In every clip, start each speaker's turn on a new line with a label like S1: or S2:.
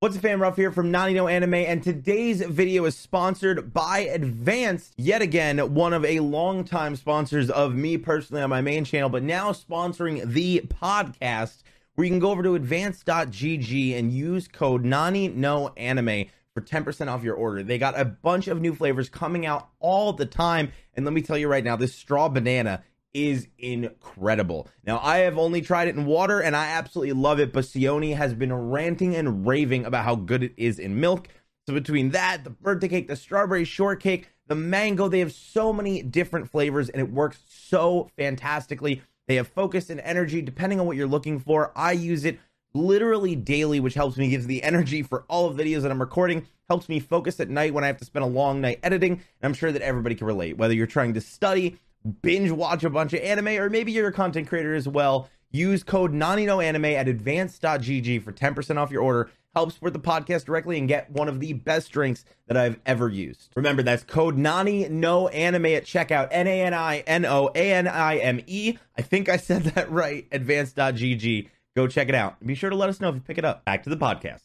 S1: What's up, fam? Ruff here from Nani No Anime, and today's video is sponsored by Advanced, yet again, one of a longtime sponsors of me personally on my main channel, but now sponsoring the podcast, where you can go over to advanced.gg and use code Nani No Anime for 10% off your order. They got a bunch of new flavors coming out all the time, and let me tell you right now, this straw banana is incredible. Now, I have only tried it in water and I absolutely love it, but Sione has been ranting and raving about how good it is in milk. So, between that, the birthday cake, the strawberry shortcake, the mango, they have so many different flavors and it works so fantastically. They have focus and energy depending on what you're looking for. I use it literally daily, which helps me gives the energy for all of the videos that I'm recording, helps me focus at night when I have to spend a long night editing. And I'm sure that everybody can relate, whether you're trying to study, binge watch a bunch of anime, or maybe you're a content creator as well. Use code NANINOANIME at advanced.gg for 10% off your order. Help support the podcast directly and get one of the best drinks that I've ever used. Remember, that's code NANINOANIME at checkout. N-A-N-I-N-O-A-N-I-M-E. I think I said that right. Advanced.gg. Go check it out. Be sure to let us know if you pick it up. Back to the podcast.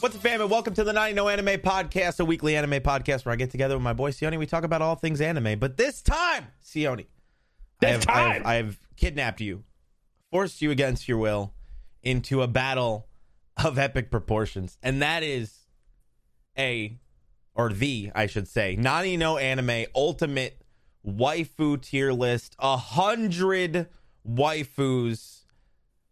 S1: What's up, fam, and welcome to the 90 No Anime Podcast, a weekly anime podcast where I get together with my boy Sione. We talk about all things anime, but this time, Sione, I have,
S2: This
S1: I have-
S2: time!
S1: I have kidnapped you, forced you against your will into a battle of epic proportions, and that is a or the, I should say, 90 No Anime Ultimate Waifu tier list, a hundred waifus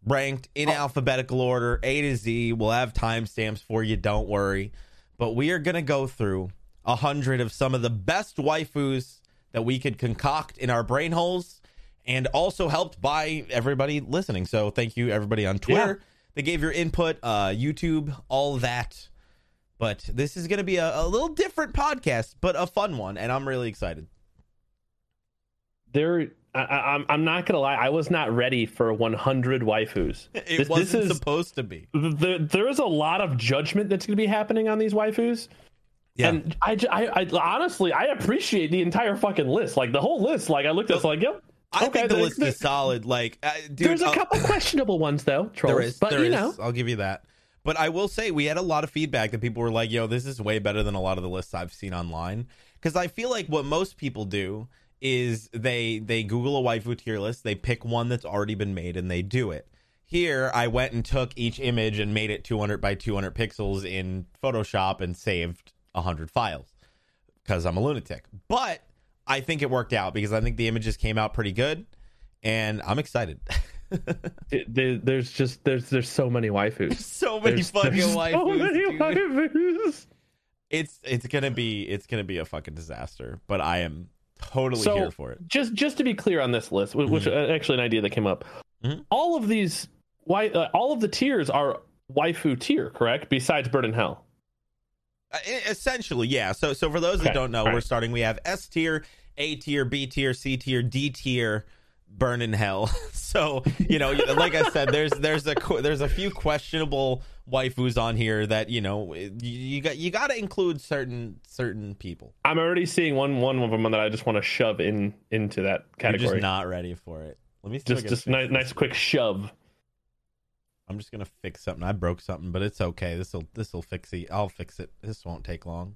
S1: ranked in alphabetical order, A to Z. We'll have timestamps for you, don't worry. But we are going to go through a hundred of some of the best waifus that we could concoct in our brain holes and also helped by everybody listening. So thank you, everybody on Twitter. They gave your input, uh, YouTube, all that. But this is going to be a, a little different podcast, but a fun one. And I'm really excited.
S2: there I, I, I'm I'm not gonna lie, I was not ready for 100 waifus.
S1: It
S2: This- this
S1: wasn't
S2: is-
S1: supposed to be.
S2: There, there is a lot of judgment that's gonna be happening on these waifus,
S1: Yeah.
S2: and I, j- I- I- honestly I appreciate the entire fucking list, like the whole list. Like I looked at, it's like yep,
S1: I
S2: okay,
S1: think the
S2: there-
S1: list is solid. Like, uh, dude,
S2: there's a
S1: uh,
S2: couple questionable ones though, trolls.
S1: There is,
S2: but
S1: there
S2: you
S1: is.
S2: know,
S1: I'll give you that. But I will say we had a lot of feedback that people were like, "Yo, this is way better than a lot of the lists I've seen online." Because I feel like what most people do is they they Google a waifu tier list, they pick one that's already been made, and they do it. Here, I went and took each image and made it 200 by 200 pixels in Photoshop and saved 100 files because I'm a lunatic. But I think it worked out because I think the images came out pretty good, and I'm excited.
S2: th- there- there's just there's there's so many waifus.
S1: so many
S2: There's-
S1: fucking
S2: there's so
S1: waifus,
S2: many
S1: dude.
S2: waifus.
S1: It's it's gonna be it's gonna be a fucking disaster. But I am totally
S2: So-
S1: here for it.
S2: just just to be clear on this list, wh- which
S1: Mm-hmm.
S2: uh, actually an idea that came up,
S1: Mhm.
S2: all of these why uh, all of the tiers are waifu tier, correct? Besides Bird and Hell,
S1: Uh, e- Essentially, yeah. So so for those that
S2: Okay,
S1: don't know,
S2: all
S1: we're
S2: right.
S1: starting. We have S tier, A tier, B tier, C tier, D tier. Burn in hell. So you know, like I said, there's there's a qu- there's a few questionable waifus on here that you know you, you got you got to include certain certain people.
S2: I'm already seeing one one of them that I just want to shove in into that
S1: You're
S2: category.
S1: just not ready for it. Let me see if I
S2: just
S1: can
S2: just
S1: fix
S2: ni-
S1: this.
S2: nice quick shove.
S1: I'm just gonna fix something. I broke something, but it's okay. This'll this'll fix it. I'll fix it. This won't take long.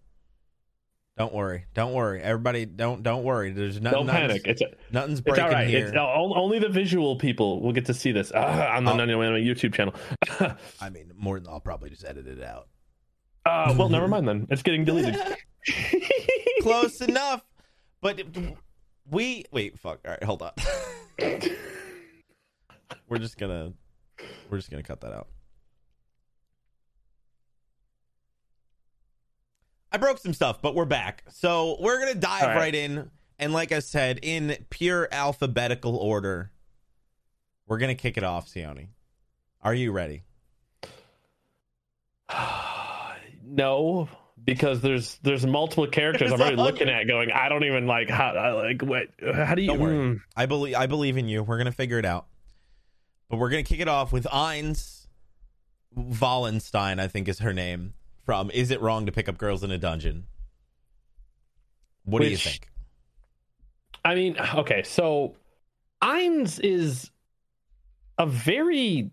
S1: Don't worry. Don't worry. Everybody, don't don't worry. There's no,
S2: Don't
S1: nothing's,
S2: panic. It's it's
S1: Nothing's breaking
S2: all right.
S1: here.
S2: It's o- only the visual people will get to see this Ah, on the
S1: Oh.
S2: Nani no Anime YouTube channel.
S1: I mean, more than I'll probably just edit it out.
S2: uh, well, never mind then. It's getting deleted.
S1: Close enough. But we wait. Fuck. All right. Hold on. we're just gonna we're just gonna cut that out. I broke some stuff, but we're back. So we're gonna dive
S2: All right.
S1: right in, and like I said, in pure alphabetical order, we're gonna kick it off. Sione, are you ready?
S2: no, because there's there's multiple characters
S1: There's
S2: I'm already
S1: a
S2: looking at, going, I don't even like how I like what how do you?
S1: Don't worry.
S2: mm.
S1: I believe I believe in you. We're gonna figure it out. But we're gonna kick it off with Ein's Wallenstein, I think is her name from Is It Wrong to Pick Up Girls in a Dungeon? What do you
S2: Which-
S1: think?
S2: I mean, okay, so Ainz is a very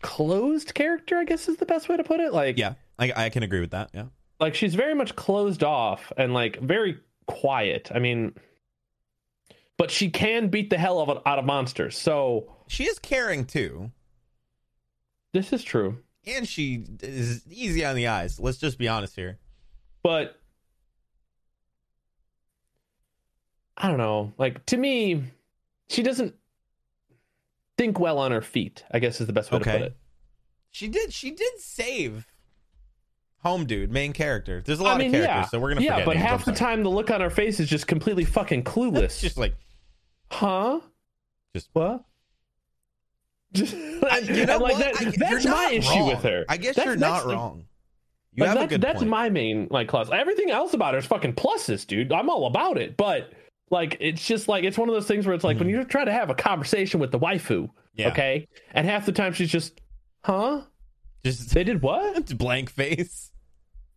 S2: closed character, I guess is the best way to put it. Like
S1: Yeah, I, I can agree with that. Yeah.
S2: like she's very much closed off and like very quiet. I mean, but she can beat the hell of out of monsters. So
S1: She is caring too,
S2: this is true.
S1: and she is easy on the eyes. Let's just be honest here.
S2: but I don't know. Like to me, she doesn't think well on her feet. I guess is the best way to
S1: Okay.
S2: put it.
S1: She did. She did save home dude, main character. There's a lot
S2: I mean,
S1: of characters,
S2: yeah,
S1: so we're gonna
S2: yeah,
S1: forget
S2: but
S1: names,
S2: half the
S1: I'm sorry.
S2: time the look on her face is just completely fucking clueless.
S1: it's just like
S2: huh?
S1: Just-
S2: what? Just,
S1: I- you
S2: and,
S1: know
S2: like,
S1: what?
S2: that-
S1: I- you're
S2: that's my
S1: not
S2: issue with
S1: wrong.
S2: her.
S1: I guess
S2: That's-
S1: you're
S2: that's
S1: not
S2: the-
S1: wrong. You
S2: Like,
S1: have a
S2: that's,
S1: good
S2: that's
S1: point.
S2: my main like class. Everything else about her is fucking pluses, dude. I'm all about it, but like it's just like it's one of those things where it's like when you try to have a conversation with the waifu,
S1: Mm-hmm. yeah.
S2: okay, and half the time she's just, huh?
S1: Just
S2: They did what?
S1: blank face.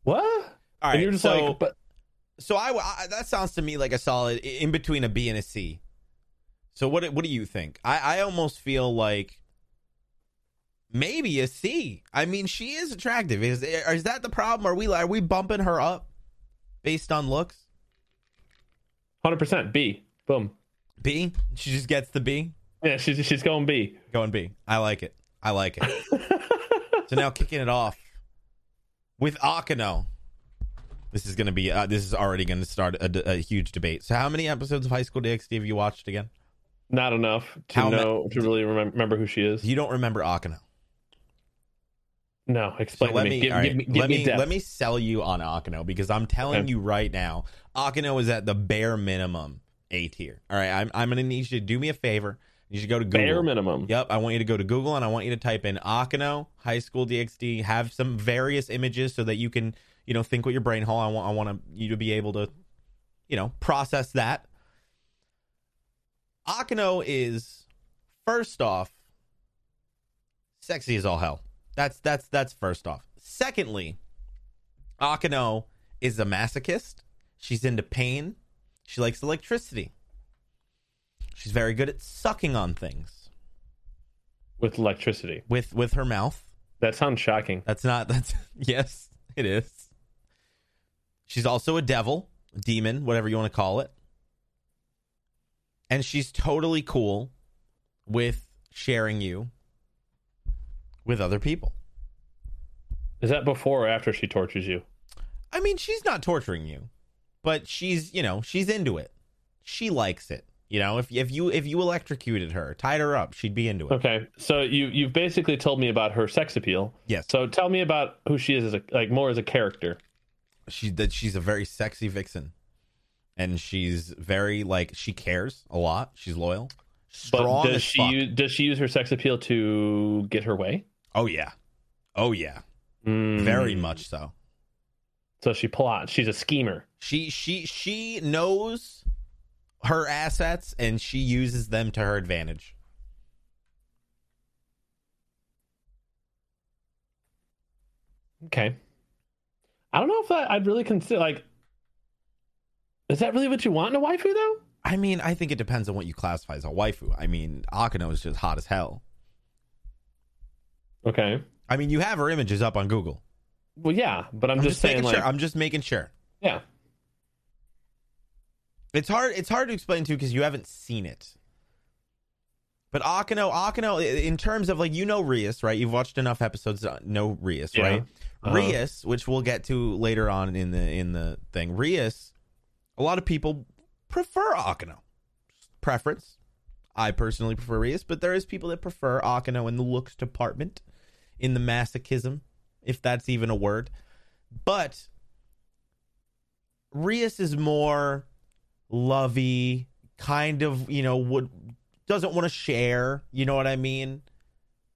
S2: What?
S1: All right.
S2: and you're just
S1: so,
S2: like, but
S1: so I, I- that sounds to me like a solid i- in between a B and a C. So what what do you think? I I almost feel like maybe a C. I mean, she is attractive. Is is that the problem? Are we are we bumping her up based on looks?
S2: 100 percent B. Boom.
S1: B. She just gets the B.
S2: Yeah, she's she's going B.
S1: Going B. I like it. I like it. so now kicking it off with Akano. This is going to be. Uh, this is already going to start a, d- a huge debate. So how many episodes of High School DxD have you watched again?
S2: Not enough to
S1: How ma-
S2: know to really remem- remember who she is.
S1: You don't remember Akano.
S2: No,
S1: So
S2: explain
S1: let
S2: to me.
S1: me,
S2: Give,
S1: all
S2: give
S1: right,
S2: me give
S1: let
S2: me,
S1: me,
S2: depth.
S1: let me sell you on Akano because I'm telling
S2: Okay.
S1: you right now, Akano is at the bare minimum A tier. All right, I'm I'm gonna need you to do me a favor. You should go to Google.
S2: bare minimum.
S1: Yep, I want you to go to Google and I want you to type in Akano High School DxD. Have some various images so that you can, you know, think with your brain hole. I want I want to, you to be able to, you know, process that. Akano is first off sexy as all hell. That's that's that's first off. Secondly, Akano is a masochist. She's into pain. She likes electricity. She's very good at sucking on things
S2: with electricity.
S1: with with her mouth.
S2: That sounds shocking.
S1: That's not that's yes, it is. She's also a devil, demon, whatever you want to call it. And she's totally cool with sharing you with other people.
S2: Is that before or after she tortures you?
S1: I mean, she's not torturing you, but she's, you know, she's into it. She likes it. You know, if if you if you electrocuted her, tied her up, she'd be into it.
S2: Okay, so you you've basically told me about her sex appeal.
S1: Yes.
S2: So tell me about who she is as a like more as a character.
S1: she that she's a very sexy vixen and she's very like she cares a lot she's loyal
S2: But
S1: strong
S2: does
S1: as
S2: she
S1: fuck.
S2: use does she use her sex appeal to get her way?
S1: oh yeah oh yeah
S2: Mm.
S1: very much so
S2: So she plots. She's a schemer.
S1: she she she knows her assets and she uses them to her advantage
S2: Okay. I don't know if that I'd really consider like. Is that really what you want in a waifu though?
S1: i mean i think it depends on what you classify as a waifu i mean akano is just hot as hell
S2: Okay.
S1: i mean you have her images up on google
S2: Well, yeah, but I'm,
S1: i'm,
S2: just, saying
S1: making
S2: like
S1: sure i'm just making sure
S2: yeah.
S1: It's hard. It's hard to explain to because you haven't seen it. But Akano, Akano, i- in terms of like you know Rias, right? You've watched enough episodes to know Rias,
S2: Yeah.
S1: right?
S2: Uh-huh.
S1: Rias, which we'll get to later on in the in the thing. Rias, a lot of people prefer Akano. Preference. I personally prefer Rias, but there is people that prefer Akano in the looks department, in the masochism, if that's even a word. But Rias is more lovey, kind of, you know, would doesn't want to share, you know what I mean?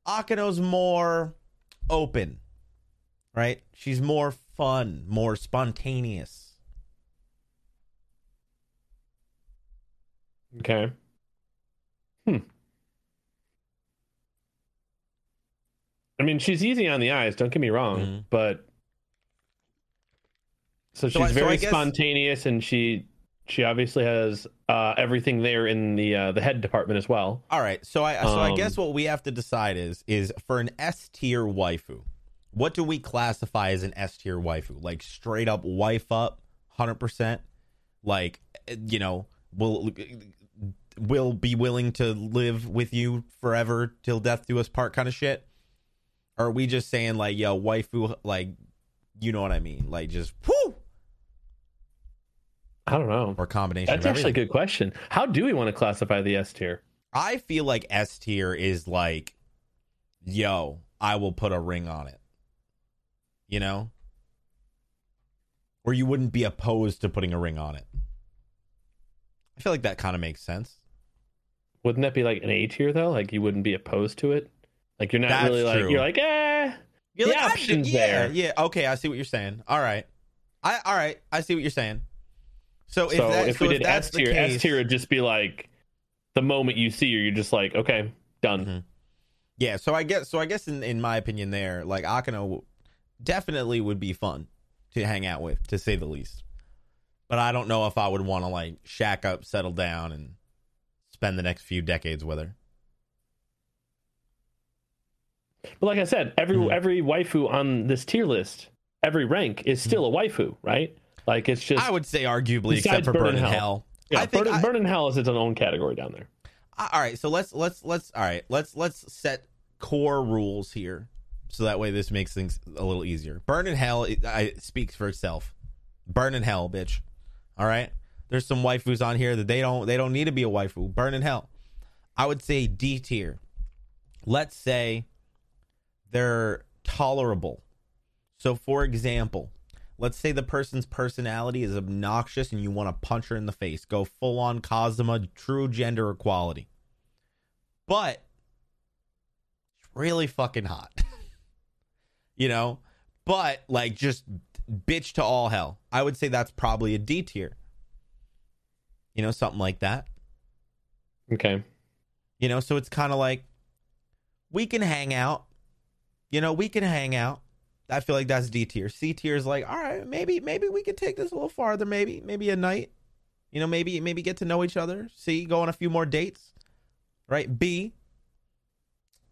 S1: Akino's more open, right? She's more fun, more spontaneous.
S2: Okay. Hmm. I mean, she's easy on the eyes. Don't get me wrong,
S1: Mhm.
S2: but so she's
S1: I- so I
S2: very
S1: guess-
S2: spontaneous, and she she obviously has uh, everything there in the uh, the head department as well.
S1: All right. So I so I
S2: Um,
S1: guess what we have to decide is is for an S tier waifu, what do we classify as an S tier waifu? Like straight up wife up, hundred percent. Like eh, you know, will will be willing to live with you forever till death do us part kind of shit. Or are we just saying like yo waifu like you know what I mean? Like just whoo
S2: I don't know.
S1: or a combination
S2: That's
S1: of
S2: actually
S1: everything.
S2: a good question. How do we want to classify the S tier?
S1: I feel like S tier is like, yo, I will put a ring on it. You know? Or you wouldn't be opposed to putting a ring on it. I feel like that kind of makes sense.
S2: Wouldn't that be like an A tier though? Like you wouldn't be opposed to it. Like you're not
S1: That's
S2: really like
S1: true.
S2: you're like eh.
S1: You're
S2: The
S1: like, I-
S2: option's
S1: yeah,
S2: there.
S1: Yeah, okay, I see what you're saying. All right. I all right, I see what you're saying. So if,
S2: so
S1: that,
S2: if
S1: so
S2: we did
S1: that's
S2: S
S1: the
S2: tier, S
S1: case-
S2: tier would just be like the moment you see her, you're just like okay, done.
S1: Mhm. Yeah, so I guess so I guess in, in my opinion there, like Akano definitely would be fun to hang out with, to say the least. But I don't know if I would want to like shack up, settle down, and spend the next few decades with her.
S2: But like I said, every
S1: Mhm.
S2: every waifu on this tier list, every rank is still a waifu, right? Like it's just
S1: I would say arguably, except
S2: Besides
S1: for
S2: Burn
S1: Burn
S2: in
S1: in Hell.
S2: Hell. yeah,
S1: I think
S2: Burn,
S1: I-
S2: Burn in Hell is its own category down there.
S1: I- all right, so let's let's let's all right, let's let's set core rules here, so that way this makes things a little easier. Burn in Hell, it, I, it speaks for itself. Burn in Hell, bitch. All right, there's some waifus on here that they don't they don't need to be a waifu. Burn in Hell. I would say D tier. Let's say they're tolerable. So, for example, let's say the person's personality is obnoxious and you want to punch her in the face. Go full on Cosima, true gender equality. But it's really fucking hot. you know? But like just bitch to all hell. I would say that's probably a D tier. You know, something like that.
S2: Okay,
S1: You know, so it's kind of like we can hang out. You know, we can hang out. I feel like that's D tier. C tier is like, all right, maybe maybe we could take this a little farther. Maybe maybe a night. You know, maybe maybe get to know each other. See, go on a few more dates. Right? B.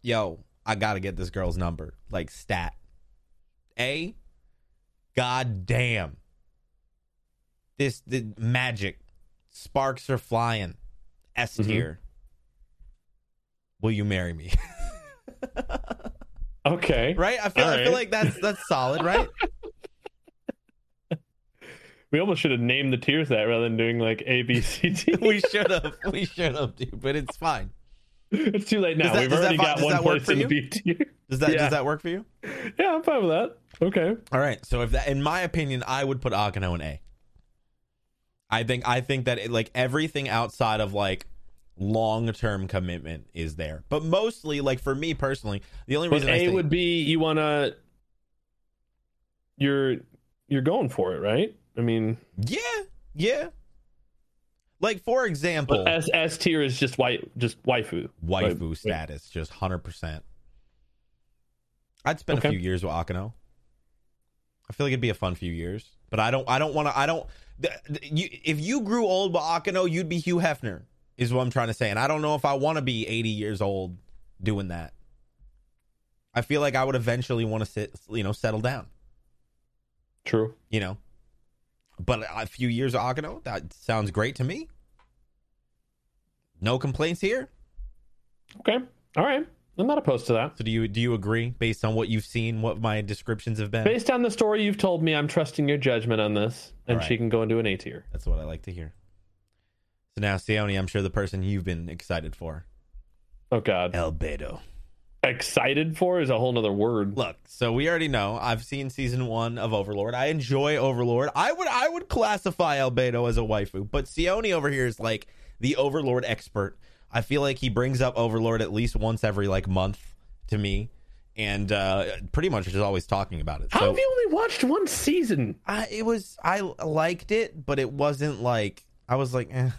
S1: Yo, I gotta get this girl's number. Like stat. A. God damn. This the magic. Sparks are flying. S
S2: Mhm.
S1: tier will you marry me?
S2: okay,
S1: right? I feel I feel
S2: Alright.
S1: like that's that's solid, right?
S2: we almost should have named the tiers that rather than doing like A B C D.
S1: we should have we should have, dude, but it's fine.
S2: it's too late now.
S1: that-
S2: We've
S1: does that
S2: already
S1: fi-
S2: got
S1: does
S2: one
S1: that work
S2: place
S1: for
S2: in the
S1: you?
S2: B tier.
S1: Does that
S2: Yeah.
S1: does that work for you?
S2: yeah, I'm fine with that. Okay,
S1: All right. So if that in my opinion, I would put Akano in A. I think I think that it, like everything outside of like long-term commitment is there. But mostly like for me personally, the only
S2: but
S1: reason I
S2: A
S1: say-
S2: would be you wanna you're you're going for it, right? I mean,
S1: Yeah. Yeah. Like for example,
S2: but S S tier is just white, just waifu.
S1: waifu
S2: Right.
S1: status, just hundred percent. I'd spend
S2: Okay.
S1: a few years with Akano. I feel like it'd be a fun few years, but I don't. I don't want to. I don't. The, the- you, if you grew old with Akano, you'd be Hugh Hefner, is what I'm trying to say. And I don't know if I want to be 80 years old doing that. I feel like I would eventually want to sit, you know, settle down,
S2: True.
S1: you know. But a few years of Akano, that sounds great to me. No complaints here.
S2: Okay. All right. I'm not opposed to that.
S1: So do you do you agree based on what you've seen, what my descriptions have been?
S2: Based on the story you've told me, I'm trusting your judgment on this, and
S1: All right.
S2: she can go into an A tier.
S1: That's what I like to hear. So now, Sione, I'm sure the person you've been excited for,
S2: Oh God,
S1: Elbedo.
S2: excited for is a whole nother word.
S1: Look, so we already know. I've seen season one of Overlord. I enjoy Overlord. I would I would classify Albedo as a waifu, but Sione over here is like the Overlord expert. I feel like he brings up Overlord at least once every like month to me, and uh, pretty much is always talking about it.
S2: How
S1: so,
S2: have you only watched one season?
S1: I it was I liked it, but it wasn't like I was like, eh.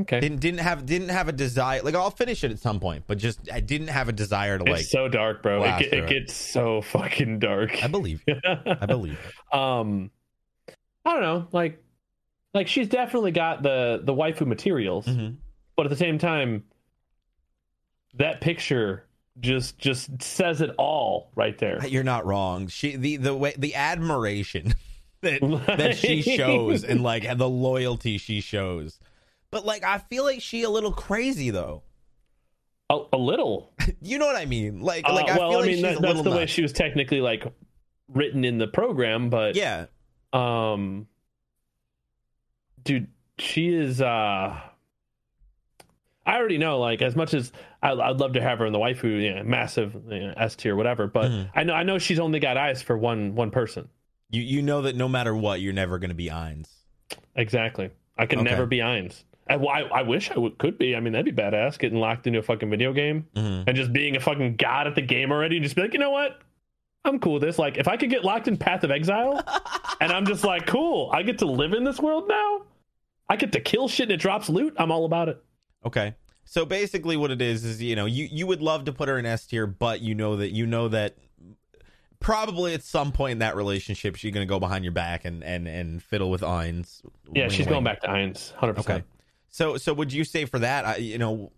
S2: Okay.
S1: Didn't didn't have didn't have a desire. Like I'll finish it at some point, but just I didn't have a desire to like.
S2: it's so dark, bro. It,
S1: blast
S2: ge- it
S1: through it.
S2: gets so fucking dark.
S1: I believe. You. I believe. you.
S2: um i don't know like like she's definitely got the the waifu materials
S1: Mhm.
S2: but at the same time that picture just just says it all right there
S1: Uh, You're not wrong. She the the way the admiration that that she
S2: Like-
S1: shows and like and the loyalty she shows. But like I feel like she a little crazy though.
S2: a, a little
S1: You know what I mean? Like
S2: Uh,
S1: like I
S2: well
S1: feel
S2: i
S1: like
S2: mean
S1: she's
S2: that,
S1: a
S2: that's
S1: little
S2: the way
S1: nuts.
S2: she was technically like written in the program but
S1: Yeah.
S2: um dude she is uh i already know like as much as I, i'd love to have her in the waifu you know, massive you know, s tier whatever but
S1: Mhm.
S2: i know i know she's only got eyes for one one person
S1: You you know that no matter what you're never going to be Ainz.
S2: exactly i can
S1: Okay.
S2: never be Ainz. I, well, I, I wish I would, could be. I mean, that'd be badass. Getting locked into a fucking video game
S1: Mhm.
S2: and just being a fucking god at the game already, and just be like, you know what? I'm cool with this. Like, if I could get locked in Path of Exile, and I'm just like, cool, I get to live in this world now. I get to kill shit and it drops loot. I'm all about it.
S1: Okay. So basically what it is is you know, you you would love to put her in S tier, but you know that you know that probably at some point in that relationship she's going to go behind your back and and and fiddle with Ainz.
S2: Yeah,
S1: Wing,
S2: she's
S1: wing.
S2: going back to Ainz, hundred
S1: Okay.
S2: percent.
S1: So so would you say for that, I, you know,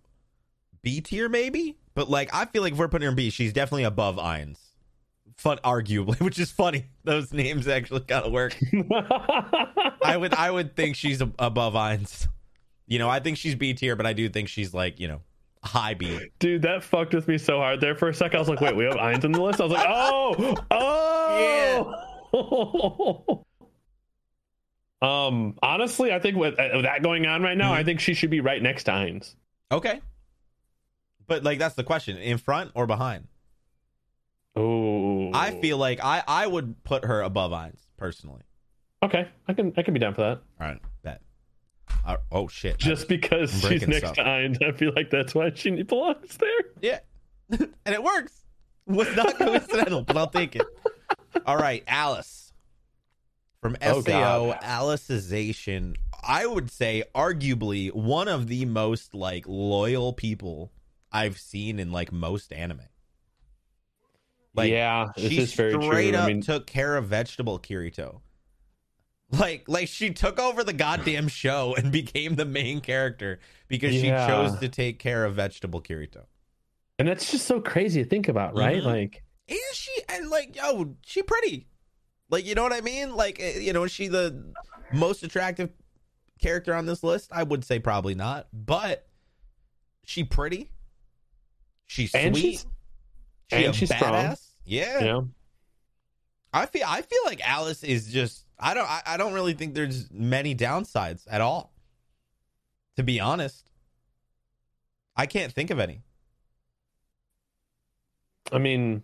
S1: B tier maybe? But like I feel like if we're putting her in B, she's definitely above Irons. Fun arguably, which is funny. Those names actually kind of work. I would I would think she's ab- above Irons. You know, I think she's B tier, but I do think she's like, you know, high B.
S2: Dude, that fucked with me so hard there for a sec. I was like, wait, we have Ainz on the list. I was like, oh, oh. Yeah. Um, honestly, I think with, uh, with that going on right now,
S1: Mhm.
S2: I think she should be right next to Ainz.
S1: Okay. But like that's the question, in front or behind?
S2: Oh,
S1: I feel like I I would put her above Irons personally.
S2: okay. I can I can be down for that.
S1: All right, bet. Uh, oh shit.
S2: Just because
S1: breaking
S2: she's next
S1: stuff.
S2: to Ainz, I feel like that's why she belongs there.
S1: Yeah. and it works. Was not coincidental, but I'll take it. All right, Alice. From
S2: Oh,
S1: SAO,
S2: God.
S1: Alicization. I would say arguably one of the most like loyal people I've seen in like most anime. Like
S2: yeah, this
S1: she
S2: is very
S1: straight
S2: true.
S1: up
S2: I mean,
S1: took care of vegetable Kirito. Like, like she took over the goddamn show and became the main character because
S2: Yeah.
S1: she chose to take care of vegetable Kirito.
S2: and that's just so crazy to think about, right?
S1: Mhm.
S2: Like,
S1: and she and like yo she pretty like you know what i mean like eh, you know is she the most attractive character on this list i would say probably not but she pretty she's
S2: And
S1: sweet
S2: she's-
S1: she
S2: and
S1: a
S2: she's strong.
S1: badass yeah
S2: you know,
S1: i feel i feel like alice is just i don't I, I don't really think there's many downsides at all to be honest i can't think of any
S2: I mean,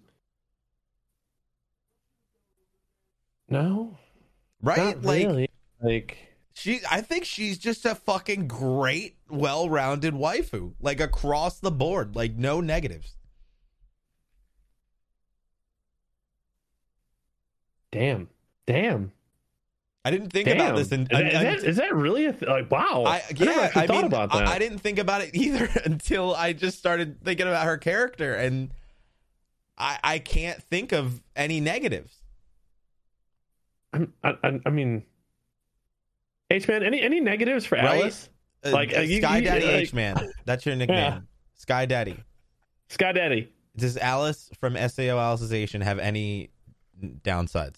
S2: no,
S1: right
S2: not
S1: like
S2: really. Like,
S1: She, I think she's just a fucking great, well-rounded waifu, like across the board, like no negatives.
S2: damn, damn,
S1: I didn't think
S2: damn.
S1: about this, and
S2: is, that, is, that, is that really a th- like? Wow,
S1: I,
S2: I never
S1: yeah,
S2: actually
S1: I
S2: thought
S1: mean,
S2: about
S1: I-
S2: that.
S1: I, didn't think about it either until I just started thinking about her character, and I, I can't think of any negatives.
S2: I'm- I, I, I mean, H man, any any negatives for
S1: Right?
S2: Alice?
S1: Uh,
S2: Like, uh, you-
S1: Sky
S2: you-
S1: Daddy
S2: like-
S1: H Man, that's your nickname,
S2: Yeah.
S1: Sky Daddy.
S2: Sky Daddy.
S1: Does Alice from SAO Alicization have any downsides?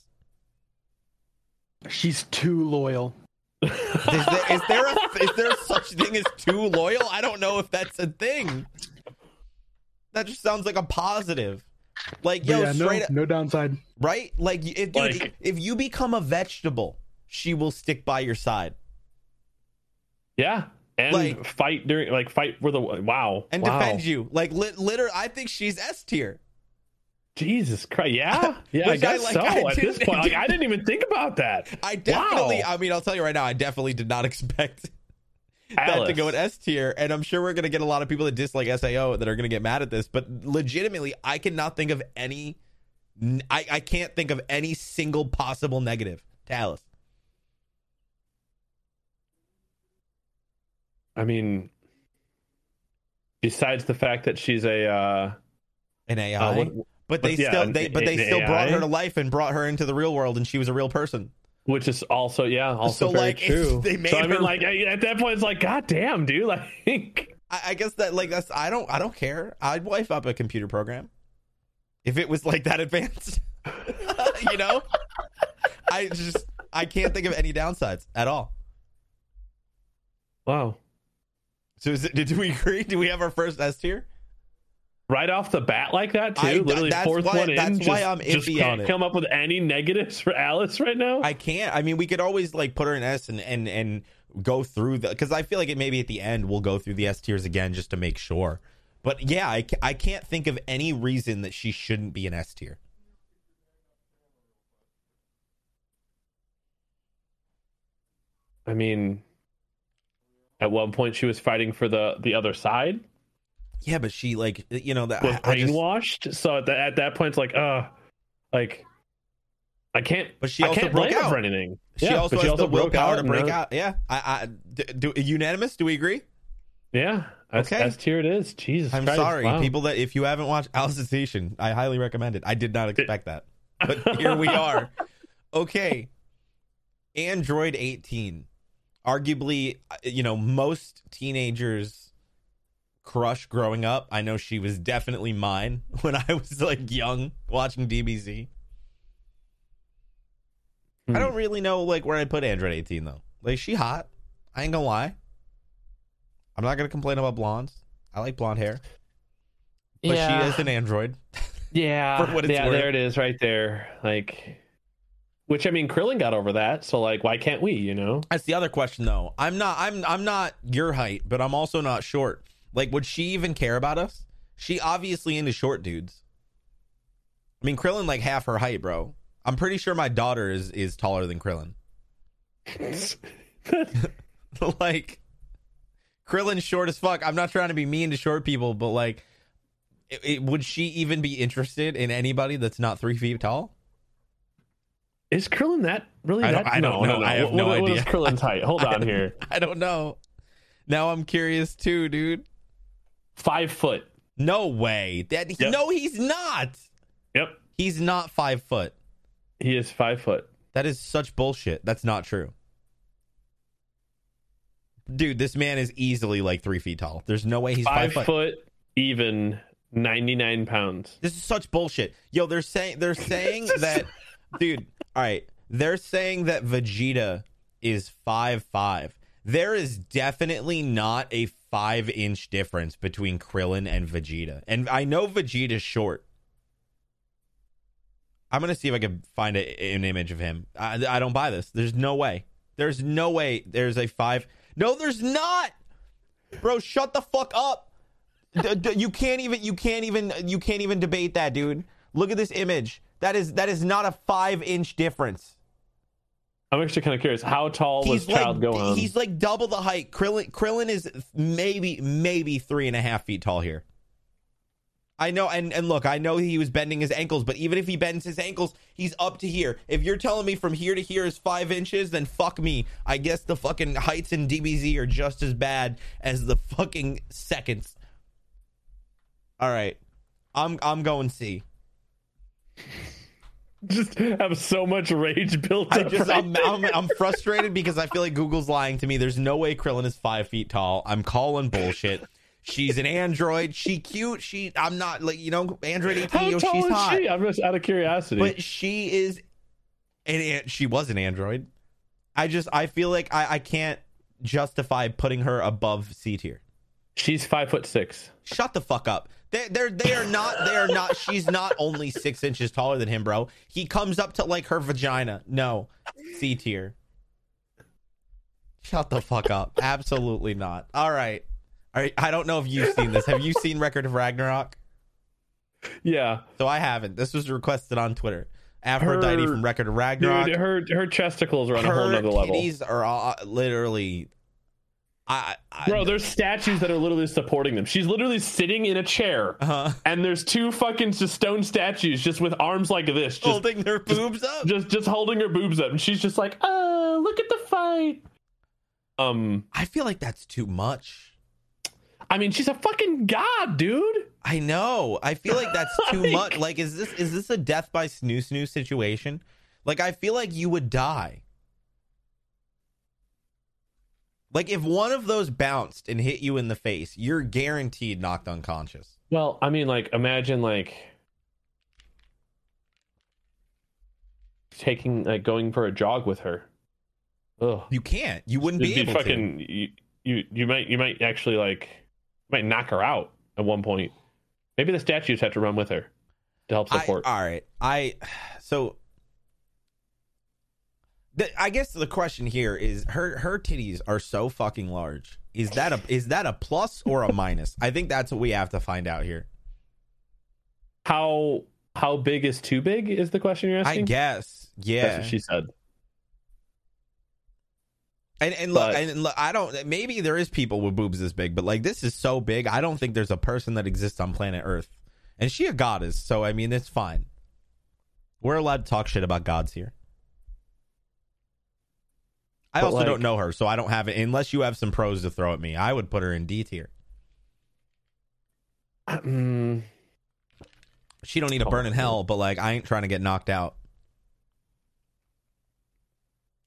S3: She's too loyal.
S1: Is there, is there a is there such thing as too loyal? I don't know if that's a thing. That just sounds like a positive. Like
S3: But
S1: yo,
S3: yeah, no,
S1: straight up,
S3: no downside.
S1: right? Like if dude,
S2: Like-
S1: if you become a vegetable, she will stick by your side
S2: Yeah, and
S1: Like-
S2: fight during like fight for the wow
S1: and
S2: wow.
S1: defend you. Like lit, literally, I think she's S tier.
S2: Jesus Christ! Yeah, yeah, I
S1: Which I,
S2: guess
S1: like,
S2: so.
S1: I
S2: at this
S1: didn't-
S2: point, like, I didn't even think about that.
S1: I definitely,
S2: Wow.
S1: I mean, I'll tell you right now, I definitely did not expect that
S2: Alice.
S1: to go in S tier, and I'm sure we're gonna get a lot of people that dislike Sao that are gonna get mad at this. But legitimately, I cannot think of any. n- I, I can't think of any single possible negative to Alice.
S2: I mean, besides the fact that she's a uh,
S1: an
S2: uh,
S1: AI.
S2: what-
S1: but they
S2: but yeah,
S1: still
S2: an-
S1: they but they
S2: an
S1: still brought
S2: AI?
S1: her to life and brought her into the real world, and she was a real person.
S2: which is also yeah, also
S1: So,
S2: very
S1: like, it's-
S2: true.
S1: they made
S2: so I mean,
S1: her-
S2: like at that point, it's like, god damn, dude, like.
S1: I, I guess that like that's I don't I don't care. I'd wipe up a computer program if it was like that advanced. you know, I just I can't think of any downsides at all.
S2: Wow.
S1: So is it, did we agree? Do we have our first S tier?
S2: Right off the bat, like that too.
S1: I-
S2: Literally
S1: that's
S2: fourth
S1: why-
S2: one in.
S1: that's why
S2: just-
S1: I'm
S2: just
S1: iffy
S2: can't
S1: on it.
S2: Come up with any negatives for Alice right now.
S1: I can't. I mean, we could always like put her in S and and and go through the because I feel like it maybe at the end we'll go through the S tiers again just to make sure. But yeah, I, ca- I can't think of any reason that she shouldn't be an S tier.
S2: I mean, at one point she was fighting for the the other side,
S1: Yeah, but she like you know that
S2: was
S1: I- I just-
S2: brainwashed. So at, the, at that point, it's like, uh, like I can't.
S1: But she
S2: I
S1: also
S2: can't
S1: broke
S2: blame her
S1: out.
S2: for anything.
S1: She
S2: Yeah,
S1: also
S2: but
S1: has the
S2: broke
S1: willpower to
S2: and,
S1: break
S2: uh,
S1: out. Yeah, I, I do, do unanimous. Do we agree?
S2: Yeah, that's,
S1: Okay.
S2: that's tier it is. Jesus,
S1: I'm
S2: Christ,
S1: sorry,
S2: wow.
S1: people. That if you haven't watched Alicization, I highly recommend it. I did not expect that, but here we are. Okay, Android 18, arguably, uh, you know, most teenagers crush growing up. I know she was definitely mine when I was like young watching DBZ. I
S2: Hmm.
S1: don't really know like where I put Android 18 though. Like she hot. I ain't gonna lie. I'm not gonna complain about blondes. I like blonde hair, but
S2: yeah.
S1: she is an android.
S2: yeah,
S1: for what it's
S2: yeah.
S1: worth.
S2: There it is, right there. Like, which I mean, Krillin got over that. So like, why can't we? You know?
S1: That's the other question though. I'm not. I'm. I'm not your height, but I'm also not short. Like, would she even care about us? She obviously into short dudes. I mean, Krillin like half her height, bro. I'm pretty sure my daughter is is taller than Krillin. like Krillin's short as fuck. I'm not trying to be mean to short people, but like, it, it- would she even be interested in anybody that's not three feet tall?
S2: Is Krillin that really?
S1: I don't-
S2: that?
S1: I don't
S2: no,
S1: know.
S2: No, no.
S1: I have
S2: what,
S1: no
S2: what- What is
S1: idea.
S2: Krillin's height? Hold
S1: I
S2: on here.
S1: I don't know. Now I'm curious too, dude.
S2: Five foot.
S1: No way. That
S2: Yep.
S1: no, he's not.
S2: Yep,
S1: He's not five foot.
S2: he is five foot.
S1: That is such bullshit. That's not true. Dude, this man is easily like three feet tall. There's no way he's
S2: five
S1: five,
S2: foot. even, ninety nine pounds.
S1: This is such bullshit. Yo, they're saying they're saying that dude, all right. They're saying that Vegeta is five five. There is definitely not a five inch difference between Krillin and Vegeta. And I know Vegeta's short. I'm gonna see if I can find a, an image of him. I, I don't buy this. There's no way. There's no way. There's a five. No, there's not. Bro, shut the fuck up. D- d- you can't even. You can't even. You can't even debate that, dude. Look at this image. That is that is not a five inch difference.
S2: I'm actually kind of curious. How tall was Child
S1: like
S2: Gohan?
S1: he's like double the height. Krillin Krillin is maybe maybe three and a half feet tall here. I know, and and look, I know he was bending his ankles, but even if he bends his ankles, he's up to here. If you're telling me from here to here is five inches, then fuck me. I guess the fucking heights in DBZ are just as bad as the fucking seconds. All right, I'm I'm going C.
S2: Just have so much rage built
S1: I
S2: up.
S1: just
S2: right
S1: I'm,
S2: now.
S1: I'm I'm frustrated because I feel like Google's lying to me. There's no way Krillin is five feet tall. I'm calling bullshit. She's an android. She cute. She I'm not like you know android 18.
S2: How
S1: Yo,
S2: tall
S1: she's
S2: is
S1: hot,
S2: she? I'm just out of curiosity.
S1: but she is an, an she was an android. I just I feel like I I can't justify putting her above C tier.
S2: She's five foot six.
S1: Shut the fuck up. They they're they are not they are not she's not only six inches taller than him, bro. He comes up to like her vagina. No. C tier. Shut the fuck up. Absolutely not. All right. All right. I don't know if you've seen this. Have you seen Record of Ragnarok?
S2: Yeah,
S1: So I haven't. This was requested on Twitter. Aphrodite
S2: Her-
S1: from Record of
S2: dude,
S1: Ragnarok.
S2: her her chesticles are on a whole
S1: her
S2: nother level.
S1: titties are all, literally I, I
S2: Bro, there's statues that are literally supporting them. She's literally sitting in a chair,
S1: uh,
S2: and there's two fucking just stone statues, just with arms like this, just
S1: holding their boobs up.
S2: "Uh, just just holding her boobs up, and she's just like, "Oh, look at the fight." Um,
S1: I feel like that's too much.
S2: I mean, she's a fucking god, dude.
S1: I know. I feel like that's too
S2: Like-
S1: much. Like, is this is this a death by snoo snoo situation? Like, I feel like you would die. Like, if one of those bounced and hit you in the face, you're guaranteed knocked unconscious.
S2: Well, I mean, like, imagine like taking like going for a jog with her. Ugh.
S1: You can't. You wouldn't
S2: It'd
S1: be,
S2: be,
S1: able to.
S2: fucking You, you you might you might actually like might knock her out at one point. Maybe the statues have to run with her to help
S1: I, uh, all
S2: support.
S1: right. I so. The, I guess the question here is her her titties are so fucking large. Is that a is that a plus or a minus? I think that's what we have to find out here.
S2: how how big is too big is the question you're
S1: I
S2: asking?
S1: guess.
S2: That's
S1: Yeah.
S2: what she said.
S1: And and look,
S2: But-
S1: and look, I don't. Maybe there is people with boobs this big, but like this is so big, I don't think there's a person that exists on planet Earth. And she a goddess, so I mean, it's fine. We're allowed to talk shit about gods here. I
S2: But,
S1: also
S2: like-
S1: don't know her, so I don't have it. Unless you have some pros to throw at me, I would put her in D tier.
S2: Mm,
S1: She don't need to burn in hell, but like I ain't trying to get knocked out.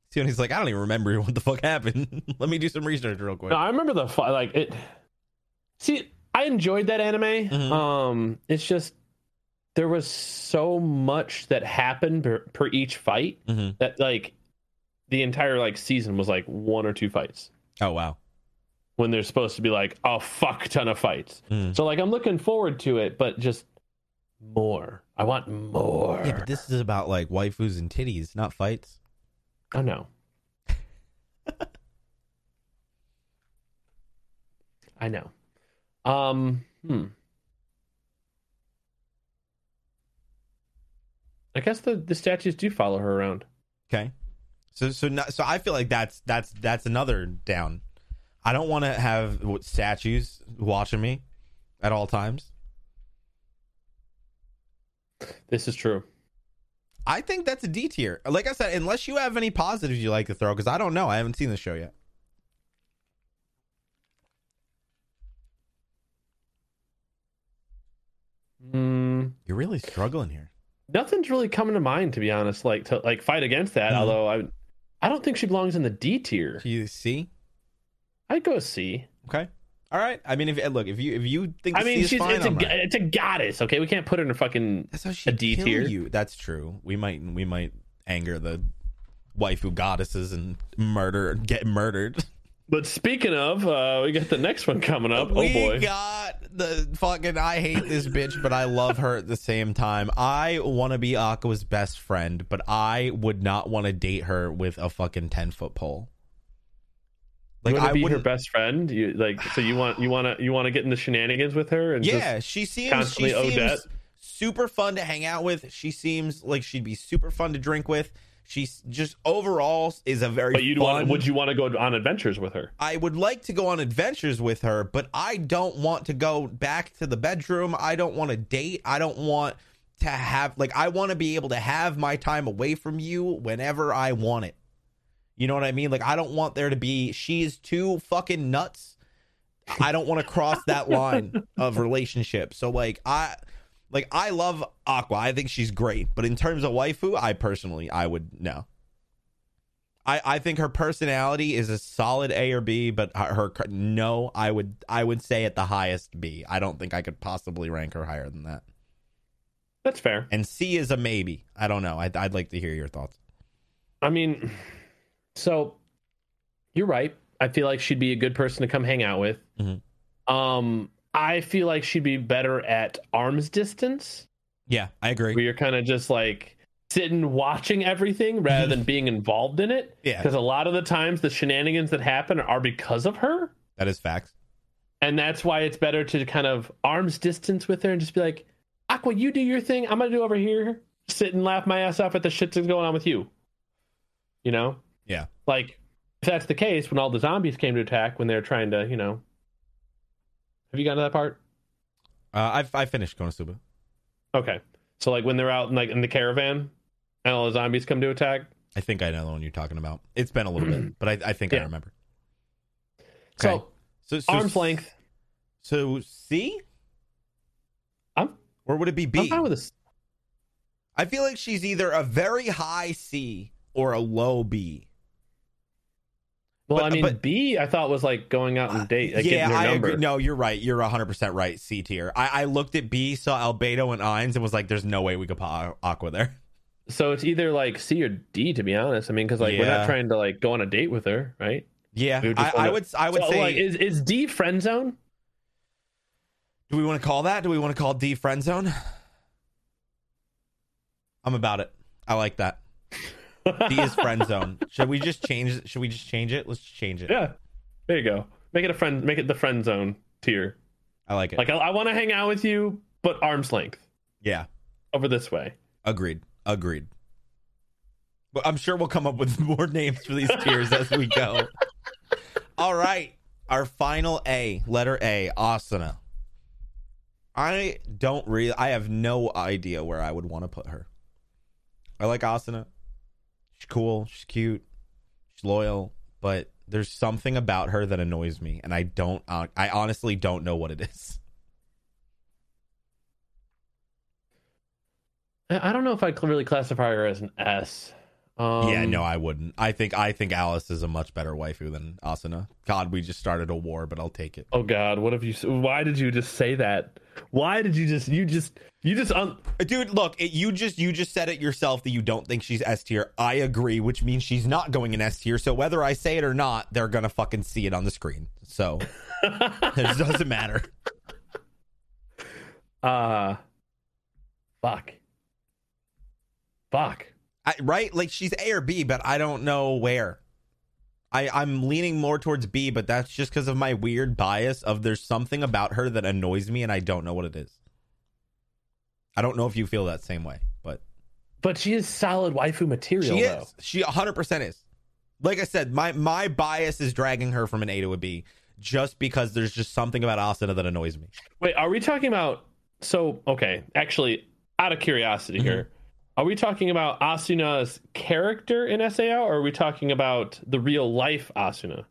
S1: See, when he's like, I don't even remember what the fuck happened. Let me do some research real quick.
S2: No, I remember the fi- like it. See, I enjoyed that anime.
S1: Mhm.
S2: Um, it's just there was so much that happened per, per each fight
S1: hmm
S2: that like the entire like season was like one or two fights
S1: Oh wow.
S2: when there's supposed to be like a fuck ton of fights.
S1: Mhm.
S2: So like I'm looking forward to it, but just more. I want more.
S1: Yeah, but this is about like waifus and titties, not fights.
S2: I know. I know. Um, hmm. I guess the, the statues do follow her around.
S1: Okay. So so not, so I feel like that's that's that's another down. I don't want to have what, statues watching me at all times.
S2: This is true.
S1: I think that's a D tier. Like I said, unless you have any positives you like to throw, because I don't know. I haven't seen the show yet.
S2: Mm,
S1: You're really struggling here.
S2: nothing's really coming to mind, to be honest. Like to like fight against that.
S1: Mhm.
S2: Although I, I don't think she belongs in the D tier.
S1: Do you see?
S2: I'd go C.
S1: Okay. All right. I mean, if eh, look, if you if you think
S2: I
S1: the C
S2: mean,
S1: is
S2: she's
S1: fine,
S2: it's a
S1: I'm
S2: go-
S1: not-
S2: it's a goddess. Okay, we can't put her in a fucking
S1: That's how she
S2: a D
S1: kill
S2: tier.
S1: You. That's true. We might we might anger the waifu goddesses and murder get murdered.
S2: But speaking of, uh, we got the next one coming up.
S1: we
S2: oh boy.
S1: got the fucking I hate this bitch, but I love her at the same time. I want to be Aqua's best friend, but I would not want to date her with a fucking ten foot pole.
S2: you
S1: Like
S2: want
S1: I
S2: to be her
S1: would.
S2: best friend? You like so you want you want to you want to get into shenanigans with her and
S1: Yeah,
S2: just,
S1: she seems she
S2: constantly Odette.
S1: seems super fun to hang out with. She seems like she'd be super fun to drink with. She's just overall is a very.
S2: but you'd
S1: fun,
S2: want would you want to go on adventures with her?
S1: I would like to go on adventures with her, but I don't want to go back to the bedroom. I don't want to date. I don't want to have like I want to be able to have my time away from you whenever I want it. You know what I mean? Like I don't want there to be she's too fucking nuts. I don't want to cross that line of relationship. So like I like I love Aqua. I think she's great, but in terms of waifu, I personally I would no. I, I think her personality is a solid A or B, but her, her cr- no, I would I would say at the highest B. I don't think I could possibly rank her higher than that.
S2: That's fair.
S1: And C is a maybe. I don't know. I'd, I'd like to hear your thoughts.
S2: I mean, so you're right. I feel like she'd be a good person to come hang out with.
S1: Mhm.
S2: Um, I feel like she'd be better at arms distance,
S1: Yeah, I
S2: where
S1: agree.
S2: you're kind of just like sitting watching everything rather than being involved in it.
S1: Yeah,
S2: Because a lot of the times the shenanigans that happen are because of her.
S1: that is facts.
S2: and that's why it's better to kind of arms distance with her and just be like, Aqua, you do your thing. I'm gonna do over here, sit and laugh my ass off at the shit that's going on with you. You know?
S1: Yeah.
S2: Like, if that's the case, when all the zombies came to attack, when they're trying to, you know, have you gotten to that part?
S1: Uh, I I finished Konosuba.
S2: Okay, so like when they're out in like in the caravan, and all the zombies come to attack.
S1: I think I know the one you're talking about. It's been a little bit, but I, I think I
S2: Yeah.
S1: remember.
S2: So
S1: So, so
S2: arm's length.
S1: So C,
S2: I'm
S1: or would it be
S2: I'm
S1: B?
S2: fine with this.
S1: I feel like she's either a very high C or a low B.
S2: Well,
S1: But-
S2: I mean,
S1: but-
S2: B I thought was like going out and date, like
S1: Uh, yeah,
S2: getting her
S1: I
S2: number.
S1: agree. No, you're right. You're 100 percent right. C tier. I, I looked at B, saw Albedo and Ines, and was like, "There's no way we could put Aqua there."
S2: So it's either like C or D, to be honest. I mean, because like we're
S1: Yeah.
S2: not trying to like go on a date with her, right?
S1: Yeah,
S2: We would
S1: I,
S2: just
S1: I
S2: wanna-
S1: would. I would
S2: so,
S1: say.
S2: like, is is D friend zone?
S1: do we want to call that? Do we want to call D friend zone? I'm about it. I like that. D is friend zone. Should we just change? Should we just change it? Let's change it.
S2: yeah. There you go. Make it a friend. Make it the friend zone tier.
S1: I like it.
S2: Like I, I want to hang out with you, but arm's length
S1: yeah.
S2: over this way.
S1: Agreed. Agreed. But I'm sure we'll come up with more names for these tiers as we go. All right. Our final A, letter A, asana. I don't really I have no idea where I would want to put her. I like Asana. She's cool, she's cute, she's loyal, but there's something about her that annoys me and I don't I honestly don't know what it is.
S2: I, I don't know if I cl- really classify her as an S. Um,
S1: yeah, no, I wouldn't. I think I think Alice is a much better waifu than Asuna. God, we just started a war, but I'll take it.
S2: Oh God! What have you? s- Why did you just say that? Why did you just? You just? You just? Un-
S1: Dude, look, it, you just you just said it yourself that you don't think she's S tier. I agree, which means she's not going in S tier. So whether I say it or not, they're gonna fucking see it on the screen. So it doesn't matter.
S2: Uh fuck. Fuck.
S1: I, right? Like she's A or B, but I don't know where. I, I'm leaning more towards B, but that's just because of my weird bias of there's something about her that annoys me and I don't know what it is. I don't know if you feel that same way, but
S2: But she is solid waifu material
S1: She
S2: though.
S1: is. She 100% is. Like I said, my my bias is dragging her from an A to a B just because there's just something about Asuna that annoys me.
S2: Wait, are we talking about so okay, actually out of curiosity here. Are we talking about Asuna's character in SAO or are we talking about the real life Asuna?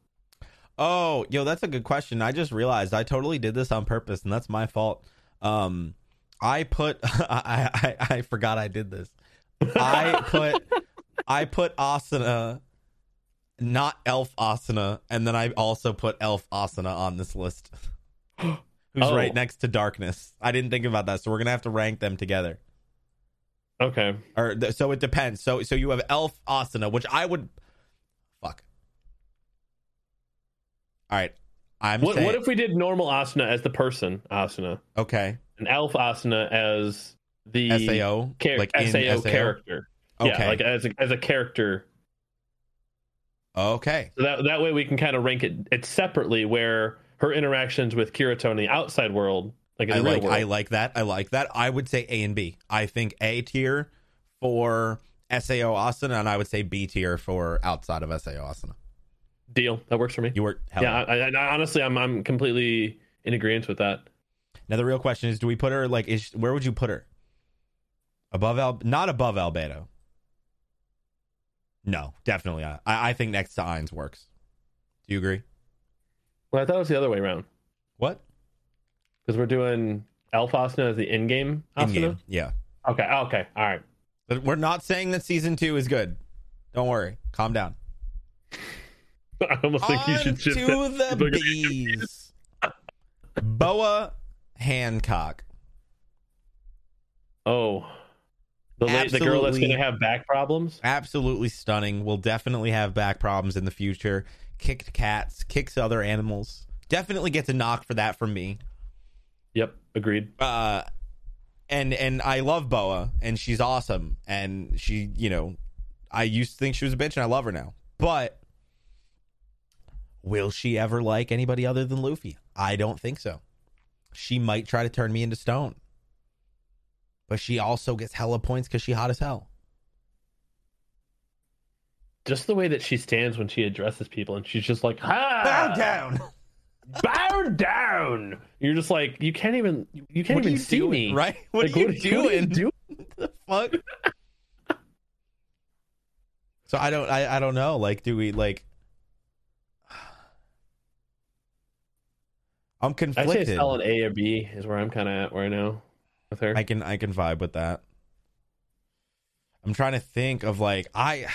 S1: Oh, yo, that's a good question. I just realized I totally did this on purpose, and that's my fault. Um, I put I, I I forgot I did this. I put I put Asuna, not Elf Asuna, and then I also put Elf Asuna on this list. Who's
S2: Oh.
S1: right next to Darkness? I didn't think about that, so we're gonna have to rank them together.
S2: Okay.
S1: Or th- so it depends. So so you have Elf Asuna, which I would fuck. All right, I'm
S2: What
S1: saying
S2: what if we did normal Asuna as the person Asuna
S1: okay
S2: and elf Asuna as the
S1: SAO
S2: char-
S1: like in
S2: SAO,
S1: SAO?
S2: character?
S1: Okay,
S2: Yeah, like as a, as a character
S1: okay,
S2: So that that way we can kind of rank it, it separately where her interactions with Kirito in the outside world, like in
S1: I
S2: the real
S1: like
S2: world.
S1: I like that. I like that. I would say A and B. I think A tier for SAO Asana, and I would say B tier for outside of SAO Asana.
S2: Deal. That works for me.
S1: You were hell
S2: yeah, I, I, I honestly I'm I'm completely in agreement with that.
S1: Now the real question is, do we put her like is where would you put her? Above Al, not above Albedo. No, definitely not. I, I think next to Ainz works. Do you agree?
S2: Well, I thought it was the other way around
S1: What
S2: because we're doing Elf Asuna as the in-game Asuna.
S1: In-game, Yeah,
S2: Okay, oh, okay, all right.
S1: but we're not saying that season two is good. Don't worry, calm down.
S2: I almost think you should
S1: to
S2: shift it.
S1: the
S2: Look at-
S1: bees. Boa Hancock.
S2: Oh, the la- the girl that's
S1: Absolutely.
S2: gonna have back problems.
S1: absolutely stunning. Will definitely have back problems in the future. Kicked cats, kicks other animals. Definitely gets a knock for that from me.
S2: Yep, agreed.
S1: Uh, and and I love Boa, and she's awesome, and she, you know, I used to think she was a bitch, and I love her now. But will she ever like anybody other than Luffy? I don't think so. She might try to turn me into stone, but she also gets hella points because she hot as hell.
S2: Just the way that she stands when she addresses people, and she's just like, "Hi,
S1: down.
S2: bow down. You're just like you can't even you can't
S1: What are
S2: even
S1: you
S2: see
S1: doing,
S2: me.
S1: right? What
S2: Like,
S1: are you
S2: what
S1: doing?
S2: doing?
S1: the fuck? so I don't I, I don't know. Like, do we like I'm
S2: I say it's
S1: conflicted.
S2: L and A or B is where I'm kind of at right now with her.
S1: I can I can vibe with that. I'm trying to think of like I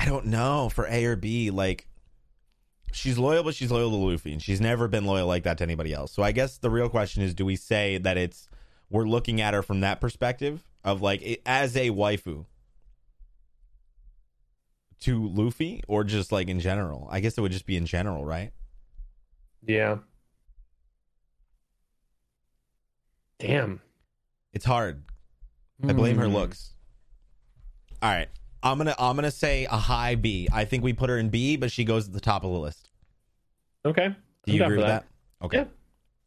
S1: I don't know for A or B like she's loyal but she's loyal to Luffy and she's never been loyal like that to anybody else. So I guess the real question is do we say that it's we're looking at her from that perspective of like i- as a waifu to Luffy or just like in general? I guess it would just be in general, right?
S2: yeah. Damn.
S1: It's hard I blame her
S2: Hmm.
S1: looks. All right. I'm gonna I'm gonna say a high B. I think we put her in B, but she goes at the top of the list.
S2: Okay.
S1: Do
S2: I'm
S1: you
S2: down
S1: agree
S2: for
S1: with that? Okay.
S2: Yeah.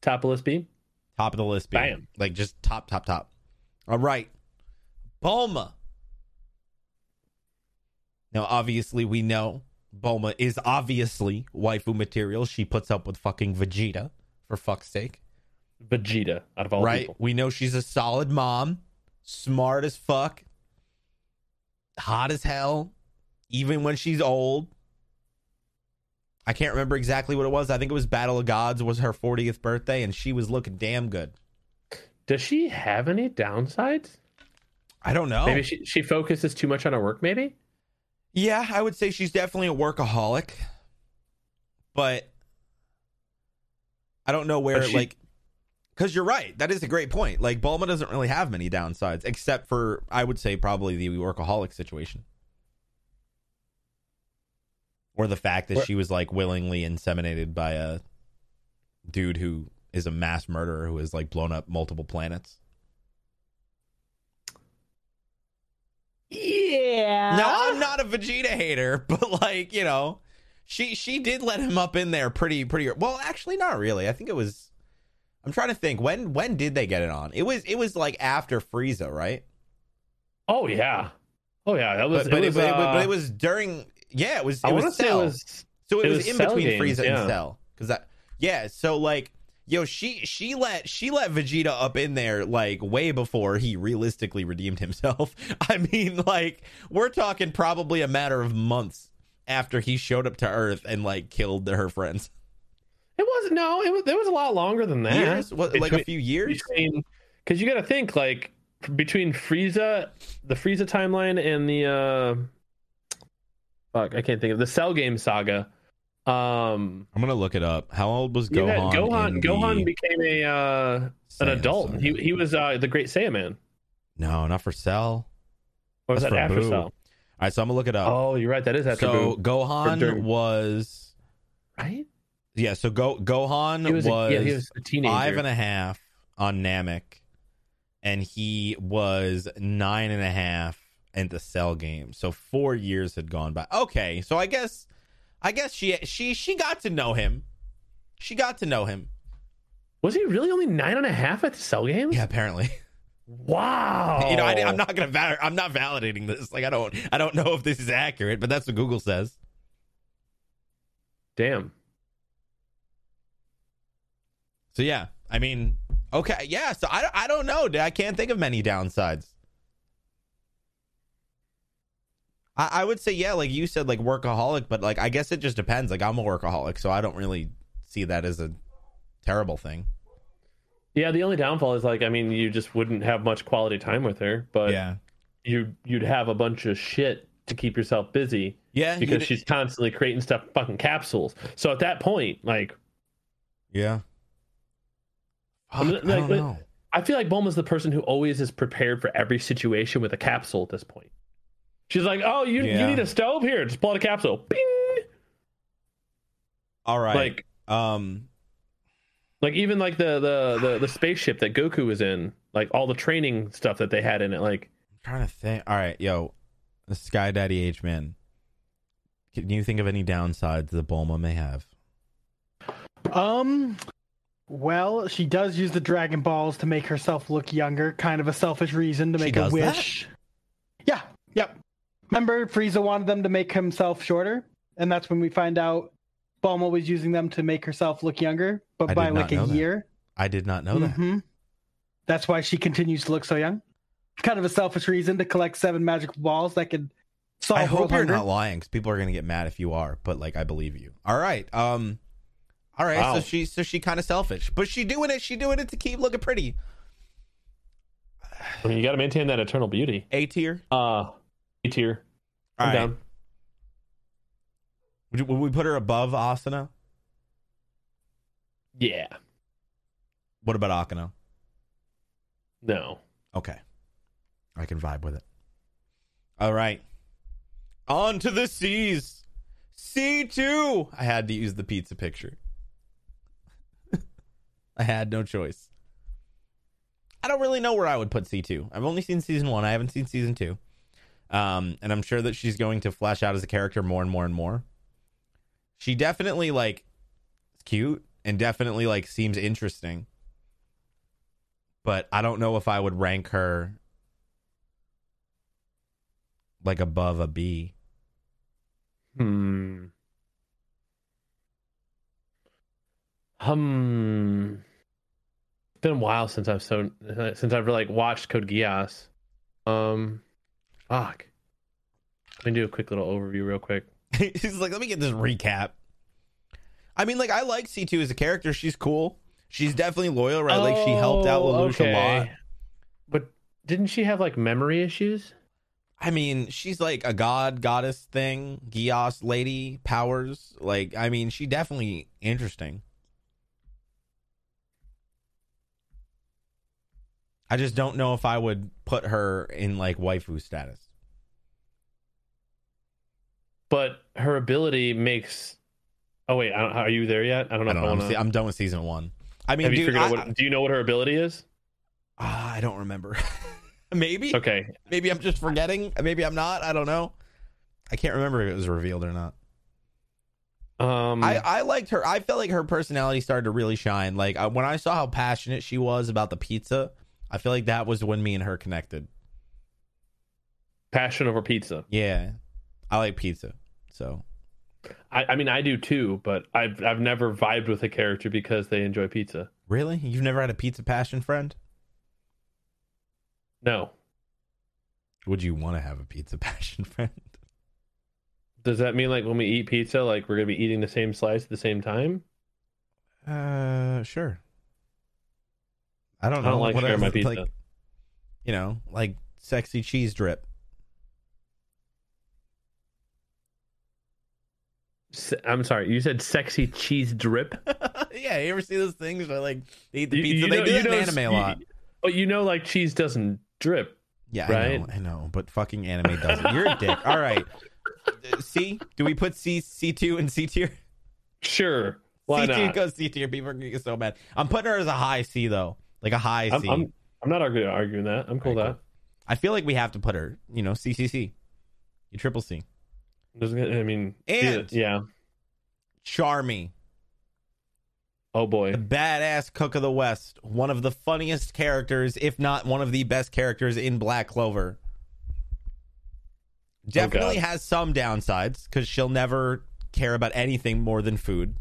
S2: Top of list B.
S1: Top of the list B.
S2: Bam.
S1: Like just top, top, top. All right. Bulma. Now obviously we know Bulma is obviously waifu material. She puts up with fucking Vegeta, for fuck's sake.
S2: Vegeta out of all
S1: right?
S2: people.
S1: We know she's a solid mom, smart as fuck, hot as hell, even when she's old. I can't remember exactly what it was. I think it was Battle of Gods was her 40th birthday and she was looking damn good.
S2: Does she have any downsides?
S1: I don't know.
S2: Maybe she, she focuses too much on her work, maybe?
S1: Yeah, I would say she's definitely a workaholic, but I don't know where
S2: But she-
S1: like because you're right. That is a great point. Like Bulma doesn't really have many downsides, except for I would say probably the workaholic situation, or the fact that
S2: Where-
S1: she was like willingly inseminated by a dude who is a mass murderer who has like blown up multiple planets.
S2: Yeah.
S1: No, I'm not a Vegeta hater, but like you know, she she did let him up in there pretty pretty. Well, actually, not really. I think it was. I'm trying to think when when did they get it on? It was it was like after Frieza, right?
S2: Oh, yeah. Oh, yeah. That was.
S1: But but
S2: it
S1: it,
S2: was,
S1: but it-
S2: uh,
S1: but it was during. Yeah, it was. It
S2: I want to
S1: was
S2: say it
S1: Cell.
S2: was.
S1: so it,
S2: it
S1: was,
S2: was
S1: in
S2: Cell
S1: between
S2: games,
S1: Frieza
S2: yeah.
S1: and Cell because that. Yeah, so like. Yo, she she let she let Vegeta up in there like way before he realistically redeemed himself. I mean, like we're talking probably a matter of months after he showed up to Earth and like killed her friends.
S2: It was. No, it was, there was a lot longer than that.
S1: Years, what, like a
S2: Between-
S1: few years.
S2: between because you got to think like between Frieza, the Frieza timeline, and the uh, fuck, I can't think of the Cell Game saga. Um,
S1: I'm gonna look it up. How old was
S2: you had
S1: Gohan?
S2: Gohan,
S1: in
S2: Gohan
S1: the
S2: became a uh, an
S1: Saiyan
S2: adult.
S1: saga?
S2: He he was uh, the Great Saiyan man.
S1: no, not for Cell.
S2: Or was
S1: That's
S2: that
S1: for
S2: after
S1: Boo.
S2: Cell?
S1: All right, so I'm gonna look it up.
S2: Oh, you're right. That is after
S1: so
S2: Boo, For
S1: Gohan
S2: Dirt.
S1: was
S2: right?
S1: yeah. So Go Gohan
S2: He was,
S1: was,
S2: a, yeah, he was a teenager.
S1: five and a half on Namek, and he was nine and a half at the Cell game. So four years had gone by. Okay, so I guess, I guess she she she got to know him. She got to know him.
S2: was he really only nine and a half at the Cell Games?
S1: Yeah, apparently.
S2: Wow.
S1: You know, I,
S2: Oh.
S1: am not gonna val- I'm not validating this. Like, I don't I don't know if this is accurate, but that's what Google says.
S2: Damn.
S1: So yeah, I mean, okay, yeah. So I, I don't know. dude. I can't think of many downsides. I, I would say yeah, like you said, like workaholic, but like I guess it just depends. Like I'm a workaholic, so I don't really see that as a terrible thing.
S2: Yeah, the only downfall is like I mean, you just wouldn't have much quality time with her, but you you'd have a bunch of shit to keep yourself busy
S1: yeah,
S2: because
S1: you'd-
S2: she's constantly creating stuff fucking capsules. So at that point, like
S1: yeah.
S2: I mean,
S1: Fuck, I
S2: like,
S1: don't
S2: but-
S1: know.
S2: I feel like Bulma's the person who always is prepared for every situation with a capsule at this point. She's like, "Oh, you you
S1: Yeah.
S2: need a stove here. Just pull out a capsule." Bing.
S1: All right,
S2: Like
S1: um,
S2: like even like the, the the the spaceship that Goku was in, like all the training stuff that they had in it like
S1: I'm trying to think. All right, yo, Sky Daddy H man, can you think of any downsides that Bulma may have?
S3: Um, well, she does use the Dragon Balls to make herself look younger. Kind of a selfish reason to
S1: She
S3: make
S1: does
S3: a
S1: that?
S3: wish. Yeah. Yep. Remember, Frieza wanted them to make himself shorter, and that's when we find out Bulma was using them to make herself look younger, but
S1: I
S3: by
S1: did not
S3: like a
S1: know that.
S3: year.
S1: I did not know that.
S3: Mhm. That's why she continues to look so young. Kind of a selfish reason to collect seven magic balls that could solve
S1: I hope
S3: World
S1: you're
S3: Hunger.
S1: not lying because people are gonna get mad if you are. But like, I believe you. All right. Um. All right.
S2: Wow.
S1: So she so she kind of selfish, but she doing it. She doing it to keep looking pretty.
S2: I mean, you got to maintain that eternal beauty.
S1: A tier.
S2: Uh, A tier.
S1: All
S2: I'm
S1: right.
S2: down.
S1: Would, you- would we put her above Asana?
S2: Yeah.
S1: What about Akano?
S2: No.
S1: Okay. I can vibe with it. All right. On to the C's. C2. I had to use the pizza picture. I had no choice. I don't really know where I would put C2. I've only seen season one. I haven't seen season two. Um, and I'm sure that she's going to flesh out as a character more and more and more. She definitely like is cute and definitely like seems interesting but I don't know if I would rank her like above a B.
S2: Hmm. Hmm. It's been a while since I've so since I've like watched Code Geass. Um, fuck. Let me do a quick little overview real quick.
S1: He's like, let me get this recap. I mean, like, I like C2 as a character. She's cool. She's definitely loyal, right? like, she helped out
S2: Oh,
S1: Lelouch a lot.
S2: okay. But didn't she have like memory issues?
S1: I mean, she's like a god, goddess thing, Gios lady, powers. Like, I mean, she definitely interesting. I just don't know if I would put her in like waifu status.
S2: But her ability makes. Oh wait, I don't, are you there yet? I don't know.
S1: I
S2: if
S1: don't
S2: I
S1: know. I'm,
S2: wanna-
S1: se- I'm done with season one. I mean,
S2: have you
S1: dude,
S2: figured
S1: I,
S2: out what? Do you know what her ability is?
S1: Ah, I don't remember. maybe,
S2: Okay,
S1: maybe I'm just forgetting. Maybe I'm not. I don't know. I can't remember if it was revealed or not.
S2: Um,
S1: I, I liked her. I felt like her personality started to really shine. Like I, when I saw how passionate she was about the pizza, I feel like that was when me and her connected.
S2: passion over pizza.
S1: Yeah, I like pizza. So
S2: I, I mean, I do too, but I've I've never vibed with a character because they enjoy pizza.
S1: really, you've never had a pizza passion friend?
S2: No,
S1: Would you want to have a pizza passion friend?
S2: does that mean like when we eat pizza, like we're gonna be eating the same slice at the same time?
S1: Uh, sure. I don't
S2: I
S1: know.
S2: don't like
S1: what
S2: sharing
S1: else-
S2: my pizza.
S1: like, you know, like sexy cheese drip.
S2: Se- I'm sorry, you said sexy cheese drip.
S1: yeah, you ever see those things where like they eat the
S2: You-
S1: pizza?
S2: you
S1: they
S2: know-
S1: do
S2: you
S1: it in
S2: know-
S1: anime a
S2: you-
S1: lot.
S2: But you know, like cheese doesn't drip.
S1: Yeah, I know,
S2: right?
S1: I know, but fucking anime does it. You're a dick. All right. Uh, C? Do we put C C two and C tier?
S2: Sure, why
S1: C two
S2: not?
S1: goes C tier. People are gonna get so mad. I'm putting her as a high C though, like a high
S2: I'm,
S1: C.
S2: I'm I'm not arguing arguing that. I'm cool with
S1: Alright,
S2: that.
S1: I feel like we have to put her. You know, C C C. You triple C.
S2: There's gonna- I mean,
S1: And-
S2: yeah.
S1: Charmy.
S2: Oh boy,
S1: the badass cook of the west one of the funniest characters if not one of the best characters in black clover definitely
S2: Oh, God.
S1: has some downsides because she'll never care about anything more than food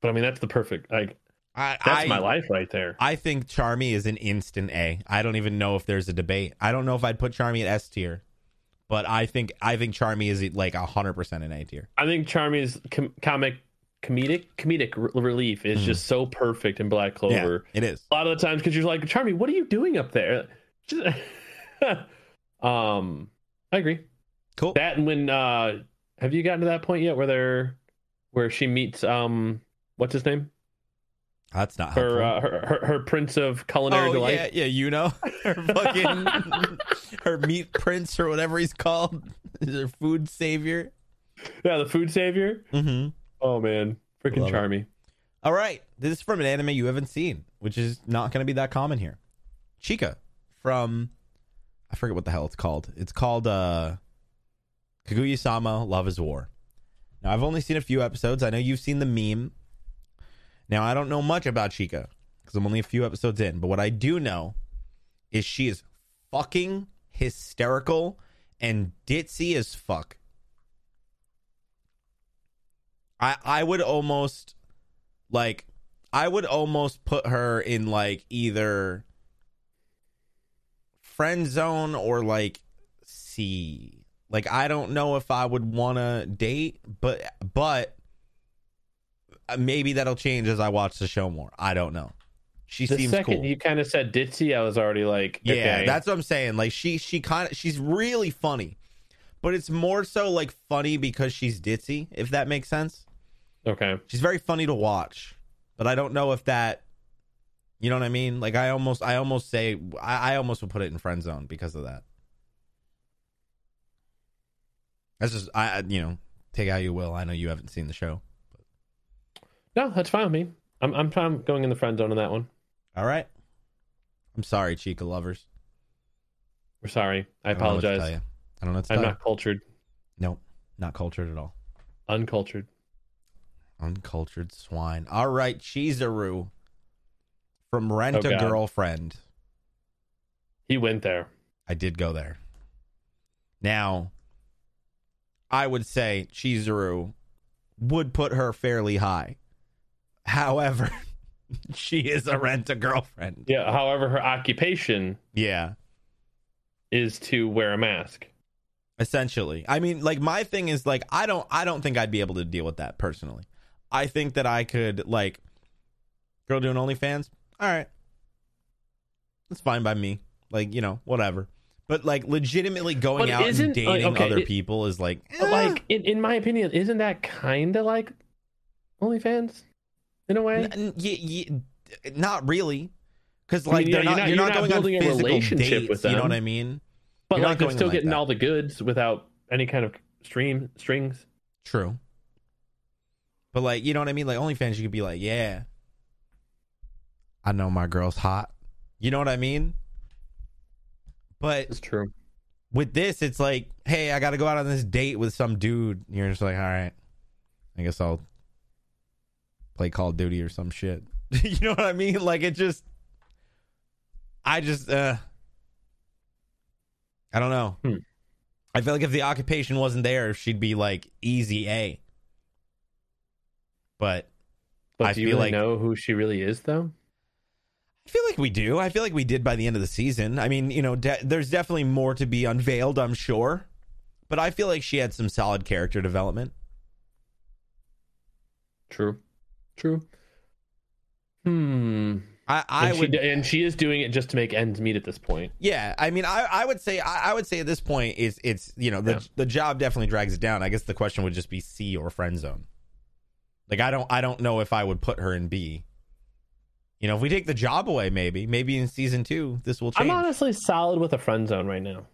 S2: but I mean that's the perfect like
S1: I,
S2: that's
S1: I,
S2: my life right there.
S1: I think charmy is an instant a i don't even know if there's a debate i don't know if i'd put charmy at s tier but i think i think charmy is like 100% an a tier
S2: I think Charmy's com- comic comedic comedic re- relief is
S1: Mhm.
S2: just so perfect in Black
S1: yeah,
S2: Clover.
S1: it is
S2: A lot of the times because you're like, Charmy, what are you doing up there? Just- um, I agree.
S1: cool
S2: That and when uh, have you gotten to that point yet where they're where she meets um, what's his name?
S1: that's not helpful.
S2: Her uh, her, her her prince of culinary
S1: Oh
S2: delight.
S1: yeah, yeah, you know her fucking her meat prince or whatever he's called, her food savior.
S2: Yeah, the food savior.
S1: Mm-hmm.
S2: Oh man, freaking
S1: Love it.
S2: Charmy.
S1: All right, this is from an anime you haven't seen, which is not going to be that common here. Chica from I forget what the hell it's called. It's called uh, Kaguya-sama: Love Is War. Now I've only seen a few episodes. I know you've seen the meme. Now I don't know much about Chica because I'm only a few episodes in, but what I do know is she is fucking hysterical and ditzy as fuck. I I would almost like I would almost put her in like either friend zone or like see. Like I don't know if I would want to date, but but uh, maybe that'll change as I watch the show more. I don't know. She
S2: The
S1: seems
S2: second
S1: cool.
S2: you kind of said ditzy, I was already like,
S1: Yeah,
S2: okay.
S1: that's what I'm saying. Like she she kind of she's really funny, but it's more so like funny because she's ditzy. If that makes sense,
S2: okay.
S1: she's very funny to watch, but I don't know if that. You know what I mean? Like I almost I almost say I, I almost would put it in friend zone because of that. That's just I I- you know take it how you will. I know you haven't seen the show.
S2: No, that's fine with me. I'm I'm fine going in the friend zone on that one.
S1: All right. I'm sorry, Chica lovers.
S2: We're sorry. I
S1: don't know what to
S2: apologize.
S1: tell you. I don't know what to
S2: I'm
S1: tell
S2: not cultured.
S1: you. No, not cultured at all.
S2: Uncultured.
S1: Uncultured swine. All right, Cheeseroo from Rent
S2: Oh,
S1: a
S2: God.
S1: Girlfriend.
S2: He went there.
S1: I did go there. Now, I would say Cheeseroo would put her fairly high. However, she is a rent a girlfriend.
S2: Yeah. However, her occupation
S1: Yeah.
S2: is to wear a mask.
S1: essentially i mean like my thing is like i don't i don't think i'd be able to deal with that personally i think that i could like girl doing onlyfans all right that's fine by me like you know whatever but like legitimately going
S2: But
S1: out and
S2: isn't- like,
S1: dating
S2: okay,
S1: other
S2: it-
S1: people is like
S2: But
S1: eh.
S2: like, in, in my opinion, isn't that kind of like OnlyFans in a way?
S1: N- eh, n- y- y- not really because
S2: I mean,
S1: like
S2: yeah,
S1: they're not, you're not, going
S2: building
S1: on
S2: a
S1: physical
S2: relationship
S1: dates,
S2: with
S1: you know
S2: them.
S1: what i mean
S2: but
S1: you're not
S2: like, they're
S1: going
S2: still
S1: like
S2: getting
S1: that.
S2: all the goods without any kind of stream strings.
S1: True. But like, you know what I mean? Like OnlyFans, you could be like, yeah, I know my girl's hot. You know what I mean? But
S2: It's true.
S1: with this, it's like, hey, I got to go out on this date with some dude. And you're just like, all right, I guess I'll play Call of Duty or some shit. you know what I mean? Like it just, I just, uh, I don't know.
S2: Hmm.
S1: I feel like if the occupation wasn't there, she'd be like easy A. But
S2: But
S1: I
S2: do you
S1: feel
S2: really
S1: like-
S2: know who she really is, though?
S1: I feel like we do. I feel like we did by the end of the season. I mean, you know, de- there's definitely more to be unveiled, I'm sure. But I feel like she had some solid character development.
S2: True. True. Hmm.
S1: I, I
S2: And, she
S1: would,
S2: d and she is doing it just to make ends meet at this point.
S1: yeah. I mean, I, I would say, I, I would say at this point, it's, it's, you know, the
S2: Yeah.
S1: the job definitely drags it down. I guess the question would just be C or friend zone. Like, I don't, I don't know if I would put her in B. You know, if we take the job away, maybe, maybe in season two, this will change.
S2: I'm honestly solid with a friend zone right now.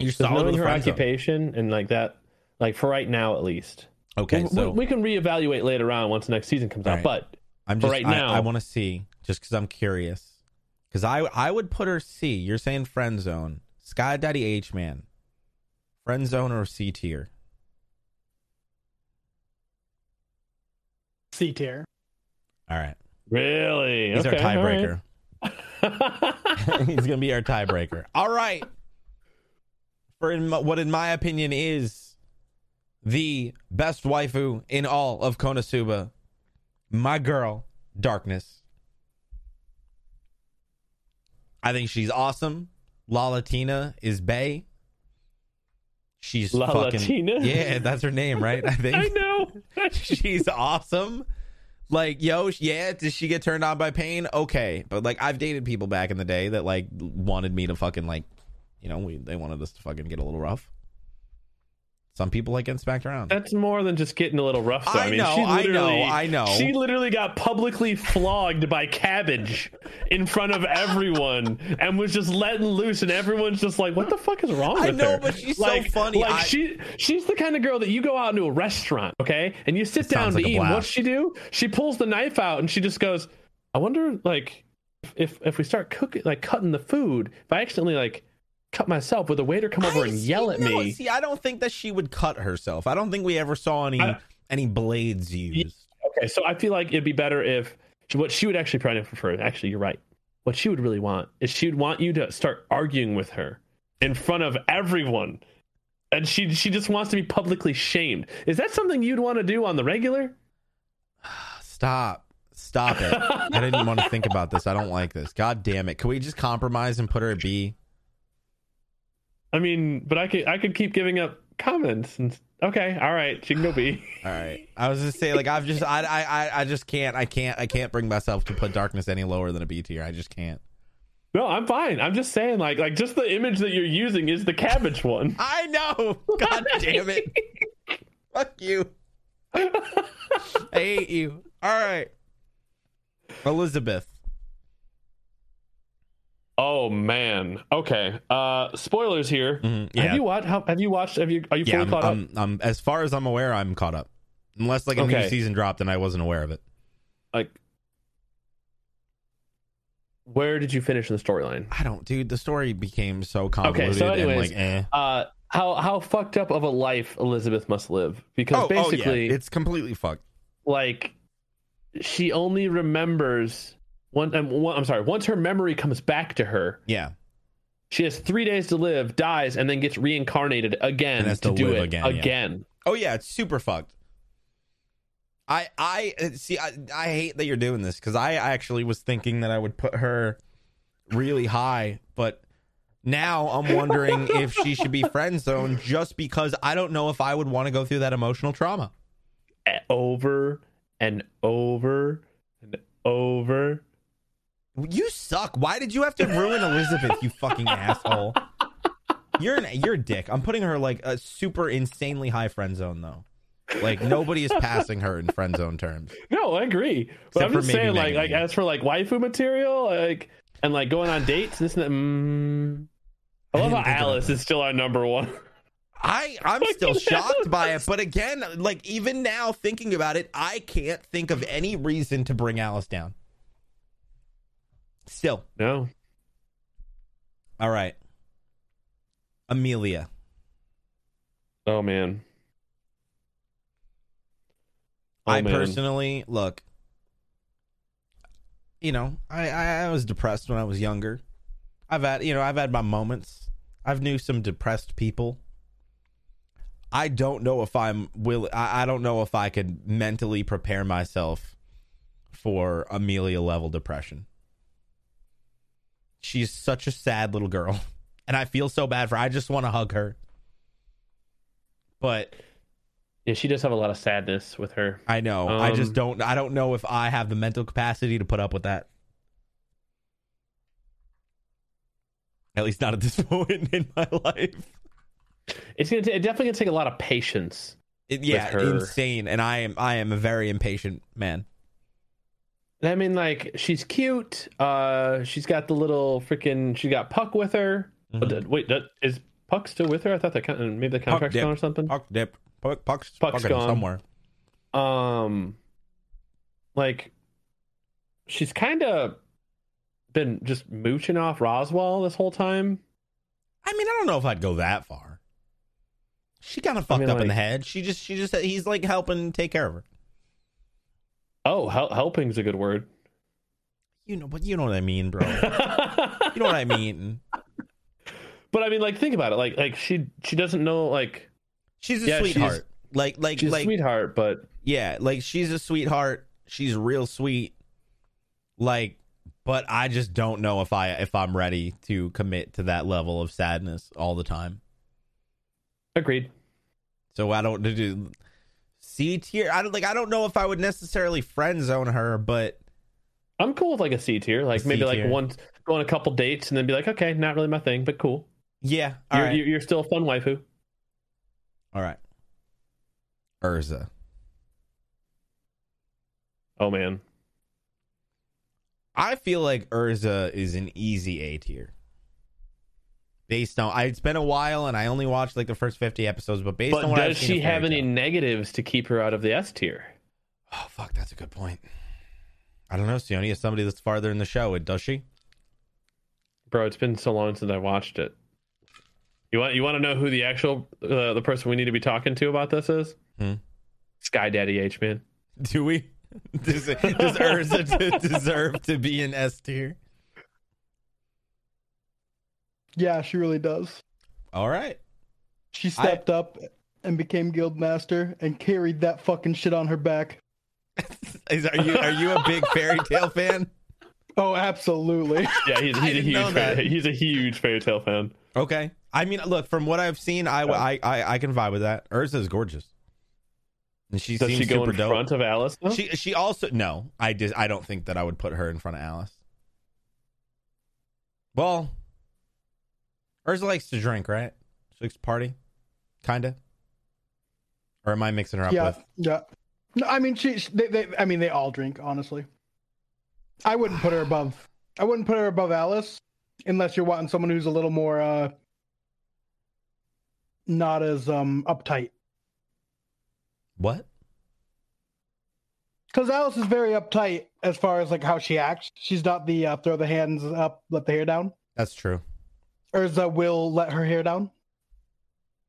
S1: You're
S2: Just
S1: solid
S2: knowing
S1: with
S2: her
S1: friend zone.
S2: occupation and like that, like for right now at least.
S1: Okay,
S2: we,
S1: so
S2: we can reevaluate later on once the next season comes
S1: All
S2: out.
S1: right.
S2: But
S1: I'm
S2: For
S1: just
S2: right
S1: I-
S2: now-
S1: I, want to see just because I'm curious. Because I I would put her C. You're saying friend zone. Sky Daddy H man, friend zone or C tier?
S3: C tier.
S1: All right,
S2: really,
S1: he's
S2: okay,
S1: our
S2: all right.
S1: tiebreaker. he's gonna be our tiebreaker. All right. For in my, what in my opinion is the best waifu in all of Konosuba, my girl Darkness. I think she's awesome. La Latina is Bay. She's
S2: La
S1: fucking
S2: Latina?
S1: Yeah, that's her name, right? I think
S2: I know.
S1: she's awesome. Like, yo, sh- yeah, does she get turned on by pain? Okay. But like I've dated people back in the day that like wanted me to fucking like you know, we they wanted us to fucking get a little rough. Some people like getting smacked around.
S2: That's more than just getting a little rough. Though. I,
S1: I
S2: mean,
S1: know,
S2: she
S1: I know,
S2: literally-
S1: I know.
S2: She literally got publicly flogged by cabbage in front of everyone, and was just letting loose, and everyone's just like, "What the fuck is wrong?"
S1: I
S2: with
S1: know,
S2: her?"
S1: but she's so
S2: like,
S1: funny.
S2: Like
S1: I-
S2: she, she's the kind of girl that you go out into a restaurant, okay, and you sit down
S1: sounds
S2: to
S1: like a
S2: eat. and What
S1: blast.
S2: she do? She pulls the knife out, and she just goes, "I wonder, like, if if we start cooking, like, cutting the food, if I accidentally like." Cut myself. Would the waiter come over
S1: I
S2: and
S1: see-
S2: yell at
S1: no,
S2: me?
S1: See, I don't think that she would cut herself. I don't think we ever saw any
S2: I-
S1: any blades used.
S2: Okay, so I feel like it'd be better if what she would actually probably prefer. Actually, you're right. What she would really want is she would want you to start arguing with her in front of everyone, and she she just wants to be publicly shamed. Is that something you'd want to do on the regular?
S1: Stop. Stop it. I didn't want to think about this. I don't like this. God damn it. Can we just compromise and put her at B?
S2: I mean, but I could I could keep giving up comments. And, okay, all right, she can go B.
S1: All right. I was just saying, like, I've just, I, I, I- I just can't, I can't, I can't bring myself to put darkness any lower than a B tier. I just can't.
S2: No, I'm fine. I'm just saying, like, like just the image that you're using is the cabbage one.
S1: I know. God damn it. Fuck you. I hate you. All right. Elizabeth.
S2: Oh man. Okay. Uh, spoilers here.
S1: Mhm.
S2: Have you watched? How, have you watched? Have you? Are you fully
S1: yeah, I'm,
S2: caught up?
S1: I'm, I'm- as far as I'm aware, I'm caught up. Unless like a new
S2: Okay.
S1: season dropped and I wasn't aware of it.
S2: Like, where did you finish in the storyline?
S1: I don't, dude. The story became so convoluted and
S2: anyways,
S1: like, eh.
S2: Uh, how how fucked up of a life Elizabeth must live
S1: Oh,
S2: because basically,
S1: it's completely fucked.
S2: like, she only remembers one, um, one. I'm sorry. Once her memory comes back to her,
S1: Yeah,
S2: she has three days to live, dies, and then gets reincarnated again
S1: And has
S2: to,
S1: to
S2: do
S1: live
S2: it
S1: again,
S2: again.
S1: yeah. Oh yeah, it's super fucked. I I uh, see. I, I hate that you're doing this because I actually was thinking that I would put her really high, but now I'm wondering if she should be friend zoned just because I don't know if I would want to go through that emotional trauma.
S2: A- over and over and over.
S1: You suck. Why did you have to ruin Elizabeth? You fucking asshole. You're an you're a dick. I'm putting her like a super insanely high friend zone though. Like nobody is passing her in friend zone terms.
S2: No, I agree.
S1: Except
S2: But I'm
S1: for
S2: just
S1: maybe
S2: saying, like,
S1: Megan
S2: like
S1: Thee.
S2: as for like waifu material, like and like going on dates, this and that. Mm, I
S1: I
S2: love
S1: didn't
S2: how
S1: think about
S2: Alice
S1: that.
S2: is still our number one.
S1: I I'm
S2: Fucking
S1: still shocked by it, but again, like even now thinking about it, I can't think of any reason to bring Alice down. Still,
S2: No,
S1: all right. Amelia.
S2: oh man.
S1: I
S2: Oh, man.
S1: personally look. You know, I, I I was depressed when I was younger. I've had you know I've had my moments. I've knew some depressed people. I don't know if I'm will. I, I don't know if I could mentally prepare myself for Amelia level depression. She's such a sad little girl, and I feel so bad for. her. I just want to hug her, but
S2: Yeah, she does have a lot of sadness with her.
S1: I know. I just
S2: Um,
S1: don't. I don't know if I have the mental capacity to put up with that. At least not at this point in my life.
S2: It's gonna. T- it definitely gonna take a lot of patience.
S1: It- yeah,
S2: her.
S1: insane. And I am. I am a very impatient man.
S2: I mean, like she's cute. Uh, she's got the little freaking. She got Puck with her.
S1: Mhm.
S2: Uh, Wait, that, is Puck still with her? I thought that con- maybe the
S1: Puck
S2: contract's
S1: did.
S2: gone or something.
S1: Puck dip. Puck, puck's
S2: Puck's
S1: fucking
S2: gone.
S1: somewhere.
S2: um like she's kind of been just mooching off Roswell this whole time.
S1: I mean, I don't know if I'd go that far. She kind of fucked
S2: mean,
S1: up in the
S2: like-
S1: head. She just. She just. He's like helping take care of her.
S2: Oh, hel- helping's a good word.
S1: You know, but you know what I mean, bro. you
S2: but
S1: know what I mean.
S2: I mean, like, think about it. Like, like she she doesn't know. Like,
S1: She's a
S2: Yeah, she's-
S1: sweetheart. like, like,
S2: she's
S1: like.
S2: a sweetheart, but
S1: Yeah, like she's a sweetheart. She's real sweet. Like, but I just don't know if I if I'm ready to commit to that level of sadness all the time.
S2: agreed.
S1: So I don't do C tier. I don't like. I don't know if I would necessarily friend zone her, but
S2: I'm cool with like a C tier. Like,
S1: A
S2: maybe
S1: C
S2: like
S1: tier.
S2: one go on a couple dates and then be like, okay, not really my thing, but cool.
S1: yeah. All
S2: You're,
S1: right.
S2: you're, you're still a fun waifu.
S1: all right. Urza.
S2: Oh man,
S1: I feel like Urza is an easy A tier. Based on, I, it's been a while, and I only watched like the first fifty episodes. But based on
S2: but
S1: what I've
S2: does
S1: seen
S2: she
S1: of Fairy
S2: have any
S1: Tail-
S2: negatives to keep her out of the S tier?
S1: Oh fuck, that's a good point. I don't know, Sione is somebody that's farther in the show, it does she?
S2: Bro, it's been so long since I watched it. You want you want to know who the actual uh, the person we need to be talking to about this is?
S1: Hmm.
S2: Sky Daddy H man.
S1: Do we? does, does Urza d- deserve to be in S tier?
S3: Yeah, she really does.
S1: All right.
S3: She stepped up and became guild master and carried that fucking shit on her back.
S1: Is, are you are you a big fairy tale fan?
S3: Oh, absolutely.
S2: Yeah, he's, he's a
S1: didn't know
S2: huge
S1: that.
S2: fairy, he's a huge fairy tale fan.
S1: Okay. I mean, look from what I've seen, I I I, I can vibe with that. Urza's gorgeous, and she
S2: Does
S1: seems
S2: she go
S1: super
S2: in
S1: dope.
S2: front of Alice? though?
S1: She she also no. I just I don't think that I would put her in front of Alice. Well, Urza likes to drink, right? She likes to party, kinda. Or am I mixing her up
S3: yeah,
S1: with?
S3: yeah. No, I mean, she. she- They, they. I mean, they all drink. Honestly, I wouldn't put her above. I wouldn't put her above Alice, unless you're wanting someone who's a little more, uh not as um uptight.
S1: What?
S3: Because Alice is very uptight as far as like how she acts. She's not the uh, throw the hands up, let the hair down.
S1: That's true.
S3: Urza will let her hair down.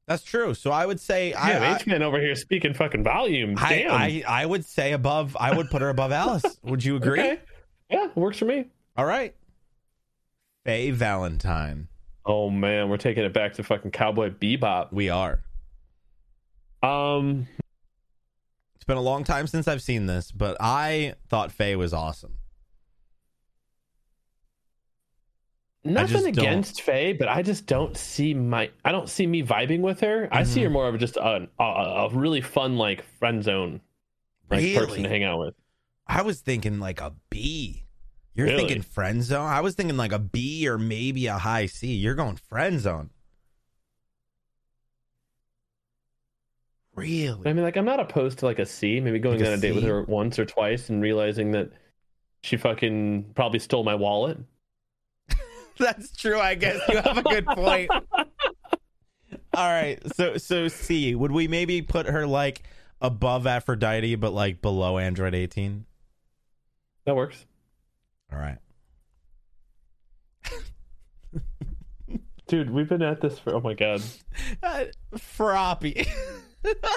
S1: That's true. So I would say I-
S2: Yeah,
S1: I,
S2: H man over here speaking fucking volume.
S1: I,
S2: Damn.
S1: I I would say above. I would put her above Alice. Would you agree?
S2: Okay. Yeah, works for me.
S1: All right. Faye Valentine.
S2: Oh man, we're taking it back to fucking Cowboy Bebop.
S1: We are.
S2: Um,
S1: It's been a long time since I've seen this, but I thought Faye was awesome.
S2: nothing
S1: just don't-
S2: against Faye, but I just don't see my I don't see me vibing with her. I see her more of just a, a, a really fun like friend zone like person
S1: Really?
S2: to hang out with.
S1: I was thinking like a B. You're
S2: Really?
S1: thinking friend zone. I was thinking like a B or maybe a high C. You're going friend zone.
S2: But I
S1: Really?
S2: mean, like I'm not opposed to like a C, maybe going
S1: Like a
S2: on a date with
S1: C?
S2: her once or twice and realizing that she fucking probably stole my wallet.
S1: That's true. I guess you have a good point. All right. So so C. Would we maybe put her like above Aphrodite but like below Android 18?
S2: That works.
S1: All right.
S2: Dude, we've been at this for oh my god.
S1: Uh, Froppy.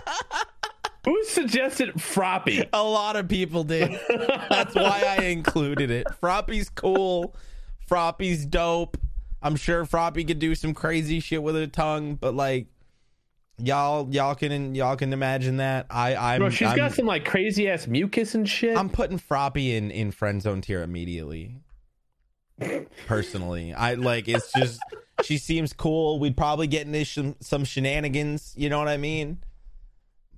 S2: Who suggested Froppy?
S1: a lot of people did. That's why I included it. Froppy's cool. Froppy's dope. I'm sure Froppy could do some crazy shit with her tongue, but like y'all y'all can y'all can imagine that. I I'm
S2: Bro, she's
S1: I'm,
S2: got some like crazy ass mucus and shit.
S1: I'm putting Froppy in in friend zone tier immediately. Personally, I like it's just she seems cool. We'd probably get into some some shenanigans, you know what I mean?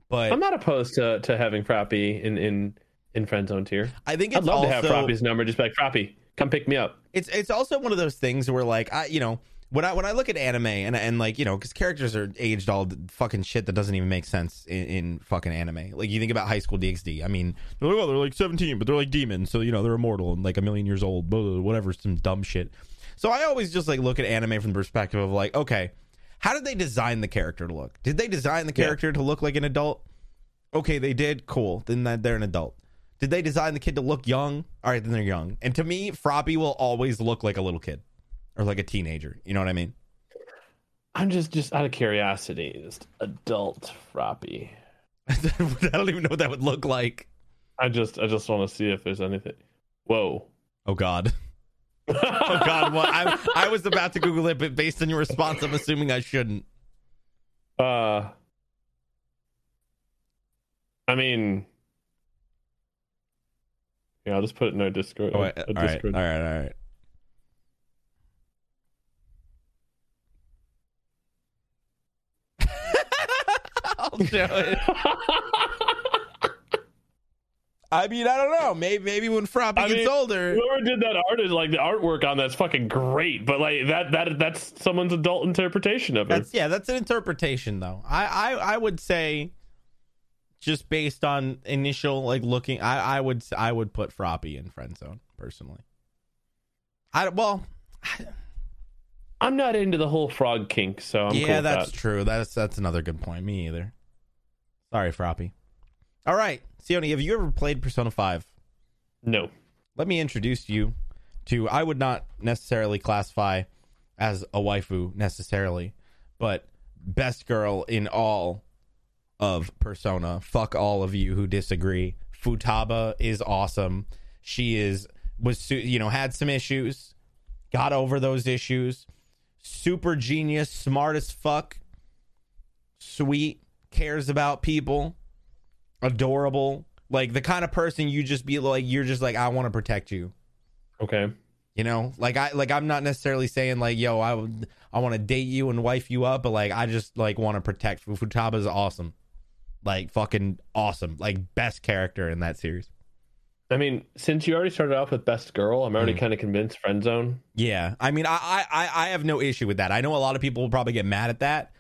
S1: But
S2: I'm not opposed to, to having Froppy in in in friend zone tier.
S1: I think it's
S2: I'd love
S1: also
S2: to have Froppy's number. Just be like Froppy, come pick me up.
S1: it's it's also one of those things where like I you know when I when I look at anime and and like you know because characters are aged all the fucking shit that doesn't even make sense in, in fucking anime. Like you think about High School DxD. I mean, they're like, oh, they're like seventeen, but they're like demons, so you know they're immortal and like a million years old, blah, blah, blah, whatever, some dumb shit. So I always just like look at anime from the perspective of like, okay, how did they design the character to look? Did they design the
S2: Yeah.
S1: character to look like an adult? okay, they did. Cool. Then that they're an adult. Did they design the kid to look young? All right, then they're young. And to me, Froppy will always look like a little kid or like a teenager. You know what I mean?
S2: I'm just just out of curiosity, just adult Froppy.
S1: I don't even know what that would look like.
S2: I just I just want to see if there's anything. Whoa.
S1: Oh God. Oh God. What? I, I was about to Google it, but based on your response, I'm assuming I shouldn't.
S2: Uh, I mean, yeah, I'll just put it in our Discord.
S1: Oh, wait,
S2: a
S1: all right. All
S2: Discord.
S1: right. All right. I'll show it. I mean, I don't know. Maybe maybe when Froppy
S2: I
S1: gets
S2: mean,
S1: older,
S2: Whoever did that art is like the artwork on that's fucking great, but like that that that's someone's adult interpretation of it.
S1: That's yeah, that's an interpretation though. I I, I would say just based on initial like looking, I I would s- I would put Froppy in friend zone personally. I well,
S2: I'm not into the whole frog kink, so I'm
S1: yeah,
S2: cool with
S1: that's
S2: that.
S1: true. That's that's another good point. Me either. Sorry, Froppy. All right, Sione, have you ever played Persona Five?
S2: No.
S1: Let me introduce you to. I would not necessarily classify as a waifu necessarily, but best girl in all of Persona. Fuck all of you who disagree. Futaba is awesome. She is was su- you know had some issues, got over those issues. Super genius, smart as fuck, sweet, cares about people, adorable, Like the kind of person you just be like, you're just like, I want to protect you.
S2: Okay.
S1: You know, like I like I'm not necessarily saying like, yo, I would I want to date you and wife you up, but like I just like want to protect. Futaba is awesome, like fucking awesome, like best character in that series.
S2: I mean, since you already started off with best girl, I'm already
S1: Mm.
S2: kind of convinced friend zone.
S1: Yeah, I mean, I, I I I have no issue with that. I know a lot of people will probably get mad at that,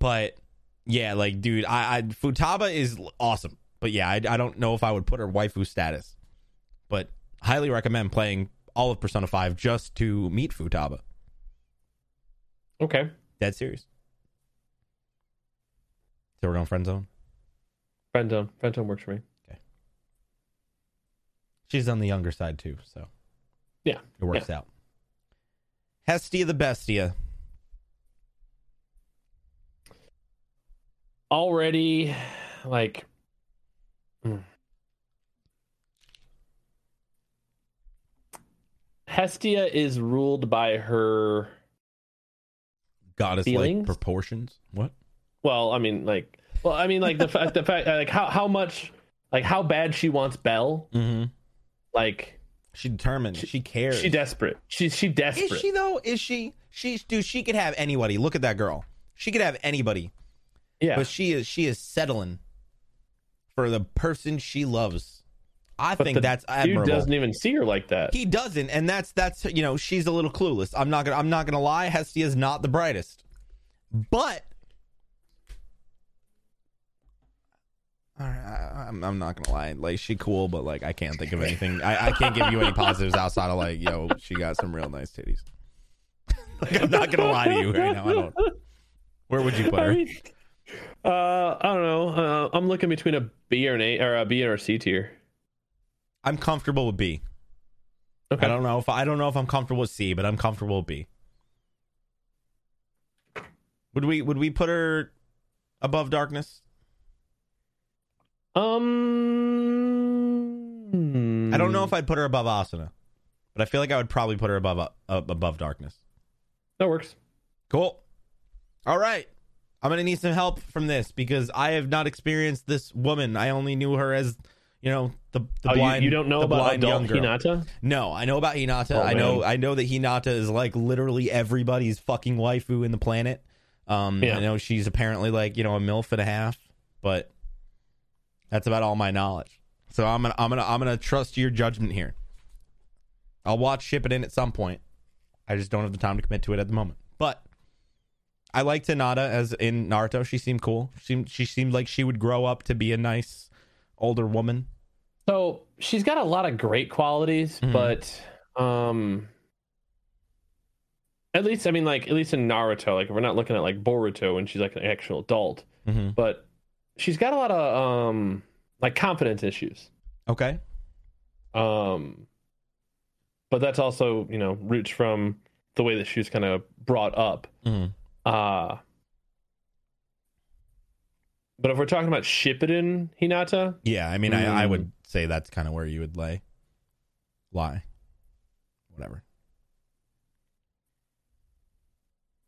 S1: but yeah, like dude, I, I Futaba is l- awesome, but yeah, I, I don't know if I would put her waifu status, but highly recommend playing all of Persona Five just to meet Futaba.
S2: Okay.
S1: Dead serious. So we're going friend zone.
S2: Friend zone. Friend zone works for me.
S1: She's on the younger side too, so
S2: Yeah.
S1: it works out. Hestia the Bestia.
S2: Already, like, mm. Hestia is ruled by her.
S1: Goddess like
S2: Feelings?
S1: proportions. What?
S2: Well, I mean, like, well, I mean, like the fact, the fact, like how how much, like how bad she wants Belle.
S1: Mm-hmm.
S2: Like
S1: She determined. She, cares.
S2: she desperate. She's she desperate.
S1: Is she though? Is she? She's dude. She could have anybody. Look at that girl. She could have anybody,
S2: yeah.
S1: but she is she is settling for the person she loves. I
S2: But
S1: think
S2: the
S1: that's admirable.
S2: Dude doesn't even see her like that.
S1: he doesn't, and that's that's you know she's a little clueless. I'm not gonna I'm not gonna lie. Hestia is not the brightest, but All right, I, I'm I'm not gonna lie. Like she cool, but like I can't think of anything. I, I can't give you any positives outside of like yo, she got some real nice titties. like I'm not gonna lie to you right now. I don't. Where would you put her?
S2: I mean, uh, I don't know. Uh, I'm looking between a B or an A or a B or a C tier.
S1: I'm comfortable with B.
S2: Okay.
S1: I don't know if I don't know if I'm comfortable with C, but I'm comfortable with B. Would we would we put her above darkness?
S2: Um,
S1: I don't know if I'd put her above Asuna, but I feel like I would probably put her above uh, above darkness.
S2: that works.
S1: Cool. All right. I'm gonna need some help from this because I have not experienced this woman. I only knew her as, you know, the the
S2: Oh, you-
S1: blind.
S2: you, don't know
S1: the
S2: about
S1: blind
S2: adult
S1: young girl.
S2: Hinata?
S1: No, I know about Hinata.
S2: Oh,
S1: I know
S2: man.
S1: I know that Hinata is like literally everybody's fucking waifu in the planet. Um
S2: Yeah.
S1: I know she's apparently like, you know, a MILF and a half, but that's about all my knowledge. So I'm gonna I'm gonna I'm gonna trust your judgment here. I'll watch ship it in at some point. I just don't have the time to commit to it at the moment. But I liked Hinata as in Naruto. She seemed cool. She she seemed like she would grow up to be a nice older woman.
S2: So she's got a lot of great qualities,
S1: Mhm.
S2: but um, at least I mean, like at least in Naruto, like we're not looking at like Boruto when she's like an actual adult,
S1: Mm-hmm.
S2: but she's got a lot of um, like confidence issues.
S1: Okay.
S2: Um, but that's also, you know, roots from the way that she was kind of brought up.
S1: Mm-hmm.
S2: Uh, but if we're talking about Shippuden Hinata,
S1: Yeah, I mean, I, I
S2: Mm.
S1: would say that's kind of where you would lay. Lie. Whatever.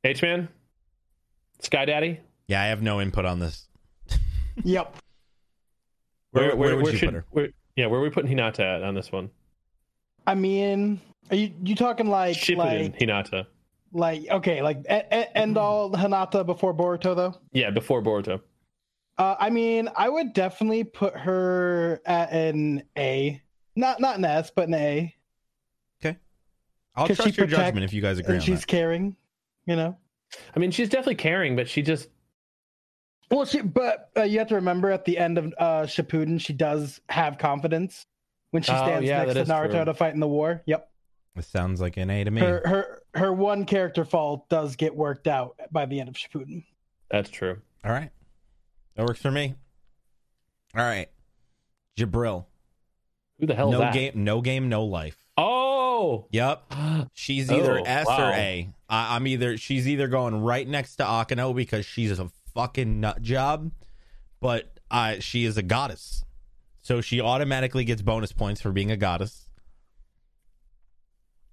S2: H Man, Sky Daddy,
S1: Yeah, I have no input on this.
S3: Yep.
S1: Where, where, would you put her?
S2: Where, yeah, where are we putting Hinata at on this one?
S3: I mean, are you you talking like
S2: Shippuden
S3: like
S2: Hinata.
S3: like okay like e- e-
S2: Mm-hmm.
S3: end all Hanata before Boruto though?
S2: Yeah, before Boruto.
S3: Uh, I mean, I would definitely put her at an A, not not an S, but an A.
S1: I'll
S3: 'Cause
S1: trust
S3: she
S1: your
S3: protect-
S1: judgment if you guys agree on
S3: and she's
S1: that.
S3: caring, you know.
S2: I mean, she's definitely caring, but she just
S3: Well, she, but uh, you have to remember at the end of uh, Shippuden, she does have confidence when she
S2: Oh,
S3: stands
S2: yeah,
S3: next
S2: that
S3: to
S2: is
S3: Naruto
S2: true.
S3: to fight in the war. Yep,
S1: This sounds like an A to me.
S3: her her her one character fault does get worked out by the end of Shippuden.
S2: that's true.
S1: All right. That works for me. All right. Jabril.
S2: Who the hell
S1: no
S2: is that?
S1: game, no game, no life.
S2: Oh,
S1: Yep. She's either
S2: Oh,
S1: S or
S2: wow.
S1: A. I, I'm either she's either going right next to Akano because she's a fucking nut job, but I she is a goddess, so she automatically gets bonus points for being a goddess.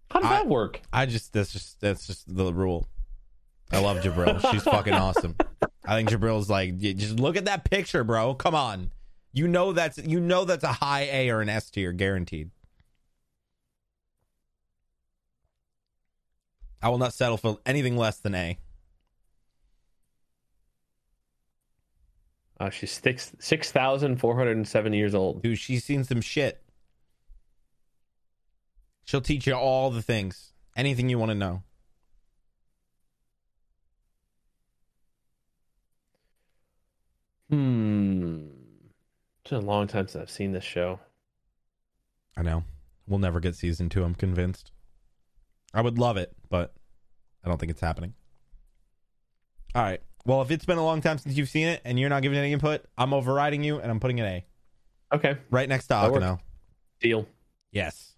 S2: how does
S1: I-
S2: that work?
S1: I just that's just that's just the rule. I love Jabril. she's fucking awesome. I think Jabril's like, "Y- just look at that picture, bro. Come on, You know that's you know that's a high A or an S tier guaranteed. I will not settle for anything less than A.
S2: Uh, she's six six thousand four hundred and seven years old.
S1: Dude, she's seen some shit. She'll teach you all the things, anything you want to know.
S2: Hmm. It's been a long time since I've seen this show.
S1: I know. We'll never get season two, I'm convinced. I would love it, but I don't think it's happening. All right. Well, if it's been a long time since you've seen it and you're not giving any input, I'm overriding you and I'm putting an A
S2: Okay,
S1: right next to
S2: That works.
S1: Akano.
S2: deal.
S1: Yes.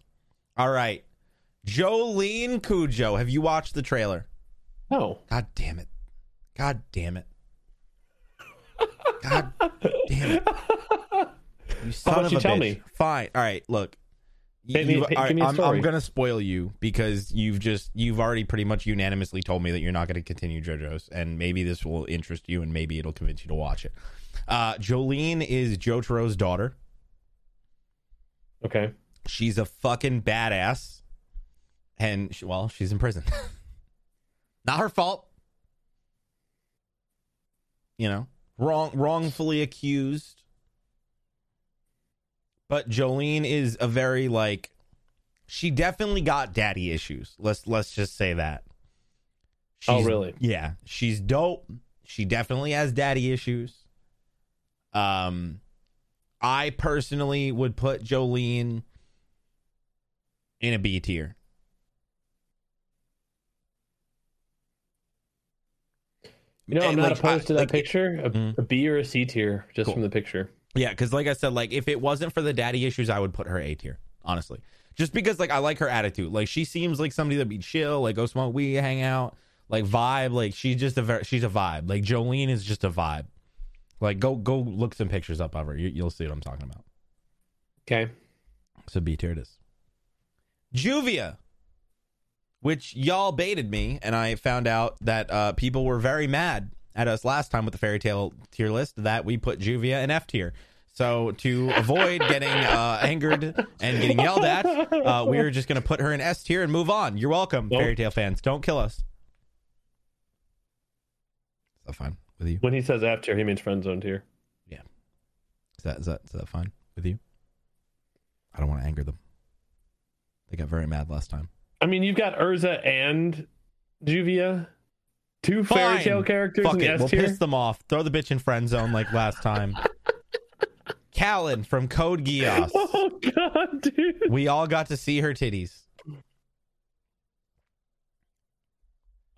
S1: All right. Jolene Cujo. Have you watched the trailer?
S2: No,
S1: God damn it. God damn it. God damn it. You son
S2: about
S1: of
S2: you
S1: a
S2: tell
S1: bitch.
S2: me?
S1: Fine. All right. Look.
S2: Hit me-
S1: You've-
S2: hit- give
S1: all right,
S2: me a
S1: I'm,
S2: story.
S1: I'm gonna spoil you because you've just you've already pretty much unanimously told me that you're not gonna continue JoJo's, and maybe this will interest you, and maybe it'll convince you to watch it. Uh, Jolene is Jotaro's daughter.
S2: okay.
S1: She's a fucking badass, and she, well, she's in prison. not her fault. You know, wrong, wrongfully accused. But Jolene is a very like, she definitely got daddy issues. Let's let's just say that.
S2: Oh, really?
S1: Yeah, she's dope. She definitely has daddy issues. Um, I personally would put Jolene in a B tier.
S2: You know, I'm
S1: And,
S2: not
S1: like,
S2: opposed
S1: I-
S2: to that
S1: like,
S2: picture. A,
S1: Mm.
S2: a B or a C tier, just
S1: Cool.
S2: from the picture.
S1: Yeah, because like I said, like if it wasn't for the daddy issues, I would put her A tier, honestly. Just because like I like her attitude. Like she seems like somebody that'd be chill, like go smoke weed, hang out, like vibe. Like she's just a ver- she's a vibe. Like Jolene is just a vibe. Like go go look some pictures up of her. You, you'll see what I'm talking about.
S2: Okay.
S1: So B tier it is. Juvia, which y'all baited me, and I found out that uh, people were very mad at us last time with the fairy tale tier list that we put Juvia in F tier. So to avoid getting uh, angered and getting yelled at, uh, we are just going to put her in S tier and move on. You're welcome,
S2: Nope.
S1: fairy tale fans. Don't kill us. Is that fine with you?
S2: When he says F tier, he means friend zone tier.
S1: Is that is that is that fine with you? I don't want to anger them. They got very mad last time.
S2: I mean, you've got Urza and Juvia, two fairy
S1: Fine.
S2: tale characters
S1: Fuck
S2: in
S1: it.
S2: S
S1: We'll
S2: tier.
S1: piss them off. Throw the bitch in friend zone like last time. Callan from Code Geass.
S2: oh god, dude.
S1: We all got to see her titties,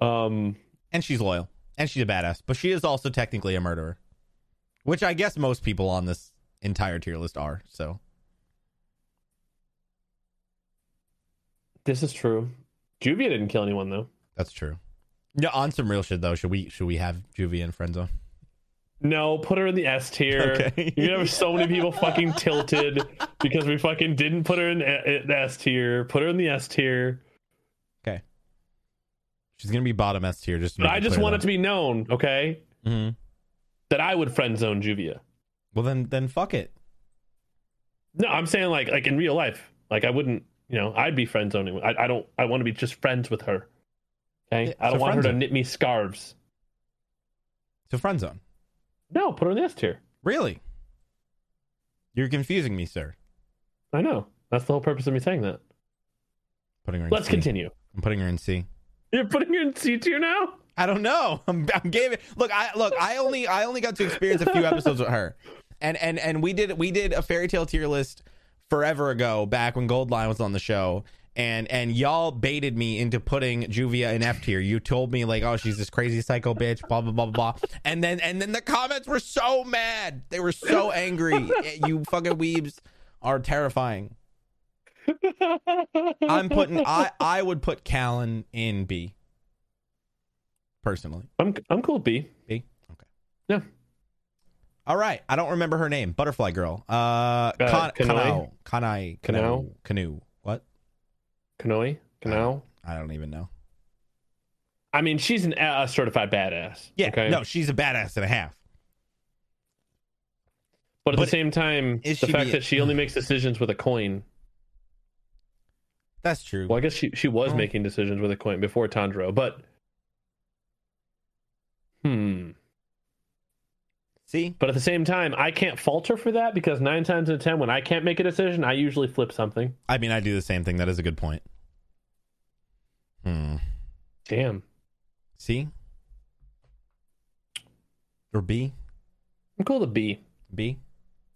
S2: Um,
S1: and she's loyal, and she's a badass, but she is also technically a murderer, which I guess most people on this entire tier list are. So
S2: this is true. Juvia didn't kill anyone though.
S1: that's true. Yeah, on some real shit though. Should we should we have Juvia in friend zone?
S2: No, put her in the S tier.
S1: Okay.
S2: You're gonna have so many people fucking tilted because we fucking didn't put her in a- the S tier. Put her in the S tier.
S1: She's gonna be bottom S tier. Just
S2: But I just want it to be known, okay,
S1: be.
S2: that I would friend zone Juvia.
S1: Mm-hmm. Well then then fuck it.
S2: No, I'm saying like like in real life, like I wouldn't, you know, I'd be friend zoning. I, I don't. I want to be just friends with her. Okay,
S1: Yeah,
S2: I
S1: so
S2: don't want her to
S1: friend zone.
S2: knit me scarves.
S1: So friend zone.
S2: No, put her in the S tier.
S1: Really? You're confusing me, sir.
S2: I know. That's the whole purpose of me saying that.
S1: Putting her. In
S2: Let's
S1: C.
S2: continue.
S1: I'm putting her in C.
S2: You're putting her in C tier now.
S1: I don't know. I'm, I'm giving. Look, I look. I only I only got to experience a few episodes with her, and and and we did we did a fairy tale tier list forever ago back when Goldline was on the show, and and y'all baited me into putting Juvia in F tier. You told me like, oh, she's this crazy psycho bitch, blah blah blah blah, blah. and then and then the comments were so mad. They were so angry. Eh, you fucking weebs are terrifying. I'm putting. I I would put Callan in B. Personally.
S2: I'm I'm cool with B.
S1: B? Okay.
S2: Yeah.
S1: All right. I don't remember her name. Butterfly Girl. Uh, Kan- Kanao. Kanai.
S2: Kanai? Kanao?
S1: Kanao. Canoe. What?
S2: Kanoi. Kanao.
S1: I don't even know.
S2: I mean, she's an a a certified badass.
S1: Yeah.
S2: Okay.
S1: No, she's a badass and a half.
S2: But at
S1: But
S2: the same time,
S1: is
S2: the
S1: she
S2: fact
S1: being-
S2: that she only makes decisions with a coin.
S1: That's true.
S2: Well, I guess she she was
S1: Oh.
S2: making decisions with a coin before Tandro, but hmm.
S1: See,
S2: But at the same time, I can't falter for that because nine times out of ten, when I can't make a decision, I usually flip something.
S1: I mean, I do the same thing. That is a good point. Hmm.
S2: Damn,
S1: C or B?
S2: I'm cool to B.
S1: B.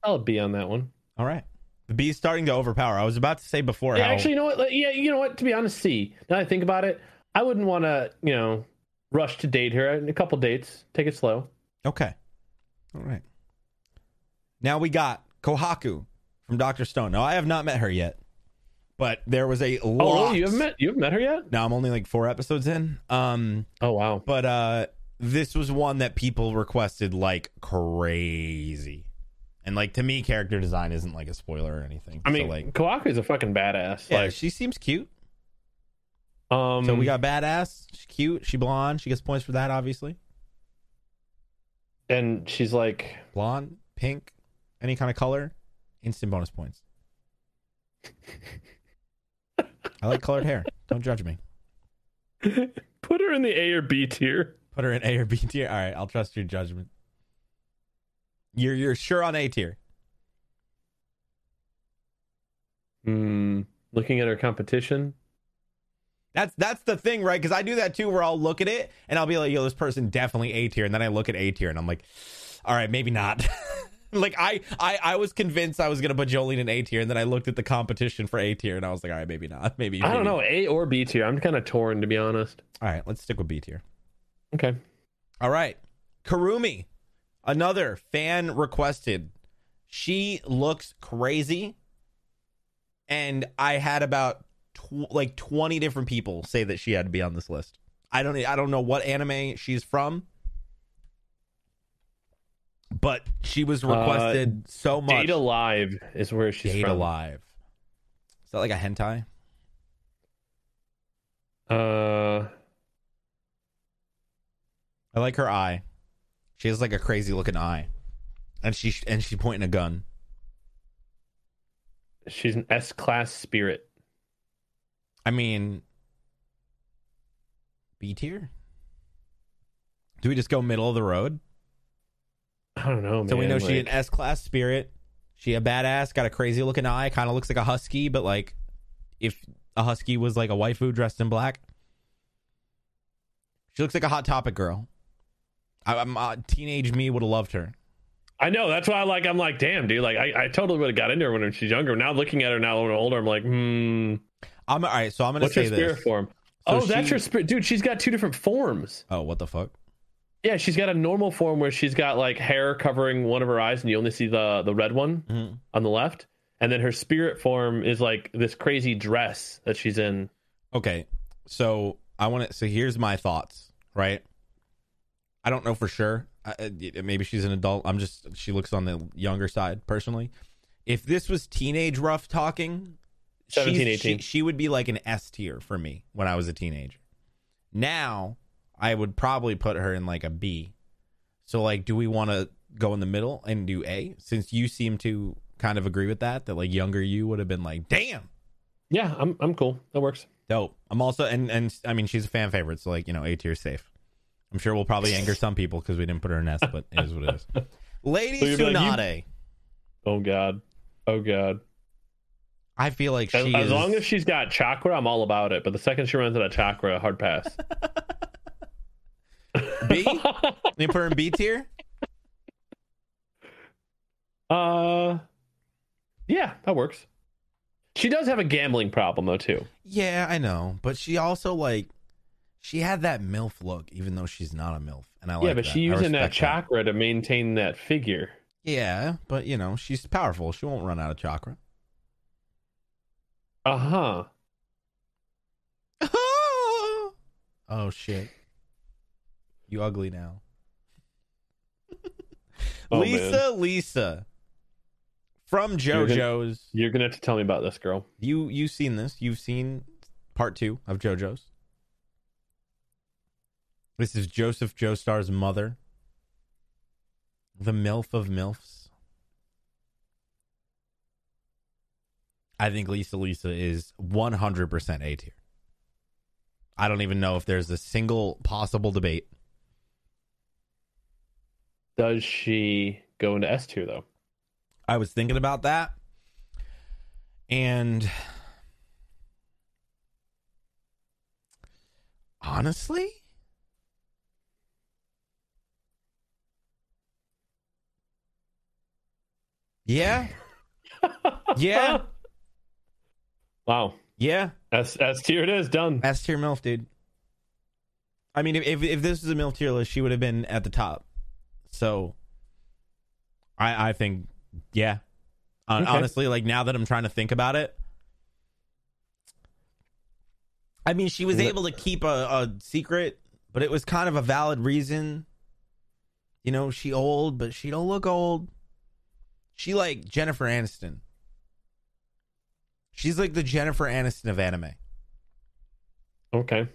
S2: I'll B on that one.
S1: All right. The B is starting to overpower. I was about to say before
S2: Yeah,
S1: how
S2: actually, you know what? Like, Yeah, you know what? To be honest, C. Now that I think about it, I wouldn't want to, you know, rush to date her. A couple dates, take it slow.
S1: Okay. All right. Now we got Kohaku from Doctor Stone. Now I have not met her yet, but there was a lot.
S2: Oh, really? you haven't met you haven't met her yet?
S1: Now I'm only like four episodes in. Um,
S2: Oh wow.
S1: but uh, this was one that people requested like crazy, and like to me, character design isn't like a spoiler or anything.
S2: I mean,
S1: so, like,
S2: Kawaku's a fucking badass.
S1: yeah,
S2: like,
S1: she seems cute.
S2: um,
S1: So we got badass. She's cute. She blonde. She gets points for that, obviously.
S2: and she's like,
S1: Blonde, pink, any kind of color, instant bonus points. I like colored hair. Don't judge me.
S2: put her in the A or B tier.
S1: Put her in A or B tier. All right, I'll trust your judgment. You're you're sure on A tier.
S2: Hmm. Looking at her competition,
S1: That's that's the thing, right? Because I do that too, where I'll look at it and I'll be like, "Yo, this person definitely A tier," and then I look at A tier and I'm like, "All right, maybe not." like I, I I was convinced I was gonna put Jolene in A tier, and then I looked at the competition for A tier and I was like, "All right, maybe not. Maybe
S2: I don't
S1: maybe-
S2: know, A or B tier. I'm kind of torn to be honest.
S1: All right, let's stick with B tier.
S2: Okay.
S1: All right, Karumi, another fan requested. She looks crazy, and I had about tw- like twenty different people say that she had to be on this list. I don't e, I don't know what anime she's from, but she was requested so much.
S2: Data Live Uh, is where she's
S1: Data
S2: from.
S1: Live. Is that like a hentai?
S2: Uh,
S1: I like her eye. She has like a crazy looking eye, and she and she's pointing a gun.
S2: she's an S class spirit.
S1: I mean, B tier. Do we just go middle of the road?
S2: I don't know.
S1: so we
S2: man,
S1: know she an
S2: like-
S1: S class spirit. She a badass, got a crazy looking eye, kind of looks like a husky, but like if a husky was like a waifu dressed in black. She looks like a hot topic girl. I, I'm uh, teenage me would have loved her.
S2: I know. That's why, like, I'm like, damn, dude. Like, I, I totally would have got into her when she's younger. Now looking at her now when I'm older, I'm like, hmm.
S1: I'm all right. So I'm gonna
S2: What's her
S1: say
S2: spirit
S1: this.
S2: form?
S1: So
S2: oh, that's
S1: she-
S2: her spirit, dude. She's got two different forms.
S1: Oh, what the fuck?
S2: Yeah, she's got a normal form where she's got like hair covering one of her eyes, and you only see the the red one
S1: Mhm.
S2: on the left. And then her spirit form is like this crazy dress that she's in.
S1: Okay. So I want to. So here's my thoughts. Right. I don't know for sure. I, I- maybe she's an adult. I'm just. She looks on the younger side personally. If this was teenage rough talking, she's-
S2: 17,
S1: she,
S2: 18.
S1: she would be like an S tier for me when I was a teenager. Now I would probably put her in like a B. So like, do we want to go in the middle and do A? Since you seem to kind of agree with that, that like younger you would have been like, damn.
S2: Yeah, I'm I'm cool. That works.
S1: Dope. I'm also and and I mean she's a fan favorite, so like you know A tier safe. I'm sure we'll probably anger some people because we didn't put her in S, but it is what it is. Lady
S2: So you'd be like,
S1: Tsunade,
S2: Oh god. Oh god.
S1: I feel like she
S2: As, as
S1: is.
S2: long as she's got chakra, I'm all about it. But the second she runs out of chakra, hard pass.
S1: B, you put her in B tier.
S2: uh, yeah, that works. She does have a gambling problem though too.
S1: Yeah, I know, but she also like she had that milf look, even though she's not a milf, and I like.
S2: yeah, but
S1: that.
S2: she's
S1: I
S2: using that
S1: respect
S2: chakra to maintain that figure.
S1: Yeah, but you know she's powerful. She won't run out of chakra.
S2: Uh huh.
S1: oh shit! You ugly now.
S2: Oh, man.
S1: Lisa, Lisa, from
S2: You're gonna-
S1: JoJo's.
S2: You're gonna have to tell me about this girl.
S1: You you've seen this? You've seen part two of JoJo's. This is Joseph Joestar's mother, the milf of milfs. I think Lisa Lisa is 100% A tier. I don't even know if there's a single possible debate.
S2: Does she go into S tier though?
S1: I was thinking about that. And honestly, yeah. yeah.
S2: Wow.
S1: Yeah.
S2: S S tier it is done.
S1: S tier MILF, dude. I mean, if, if if this was a MILF tier list, she would have been at the top. So, I I think, yeah. Hon-
S2: Okay.
S1: Honestly, like now that I'm trying to think about it, I mean, she was
S2: Is it-
S1: able to keep a, a secret, but it was kind of a valid reason. You know, she old, but she don't look old. She like Jennifer Aniston. She's like the Jennifer Aniston of anime.
S2: Okay.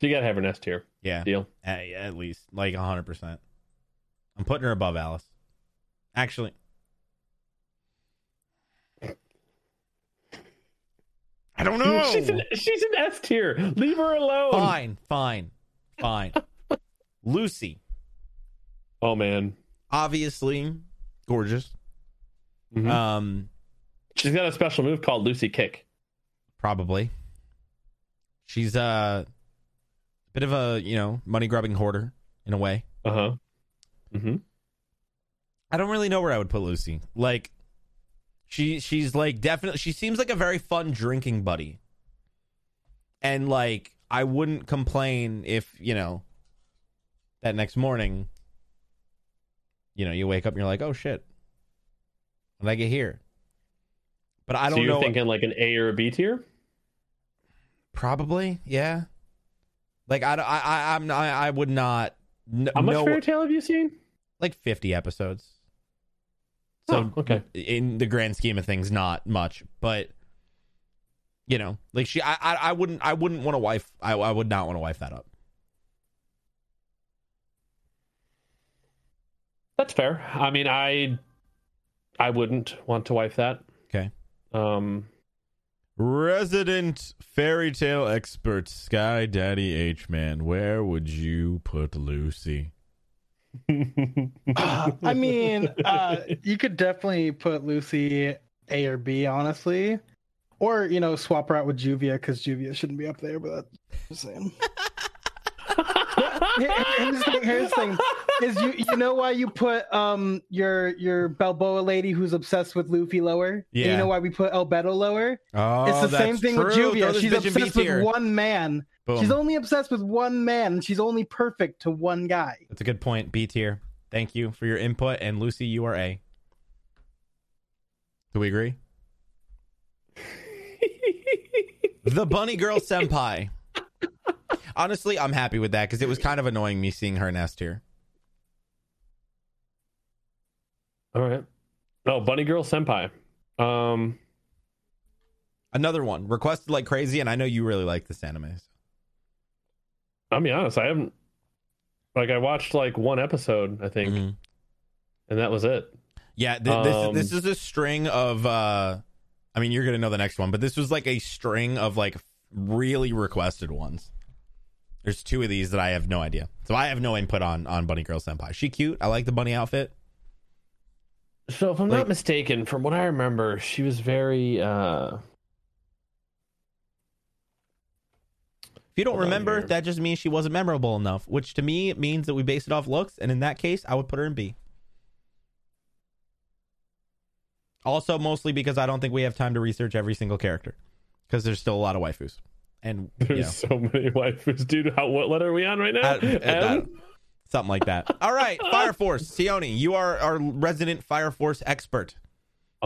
S2: So you gotta have an S tier
S1: Yeah.
S2: deal.
S1: At, at least like 100%. I'm putting her above Alice. Actually, I don't know.
S2: She's an she's an S tier. Leave her alone.
S1: fine, fine, fine. Lucy,
S2: Oh man.
S1: obviously gorgeous.
S2: Mhm.
S1: Um,
S2: she's got a special move called Lucy Kick.
S1: probably. She's uh, a bit of a, you know, money grubbing hoarder in a way.
S2: Uh huh. Mm-hmm.
S1: I don't really know where I would put Lucy. Like she she's like definitely she seems like a very fun drinking buddy. And like I wouldn't complain if, you know, that next morning you know, you wake up and you're like, "Oh shit." When I get here. But I don't
S2: so you're
S1: know
S2: thinking like an A or a B tier?
S1: probably. Yeah. Like I don't- I I I'm not, I would not n-
S2: How much
S1: no-
S2: fairy tale have you seen?
S1: like 50 episodes. So
S2: Oh, okay.
S1: in the grand scheme of things, not much, but you know, like she, I, I, I wouldn't, I wouldn't want to wife. I, I would not want to wife that up.
S2: That's fair. I mean, I I wouldn't want to wife that.
S1: Okay.
S2: Um.
S1: Resident fairy tale expert Sky Daddy H Man, where would you put Lucy?
S3: I mean, uh, you could definitely put Lucy A or B, honestly, or you know, swap her out with Juvia because Juvia shouldn't be up there. But that's just saying. Here- here's the thing. Here's the thing. Is you you know why you put um your your Balboa lady who's obsessed with Luffy lower? And
S1: Yeah.
S3: you know why we put El Beto lower?
S1: Oh,
S3: it's the same
S1: that's
S3: thing with
S1: true. Throw
S3: Juvia.
S1: this
S3: She's
S1: bitch in B
S3: obsessed with
S1: tier.
S3: one man.
S1: Boom.
S3: She's only obsessed with one man. and She's only perfect to one guy.
S1: That's a good point. B tier. Thank you for your input. And Lucy, you are A. Do we agree? the Bunny Girl Senpai. Honestly, I'm happy with that because it was kind of annoying me seeing her in S tier.
S2: All right. Oh, bunny girl senpai. Um.
S1: Another one requested like crazy, and I know you really like this anime. so-
S2: I'll be honest. I haven't. Like I watched like one episode, I think,
S1: Mhm.
S2: and that was it.
S1: Yeah, th- this
S2: Um,
S1: this is a string of. uh I mean, you're gonna know the next one, but this was like a string of like really requested ones. There's two of these that I have no idea, so I have no input on on Bunny Girl Senpai. She cute. I like the bunny outfit.
S2: So if I'm
S1: Like-
S2: not mistaken, from what I remember, she was very uh
S1: If you don't
S2: Hold on
S1: remember,
S2: here.
S1: that just means she wasn't memorable enough, which to me means that we base it off looks, and in that case, I would put her in B. Also, mostly because I don't think we have time to research every single character, because there's still a lot of waifus, and you
S2: there's
S1: know,
S2: so many waifus. Dude, how what letter are we on right now?
S1: I- I-
S2: M?
S1: something like that. All right, Fire Force, Sione, you are our resident Fire Force expert.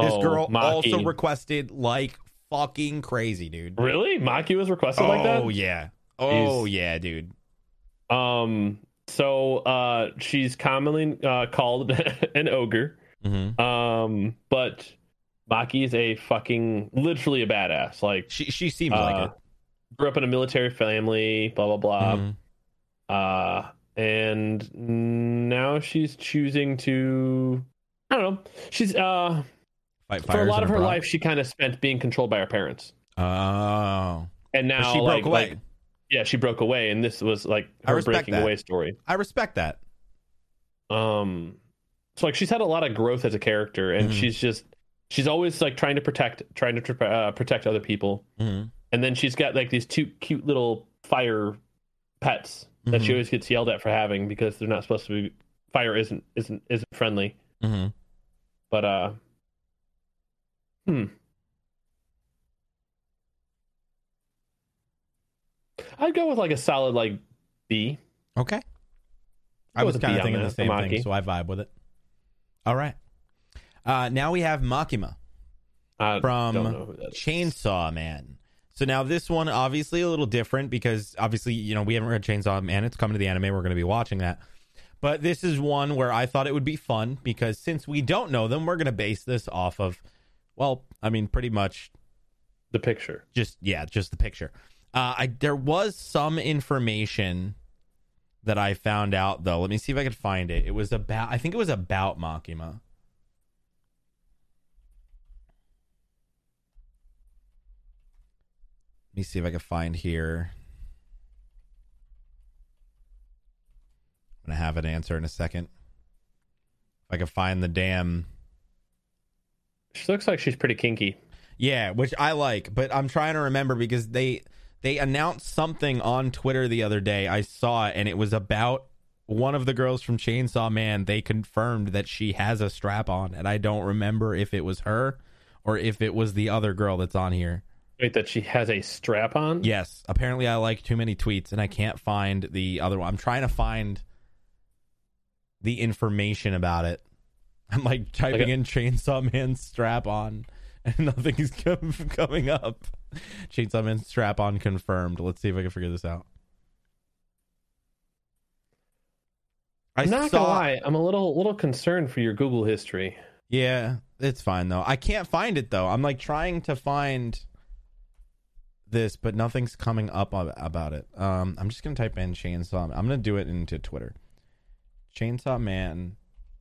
S1: This
S2: Oh,
S1: girl
S2: Maki.
S1: also requested like fucking crazy, dude.
S2: Really? Maki was requested
S1: oh
S2: like that?
S1: yeah, oh
S2: Jeez.
S1: yeah, dude.
S2: Um, so uh, she's commonly uh, called an ogre.
S1: Mm-hmm.
S2: Um, but Maki is a fucking literally a badass. Like
S1: She she seems
S2: Uh,
S1: like it.
S2: grew up in a military family, blah blah blah.
S1: Mhm.
S2: Uh, and now she's choosing to. I don't know. She's uh
S1: Fight
S2: for a
S1: fires
S2: lot
S1: in
S2: of her
S1: bra?
S2: life, she kind of spent being controlled by her parents,
S1: Oh,
S2: and now
S1: But she
S2: like-
S1: broke away.
S2: like, yeah, she broke away, and this was like
S1: I
S2: her
S1: respect
S2: breaking
S1: that.
S2: away story.
S1: I respect that.
S2: um so like she's had a lot of growth as a character and
S1: Mhm.
S2: she's just she's always like trying to protect trying to tr- uh, protect other people
S1: Mhm.
S2: and then she's got like these two cute little fire pets that she
S1: Mhm.
S2: always gets yelled at for having because they're not supposed to be fire isn't isn't isn't friendly
S1: Mhm.
S2: Mm-hmm. but uh hmm I'd go with like a solid like B.
S1: Okay. I
S2: Go
S1: was
S2: with a
S1: kind
S2: B
S1: of
S2: on
S1: thinking the
S2: that,
S1: same thing,
S2: Tamaki.
S1: so I vibe with it. All right. Uh, now we have Makima
S2: I
S1: From
S2: don't know who that is.
S1: Chainsaw Man. So now this one obviously a little different because obviously you know we haven't read Chainsaw Man. It's coming to the anime. We're going to be watching that. But this is one where I thought it would be fun because since we don't know them, we're going to base this off of, well, I mean, pretty much
S2: the picture.
S1: just yeah, just the picture. Uh, I there was some information that I found out though. Let me see if I could find it. It was about I think it was about Makima. Let me see if I can find here. I'm gonna have an answer in a second. If I can find the damn
S2: She looks like she's pretty kinky.
S1: Yeah, which I like, but I'm trying to remember because they they announced something on Twitter the other day. I saw it and it was about one of the girls from Chainsaw Man. They confirmed that she has a strap on and I don't remember if it was her or if it was the other girl that's on here.
S2: Wait, that she has a strap on?
S1: Yes, apparently I like too many tweets and I can't find the other one. I'm trying to find the information about it. I'm like typing
S2: Like a-
S1: in Chainsaw Man strap on and nothing's com- coming up. Chainsaw Man strap on confirmed. Let's see if I can figure this out. I
S2: I'm not
S1: saw
S2: gonna lie, I'm a little little concerned for your Google history.
S1: yeah, it's fine though. I can't find it though. I'm like trying to find this, but nothing's coming up ab- about it. Um, I'm just gonna type in chainsaw. I'm gonna do it into Twitter. Chainsaw man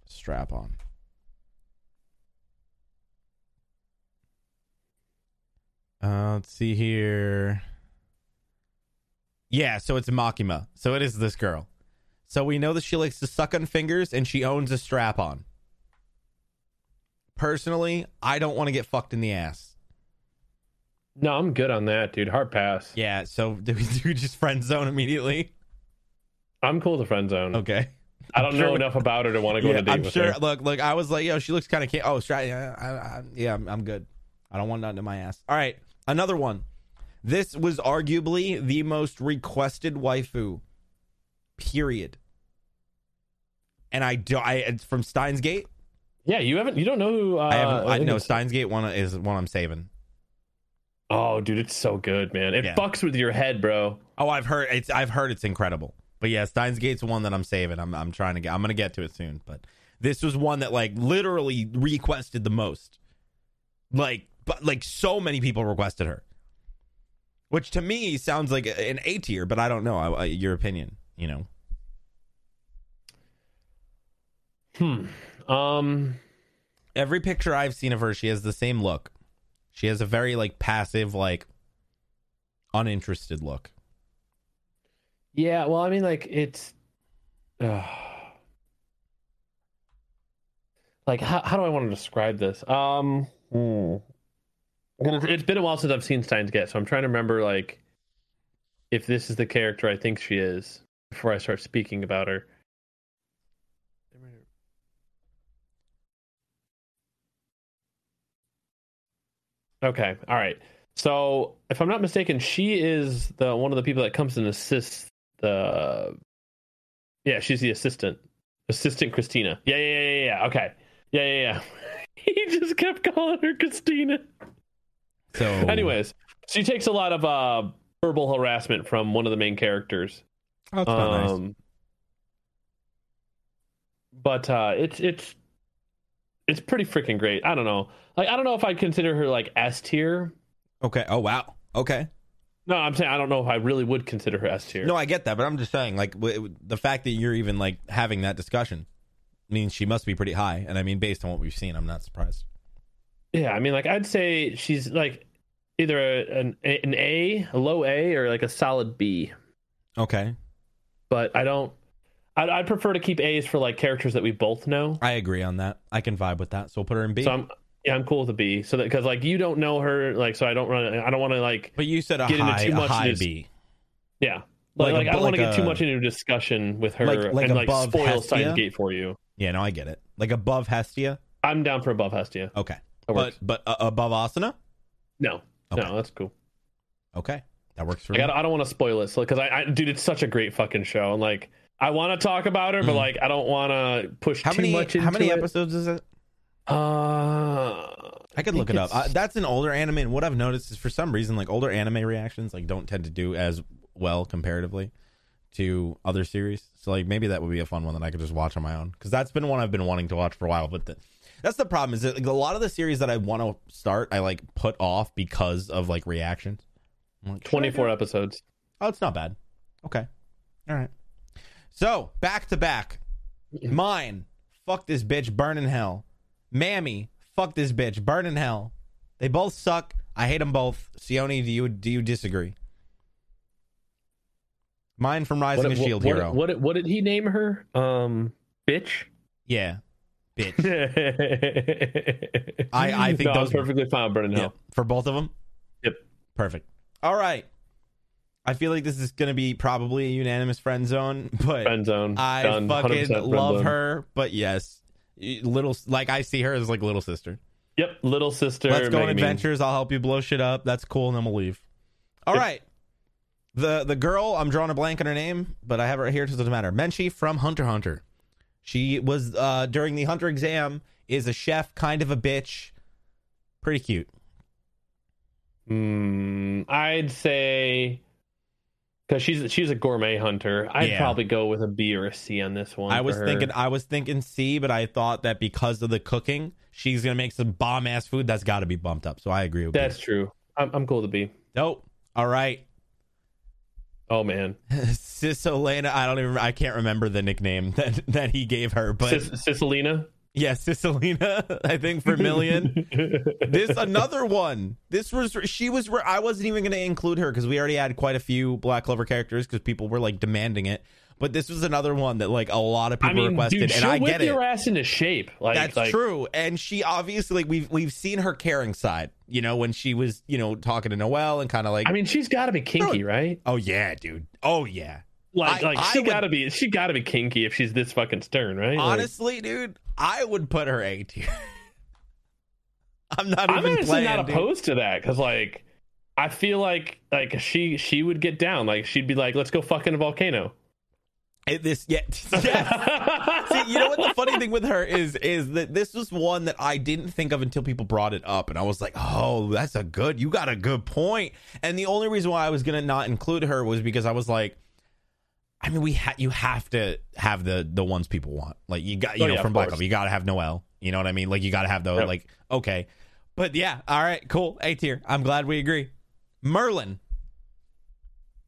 S1: strap on. Uh, let's see here. Yeah, so it's Makima. So it is this girl. So we know that she likes to suck on fingers and she owns a strap on personally, I don't want to get fucked in the ass.
S2: No, I'm good on that, dude. Hard pass.
S1: Yeah, so do we do just friend zone immediately?
S2: I'm cool with the friend zone.
S1: Okay.
S2: I don't
S1: sure
S2: know
S1: we-
S2: enough about her to want to go on
S1: Yeah,
S2: a date
S1: I'm
S2: with
S1: sure.
S2: her.
S1: Look, look, I was like, yo, she looks kind of cute. Oh, stra- yeah, I, I, yeah, I'm, I'm good. I don't want nothing in my ass. All right, another one. This was arguably the most requested waifu, period. And I do. I it's from Steins Gate.
S2: Yeah, you haven't you don't know who uh,
S1: I haven't. I
S2: think
S1: know
S2: it's-
S1: Steins Gate one is one I'm saving.
S2: Oh dude, it's so good, man. It
S1: Yeah.
S2: fucks with your head, bro.
S1: Oh, I've heard it's I've heard it's incredible. But yeah, Steins Gate's one that I'm saving. I'm I'm trying to get I'm gonna get to it soon. But this was one that like literally requested the most. Like but like so many people requested her. Which to me sounds like a- an A tier, but I don't know. I, I- your opinion, you know.
S2: Hmm. Um
S1: Every picture I've seen of her, she has the same look. She has a very like passive, like uninterested look.
S2: yeah, well I mean like it's uh, like how how do I want to describe this? Um hmm. Well, it's- it's been a while since I've seen Steins Gate, so I'm trying to remember like if this is the character I think she is before I start speaking about her. Okay, all right. So if I'm not mistaken, she is the one of the people that comes and assists the. Yeah, she's the assistant, assistant Christina. Yeah, yeah, yeah, yeah. yeah. Okay, yeah, yeah, yeah. he just kept calling her Christina.
S1: So
S2: Anyways, she takes a lot of uh, verbal harassment from one of the main characters.
S1: oh, that's not nice.
S2: Um, But uh, it's it's it's pretty freaking great. I don't know. Like I don't know if I'd consider her like S tier.
S1: Okay. Oh wow. Okay.
S2: No, I'm saying I don't know if I really would consider her S tier.
S1: No, I get that, but I'm just saying, like, w- w- the fact that you're even like having that discussion means she must be pretty high. And I mean, based on what we've seen, I'm not surprised.
S2: Yeah, I mean, like I'd say she's like either a, an an A, a low A, or like a solid B.
S1: Okay,
S2: But I don't. I'd, I'd prefer to keep A's for like characters that we both know.
S1: I agree on that. I can vibe with that. So we'll put her in B.
S2: So I'm yeah, I'm cool with a B. So that because like you don't know her, like so I don't run. I don't want to like
S1: but you said a
S2: Get into
S1: high,
S2: too
S1: a
S2: much
S1: high
S2: is-
S1: B,
S2: yeah.
S1: Like
S2: Like,
S1: a-
S2: like I don't want
S1: like
S2: to get too
S1: a-
S2: much into a discussion with her
S1: like- like
S2: and like
S1: above
S2: spoil
S1: Hestia?
S2: Steins Gate for you.
S1: Yeah, no, I get it. Like above Hestia.
S2: I'm down for above Hestia.
S1: Okay,
S2: That
S1: but
S2: works.
S1: but uh, above Asana.
S2: No,
S1: Okay.
S2: no, that's cool.
S1: Okay, that works for
S2: Like, I
S1: me.
S2: don't, I don't want to spoil it, so because I, I, dude, it's such a great fucking show, and like I want to talk about her, but
S1: Mhm.
S2: like I don't want to push
S1: How
S2: too
S1: many
S2: much into
S1: how many
S2: it.
S1: episodes is it?
S2: Uh,
S1: I could
S2: I
S1: look it
S2: think
S1: up. I,
S2: it's-
S1: that's an older anime, and what I've noticed is for some reason, like older anime reactions, like don't tend to do as well comparatively to other series. So like maybe that would be a fun one that I could just watch on my own because that's been one I've been wanting to watch for a while. But the, that's the problem is that like, a lot of the series that I want to start, I like put off because of like reactions. I'm like, should I do
S2: 24 episodes.
S1: Oh, it's not bad. Okay. All right. So back to back. Mine, fuck this bitch, burn in hell. Mammy, fuck this bitch, burn in hell. They both suck. I hate them both. Sione, do you do you disagree? Mine from Rising a Shield
S2: what,
S1: E Hero.
S2: What, what, did he name her? Um, bitch.
S1: Yeah, bitch.
S2: I
S1: I think
S2: no,
S1: that
S2: I was
S1: was-
S2: perfectly fine, Brennan
S1: Yeah,
S2: Hill.
S1: for both of them.
S2: Yep.
S1: Perfect. All right. I feel like this is gonna be probably a unanimous friend zone, but
S2: Friend zone.
S1: I
S2: done, 100%
S1: fucking
S2: friend
S1: love
S2: zone.
S1: her, but yes, y- little like I see her as like little sister.
S2: Yep, little sister.
S1: Let's go on
S2: Megumin.
S1: adventures. I'll help you blow shit up. That's cool, and then we'll leave. All
S2: Yep.
S1: right, the the girl I'm drawing a blank on her name, but I have her here. So it doesn't matter. Menchi from Hunter x Hunter. She was uh during the Hunter exam. Is a chef, kind of a bitch. Pretty cute.
S2: Mm, I'd say because she's she's a gourmet hunter. I'd
S1: Yeah.
S2: probably go with a B or a C on this one.
S1: I
S2: for
S1: was
S2: her.
S1: thinking I was thinking C, but I thought that because of the cooking, she's gonna make some bomb ass food. That's got to be bumped up. So I agree with
S2: that's true. I'm, I'm cool with a B.
S1: you. Dope. All right.
S2: Oh man,
S1: Cisolena, I don't even I can't remember the nickname that that he gave her, but
S2: Sis- Cicelina.
S1: yeah, Cisolena, I think Vermillion. this another one. This was she was where I wasn't even going to include her cuz we already had quite a few Black Clover characters cuz people were like demanding it, but this was another one that like a lot of people
S2: I mean,
S1: requested
S2: dude,
S1: and
S2: she'll
S1: I
S2: whip
S1: get it.
S2: your ass into shape. Like
S1: That's
S2: like,
S1: true. And she obviously like, we've we've seen her caring side, you know, when she was, you know, talking to Noel and kind of like
S2: I mean, she's got to be kinky, right?
S1: oh yeah, dude. Oh yeah.
S2: Like
S1: I-
S2: like
S1: I
S2: she
S1: would-
S2: got to be she got to be kinky if she's this fucking stern, right? Like,
S1: Honestly, dude, I would put her A tier. I'm not
S2: I'm
S1: even
S2: honestly
S1: playing.
S2: not
S1: dude.
S2: opposed to that because like I feel like like she she would get down. Like she'd be like, let's go fuck in a volcano.
S1: It- this yeah, yes. See, you know what the funny thing with her is is that this was one that I didn't think of until people brought it up, and I was like, "Oh, that's a good. You got a good point." And the only reason why I was gonna not include her was because I was like, "I mean, we ha- you have to have the the ones people want. Like you got you
S2: Oh,
S1: know
S2: yeah,
S1: from
S2: of
S1: Black
S2: course.
S1: Ops, you got to have Noel. You know what I mean? Like you got to have those.
S2: Yep.
S1: Like okay, but yeah, all right, cool, A tier. I'm glad we agree. Merlin,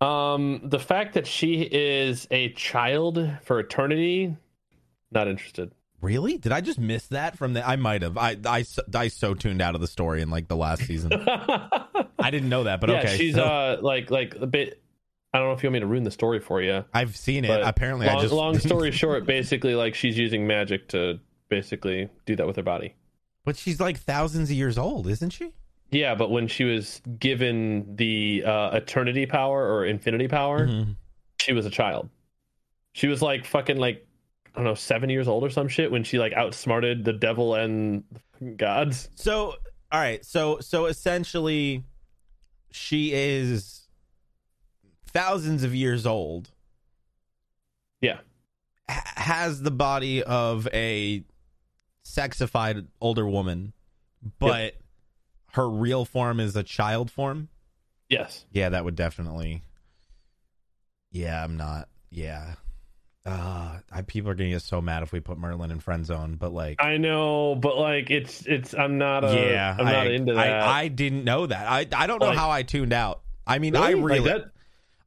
S2: Um, the fact that she is a child for eternity, not interested.
S1: Really? Did I just miss that from the? I might have. I, I s- I so tuned out of the story in like the last season.
S2: but
S1: I didn't know that, but
S2: yeah,
S1: okay.
S2: she's
S1: so
S2: uh like like a bit. I don't know if you want me to ruin the story for you.
S1: I've seen it.
S2: but
S1: Apparently,
S2: long,
S1: I just
S2: long story short, basically, like she's using magic to basically do that with her body.
S1: But she's like thousands of years old, isn't she?
S2: Yeah, but when she was given the uh, eternity power or infinity power,
S1: Mhm.
S2: she was a child. She was like fucking like I don't know seven years old or some shit when she like outsmarted the devil and the gods.
S1: So all right. So so essentially, she is thousands of years old.
S2: Yeah.
S1: H- has the body of a sexified older woman, but her real form is a child form.
S2: Yes.
S1: Yeah, that would definitely. Yeah, I'm not. Yeah. Uh, I, people are gonna get so mad if we put Merlin in friend zone, but like,
S2: I know, but like it's it's I'm not a
S1: yeah,
S2: I'm not
S1: I,
S2: into
S1: I-
S2: that.
S1: I, didn't know that. I I don't know
S2: Like-
S1: how I tuned out. I mean, I
S2: Really? Like
S1: really
S2: that-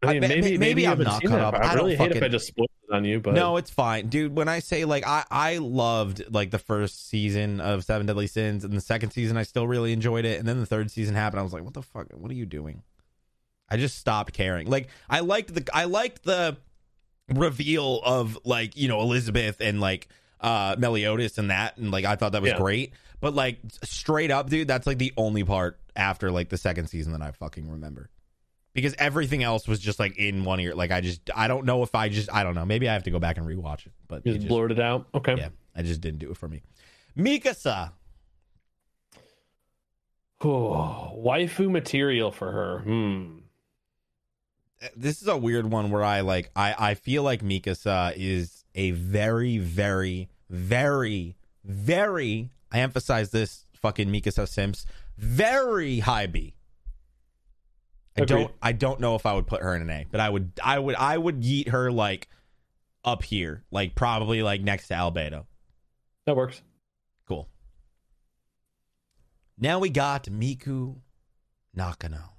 S2: I
S1: I
S2: mean,
S1: bet-
S2: maybe,
S1: maybe
S2: maybe,
S1: I'm
S2: I'm
S1: not
S2: not
S1: caught
S2: up.
S1: up.
S2: I,
S1: I don't
S2: really hate if I
S1: fucking-
S2: just spoil on you, but
S1: No, it's fine, dude. When I say like I, I loved like the first season of Seven Deadly Sins, and the second season I still really enjoyed it, and then the third season happened. I was like, what the fuck? What are you doing? I just stopped caring. Like I liked the I liked the reveal of like you know Elizabeth and like uh Meliodas and that, and like I thought that was
S2: Yeah.
S1: great. But like straight up, dude, that's like the only part after like the second season that I fucking remember because everything else was just like in one ear. Like I just I don't know if I just I don't know. Maybe I have to go back and rewatch it. But
S2: you
S1: it
S2: just
S1: just-
S2: blurted out. Okay.
S1: yeah, I just didn't do it for me. Mikasa,
S2: Oh, waifu material for her. Hmm.
S1: this is a weird one where I like I I feel like Mikasa is a very very very very I emphasize this fucking Mikasa Sims very high B. I
S2: Agreed.
S1: don't I don't know if I would put her in an A, but I would I would I would yeet her like up here, like probably like next to Albedo.
S2: That works.
S1: Cool. Now we got Miku Nakano.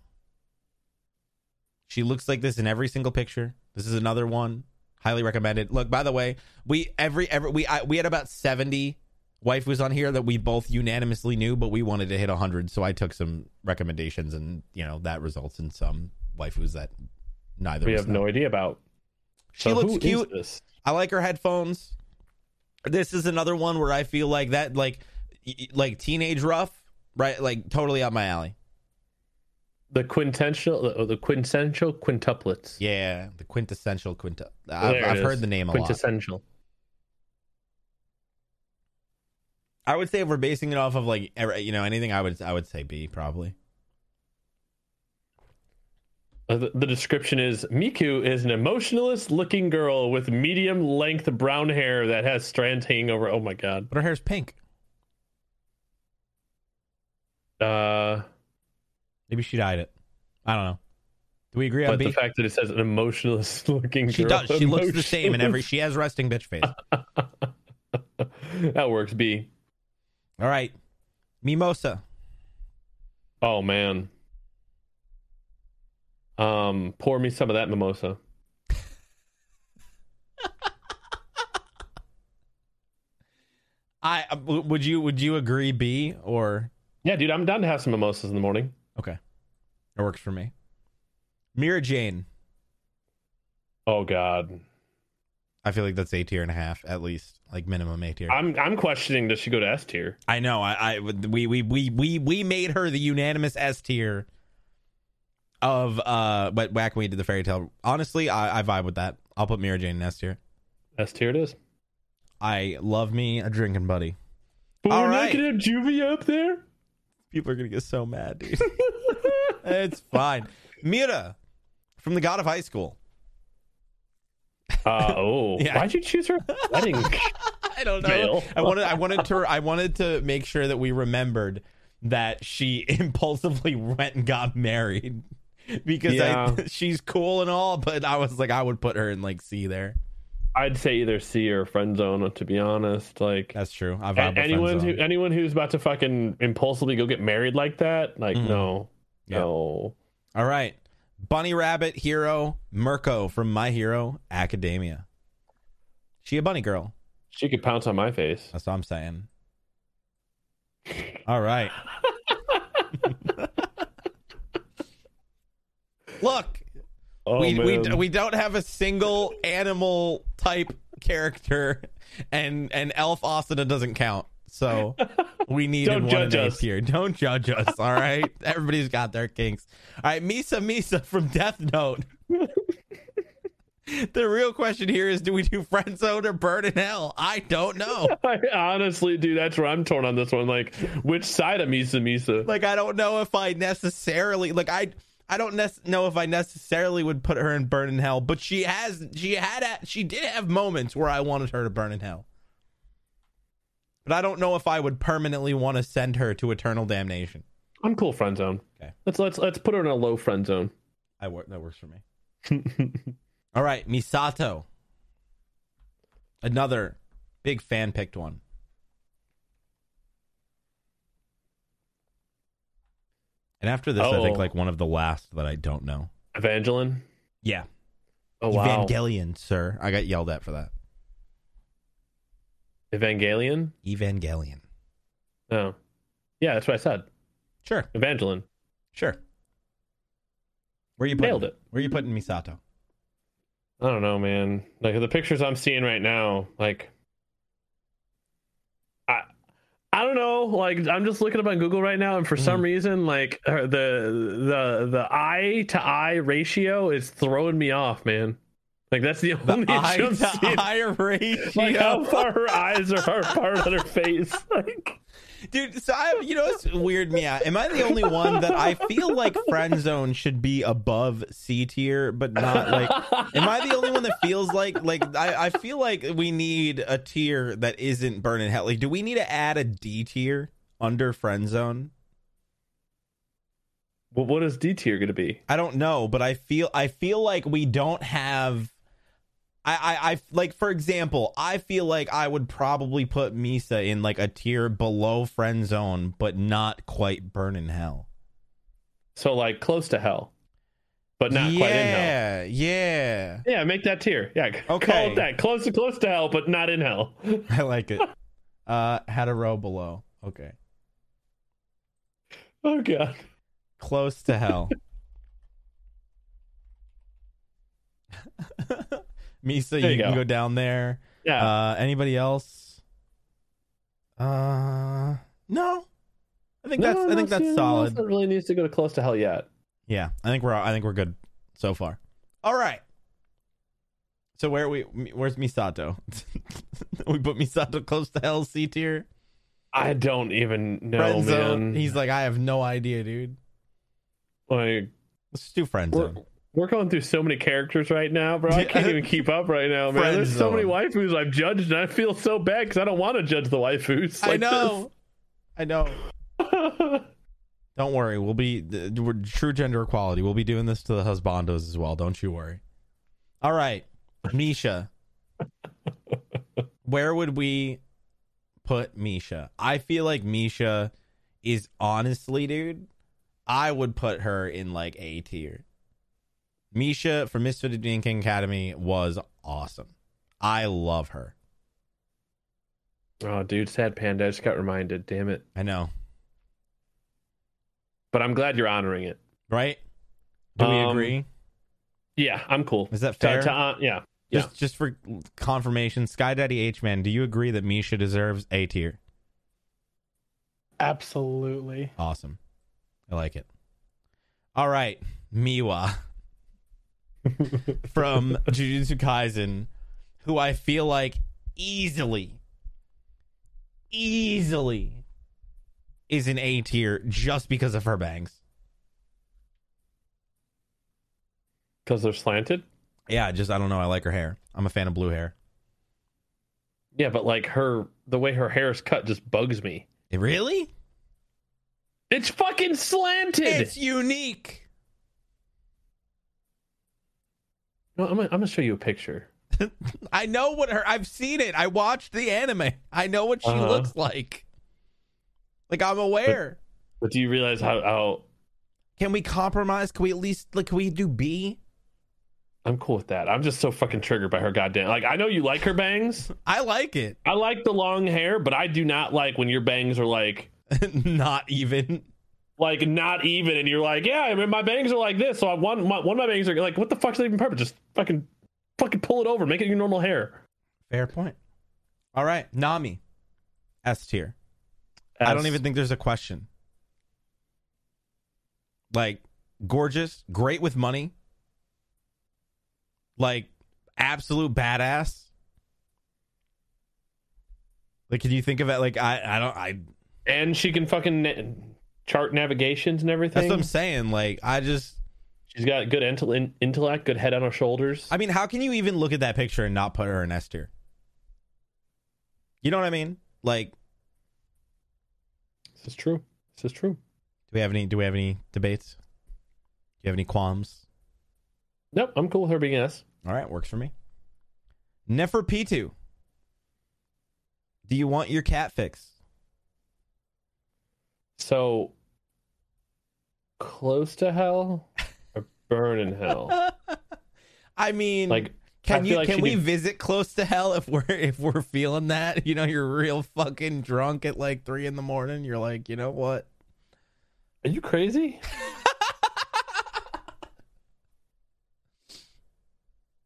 S1: She looks like this in every single picture. This is another one. Highly recommended. Look, by the way, we every every we I, we had about 70 waifus on here that we both unanimously knew, but we wanted to hit 100, so I took some recommendations and, you know, that results in some waifus that neither
S2: we
S1: of us
S2: have
S1: know.
S2: no idea about.
S1: She
S2: So
S1: looks
S2: who is
S1: cute.
S2: this?
S1: I like her headphones. This is another one where I feel like that, like, y- y- like teenage rough, right? Like totally up my alley.
S2: The quintessential, the, the quintessential quintuplets.
S1: Yeah, the quintessential quinta. I've,
S2: There it
S1: I've
S2: is.
S1: heard the name a lot.
S2: quintessential.
S1: I would say if we're basing it off of like, every- you know, anything, I would, I would say B probably.
S2: Uh, The the description is Miku is an emotionalist looking girl with medium length brown hair that has strands hanging over. Oh my god.
S1: But her hair's pink.
S2: Uh,
S1: Maybe she dyed it. I don't know. Do we agree on
S2: but
S1: B?
S2: the fact that it says an emotionalist looking girl.
S1: she does. She looks the same in every. She has resting bitch face.
S2: emotionalist- that works, B.
S1: All right, Mimosa.
S2: Oh man. Um, pour me some of that mimosa.
S1: I uh, w- would you would you agree B or
S2: Yeah, dude, I'm down to have some mimosas in the morning.
S1: okay? It works for me. Mira Jane.
S2: Oh god.
S1: I feel like that's A tier and a half at least, like minimum A tier.
S2: I'm I'm questioning does she go to S tier?
S1: I know. I, I we we we we we made her the unanimous S tier of uh but back when we did the fairy tale. Honestly, I, I vibe with that. I'll put Mira Jane in S tier.
S2: S tier it is.
S1: I love me a drinking buddy.
S2: But
S1: All
S2: we're
S1: right.
S2: not gonna have Juvia up there.
S1: People are gonna get so mad, dude. it's fine. Mira from the God of High School.
S2: Uh, oh,
S1: Yeah.
S2: why'd you choose her wedding?
S1: I don't know.
S2: Fail.
S1: I wanted I wanted to I wanted to make sure that we remembered that she impulsively went and got married because I,
S2: Yeah.
S1: she's cool and all, but I was like I would put her in like C there.
S2: I'd say either C or friend zone. To be honest, like
S1: That's true. I
S2: a-
S1: vibe with
S2: anyone who
S1: friend zone.
S2: anyone who's about to fucking impulsively go get married like that, like
S1: Mhm.
S2: no,
S1: Yeah.
S2: no.
S1: All right. Bunny Rabbit Hero Mirko from My Hero Academia. She a bunny girl.
S2: She could pounce on my face.
S1: That's what I'm saying. All right. Look,
S2: Oh
S1: we, we
S2: man.
S1: we don't have a single animal type character, and and Elf Austin doesn't count. So we need
S2: Don't
S1: one
S2: judge
S1: in
S2: us.
S1: here. Don't judge us. All right, everybody's got their kinks. All right, Misa Misa from Death Note. the real question here is: Do we do friend zone or burn in hell? I don't know.
S2: I honestly, dude, that's where I'm torn on this one. Like, which side of Misa Misa?
S1: like I don't know if I necessarily like I I don't nec- know if I necessarily would put her in burn in hell, but she has she had a, she did have moments where I wanted her to burn in hell. But I don't know if I would permanently want to send her to eternal damnation.
S2: I'm cool friend zone.
S1: Okay.
S2: Let's let's let's put her in a low friend zone.
S1: I work that works for me. All right, Misato. Another big fan picked one. And after this, I think
S2: Oh.
S1: Oh. like one of the last that I don't know.
S2: Evangeline.
S1: Yeah.
S2: Oh wow,
S1: Evangelion, sir. I got yelled at for that.
S2: Evangelion.
S1: Evangelion.
S2: Oh, yeah, that's what I said.
S1: Sure,
S2: Evangeline.
S1: sure. Where you putting
S2: Nailed it.
S1: Where you putting Misato?
S2: I don't know, man. Like the pictures I'm seeing right now, like I I don't know. Like I'm just looking up on Google right now, and for some reason, like her, the the the eye to eye ratio is throwing me off, man. Like that's the only
S1: Eye
S2: issue I'm
S1: to
S2: seeing.
S1: eye
S2: Like how
S1: ratio,
S2: far her eyes are apart on her face. Like
S1: dude. So I, you know, it's weird me out. Am I the only one that I feel like friend zone should be above C tier, but not like? Am I the only one that feels like like I, I feel like we need a tier that isn't burn in hell? Like, do we need to add a D tier under friend zone?
S2: well, what is D tier gonna be?
S1: I don't know, but I feel I feel like we don't have. I, I, I like for example, I feel like I would probably put Misa in like a tier below friend zone, but not quite burn in hell.
S2: So like close to hell, but not quite in hell.
S1: Yeah, yeah.
S2: Yeah, make that tier. Yeah, c- Call
S1: Okay.
S2: it that. Close to close to hell, but not in hell.
S1: I like it. Uh, had a row below. Okay,
S2: Oh god.
S1: close to hell. Misa,
S2: There
S1: you,
S2: you
S1: can
S2: go.
S1: go down there.
S2: Yeah.
S1: Uh, anybody else? Uh, no. I think that's I think that's solid.
S2: That really needs to go to close to hell yet.
S1: Yeah, I think we're I think we're good so far. All right. So where we where's Misato? we put Misato close to hell C tier.
S2: I don't even know,
S1: friend zone.
S2: man.
S1: He's like, I have no idea, dude.
S2: like
S1: Let's do friend
S2: we're,
S1: zone.
S2: we're going through so many characters right now, bro. I can't
S1: Yeah.
S2: even keep up right now, man.
S1: Friend
S2: There's so many
S1: zone.
S2: waifus I've judged, and I feel so bad because I don't want to judge the waifus.
S1: I
S2: like
S1: know. I know.
S2: this.
S1: Don't worry. We'll be th- we're true gender equality. We'll be doing this to the husbandos as well. Don't you worry. All right, Misha. Where would we put Misha? I feel like Misha is honestly, dude. I would put her in like A tier. Misha from Misfit King Academy was awesome. I love her.
S2: oh, dude, sad panda. I just got reminded. Damn it.
S1: I know,
S2: But I'm glad you're honoring it.
S1: right? Do we
S2: Um,
S1: agree?
S2: Yeah, I'm cool.
S1: Is that
S2: To-
S1: fair?
S2: to hon- yeah.
S1: Just just for confirmation, Sky Daddy H man, do you agree that Misha deserves A tier?
S3: Absolutely.
S1: Awesome. I like it. All right, Miwa from Jujutsu Kaisen, who I feel like easily easily is an A tier just because of her bangs.
S2: Because they're slanted.
S1: Yeah, just I don't know, I like her hair. I'm a fan of blue hair.
S2: Yeah, but like her, the way her hair is cut just bugs me.
S1: Really?
S2: It's fucking slanted.
S1: It's unique.
S2: No, I'm, gonna, I'm gonna show you a picture.
S1: I know what her. I've seen it. I watched the anime. I know what she
S2: Uh-huh.
S1: looks like. Like I'm aware.
S2: But do you realize how, how
S1: can we compromise? Can we at least like? Can we do B?
S2: I'm cool with that? I'm just so fucking triggered by her goddamn. Like I know you like her bangs.
S1: I like it.
S2: I like the long hair, but I do not like when your bangs are like
S1: Not even.
S2: like not even, and you're like, yeah, I mean, my bangs are like this. So I one my, one of my bangs are like, what the fuck's that even purpose? Just fucking fucking pull it over, make it your normal hair.
S1: Fair point. All right, Nami, S tier. I don't
S2: As-
S1: even think there's a question. Like, gorgeous, great with money. Like, absolute badass. Like, can you think of it? Like, I, I don't, I.
S2: And she can fucking na- chart navigations and
S1: That's
S2: everything.
S1: what I'm saying. Like, I just,
S2: She's got good intel- in- intellect, good head on her shoulders.
S1: I mean, how can you even look at that picture and not put her in S tier? You know what I mean? Like, do
S2: this is true. This is true.
S1: we have any? Do we have any debates? Do you have any qualms?
S2: Nope, I'm cool with her being an S.
S1: All right, works for me. Neferpitu. Do you want your cat fix?
S2: So close to hell or burn in hell?
S1: I I mean,
S2: Like, I
S1: can
S2: feel
S1: you
S2: like
S1: can
S2: she
S1: we
S2: did-
S1: visit close to hell if we're if we're feeling that? You know, you're real fucking drunk at like three in the morning. You're like, you know what?
S2: are you crazy?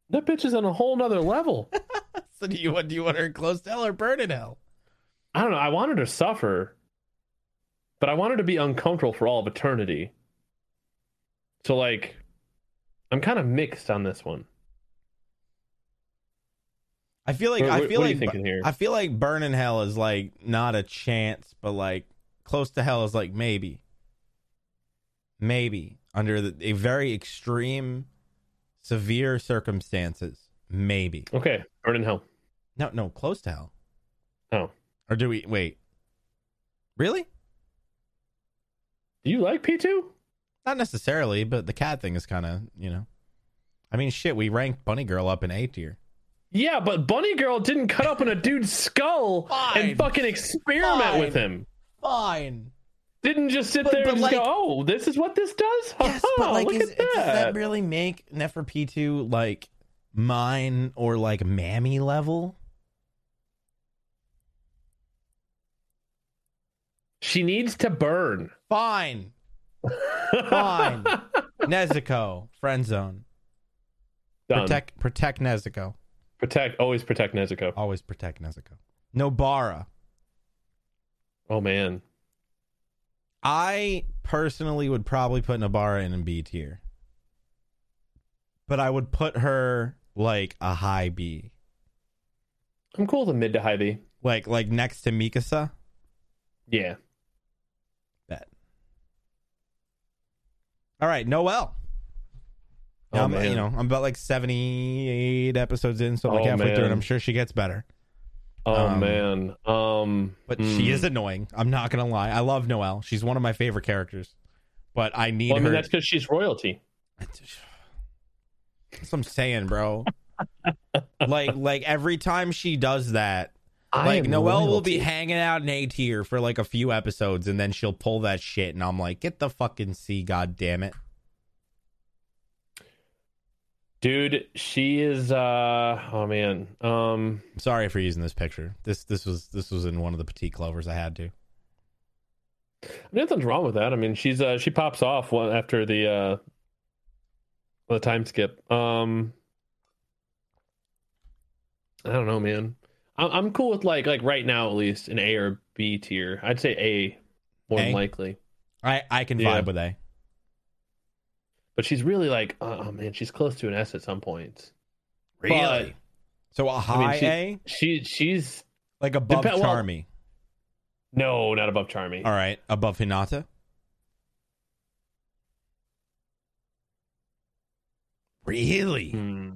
S2: that bitch is on a whole nother level.
S1: So do you want do you want her close to hell or burn in hell?
S2: I don't know. I wanted to suffer, but I wanted to be uncomfortable for all of eternity. So, like, I'm kind of mixed on this one.
S1: I feel like
S2: What-
S1: I
S2: what-
S1: feel
S2: what are you
S1: like
S2: thinking here?
S1: I feel like burn in hell is like not a chance, but like close to hell is like maybe, maybe under the, a very extreme, severe circumstances, maybe.
S2: Okay, burn in hell.
S1: No, no, close to hell.
S2: Oh.
S1: Or do we wait? Really?
S2: Do you like P2?
S1: Not necessarily, but the cat thing is kind of you know. I mean, shit. We ranked Bunny Girl up in A tier.
S2: Yeah, but Bunny Girl didn't cut up in a dude's skull
S1: Fine.
S2: and fucking experiment
S1: Fine.
S2: with him.
S1: Fine.
S2: Didn't just sit
S1: But-
S2: there
S1: but
S2: and just
S1: like-
S2: go, oh, this is what this does?
S1: Yes, but like,
S2: Oh, Look
S1: is,
S2: at
S1: does
S2: that.
S1: that really make Neferpitu like mine or like mammy level?
S2: she needs to burn.
S1: Fine, fine. Nezuko, friend zone.
S2: Done. Protect.
S1: Protect, protect Nezuko.
S2: protect. Always protect Nezuko.
S1: Always protect Nezuko. Nobara.
S2: Oh, man.
S1: I personally would probably put Nobara in a B tier, but I would put her like a high B,
S2: I'm cool with a mid to high B.
S1: like like next to Mikasa.
S2: Yeah.
S1: Bet. All right, Noel.
S2: Oh,
S1: I'm,
S2: man.
S1: You know, I'm about like 78 episodes in, so I'm like
S2: Oh,
S1: halfway through,
S2: man.
S1: and I'm sure she gets better.
S2: Oh
S1: Um,
S2: man. Um
S1: But she
S2: hmm.
S1: is annoying. I'm not gonna lie. I love Noelle. She's one of my favorite characters. But I need
S2: Well, I mean
S1: her.
S2: that's because she's royalty.
S1: That's what I'm saying, bro. like, like every time she does that, like Noelle will be hanging out in A tier for like a few episodes, and then she'll pull that shit, and I'm like, get the fucking C, god damn it.
S2: Dude, she is uh oh man. Um
S1: I'm sorry for using this picture. This this was this was in one of the petite clovers I had to.
S2: nothing's wrong with that. I mean she's uh she pops off one after the uh the time skip. Um I don't know, man. I'm I'm cool with like like right now at least an A or B tier. I'd say A more than
S1: A?
S2: likely.
S1: I I can
S2: Yeah.
S1: vibe with A.
S2: But she's really like oh man, she's close to an S at some points. But-
S1: So a high
S2: she-
S1: A,
S2: She she's
S1: like above
S2: Depe- well-
S1: Charmy.
S2: no, not above Charmy.
S1: All right, above Hinata. Really?
S2: Hmm.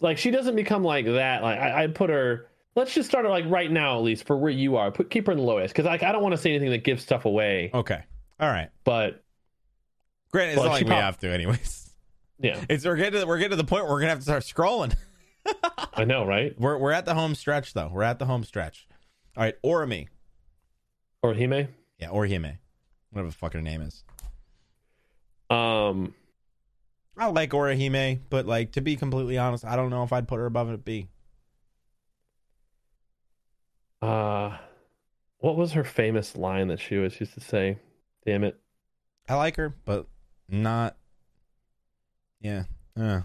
S2: Like she doesn't become like that. Like I, I put her. Let's just start her like right now, at least for where you are. Put keep her in the lowest because like I don't want to say anything that gives stuff away.
S1: Okay. All right.
S2: But
S1: Granted, it's
S2: Well,
S1: not
S2: she
S1: like we
S2: prob-
S1: have to, anyways.
S2: yeah,
S1: It's we're getting to the, we're getting to the point where we're gonna have to start scrolling.
S2: I know, right?
S1: We're we're at the home stretch though. We're at the home stretch. All right, Orimi.
S2: Or Hime.
S1: Yeah, or Hime. Whatever the fuck her name is.
S2: Um,
S1: I like Orihime, but like to be completely honest, I don't know if I'd put her above a B.
S2: uh, what was her famous line that she was used to say? Damn it!
S1: I like her, but not. Yeah, uh.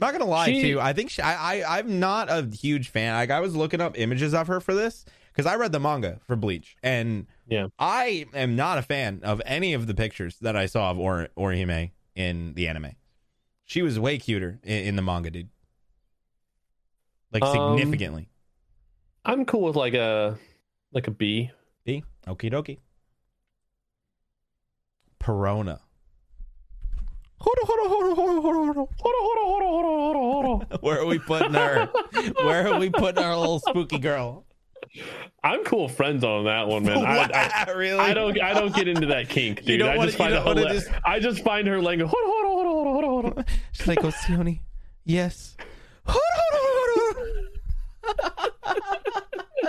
S1: not gonna lie
S2: She-
S1: too. I think she, I, I I'm not a huge fan. Like I was looking up images of her for this because I read the manga for Bleach, and
S2: Yeah.
S1: I am not a fan of any of the pictures that I saw of or- Orihime in the anime. She was way cuter in, in the manga, dude. Like
S2: Um,
S1: significantly.
S2: I'm cool with like a like a B.
S1: B. Okie dokie. Perona.
S2: Hold on, hold on, hold on, hold on, hold on, hold on.
S1: Where are we putting her? Where are we putting our little spooky girl?
S2: I'm cool with friends on that one, man. I, I,
S1: really?
S2: I don't I don't get into that kink, dude.
S1: You don't
S2: I
S1: wanna-
S2: just
S1: you
S2: find
S1: don't wanna
S2: her la-
S1: just-
S2: I just find her language. Hold on, hold on, hold on, hold on, hold on.
S1: She's like, oh, Sione, yes.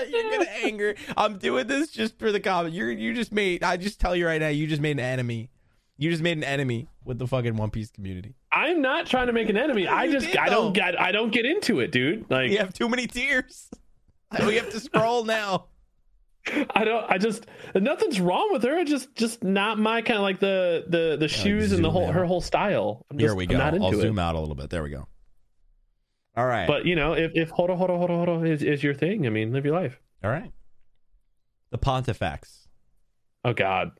S1: You're gonna anger. I'm doing this just for the comment. You're you just made. I just tell you right now. You just made an enemy. You just made an enemy. with the fucking One Piece community.
S2: I'm not trying to make an enemy. I
S1: You
S2: just
S1: did,
S2: I
S1: though.
S2: don't get I don't get into it, dude. Like
S1: You have too many tears. We have to scroll now.
S2: I don't I just nothing's wrong with her. It's just just not my kind of like the the the shoes and the
S1: zoom
S2: whole
S1: out.
S2: her whole style. I'm
S1: Here
S2: just-
S1: we
S2: I'm
S1: go.
S2: not into
S1: I'll
S2: it.
S1: zoom out a little bit. There we go. All right.
S2: But you know, if if horo horo horo horo is is your thing, I mean, live your life.
S1: All right. The Pontifex.
S2: Oh God,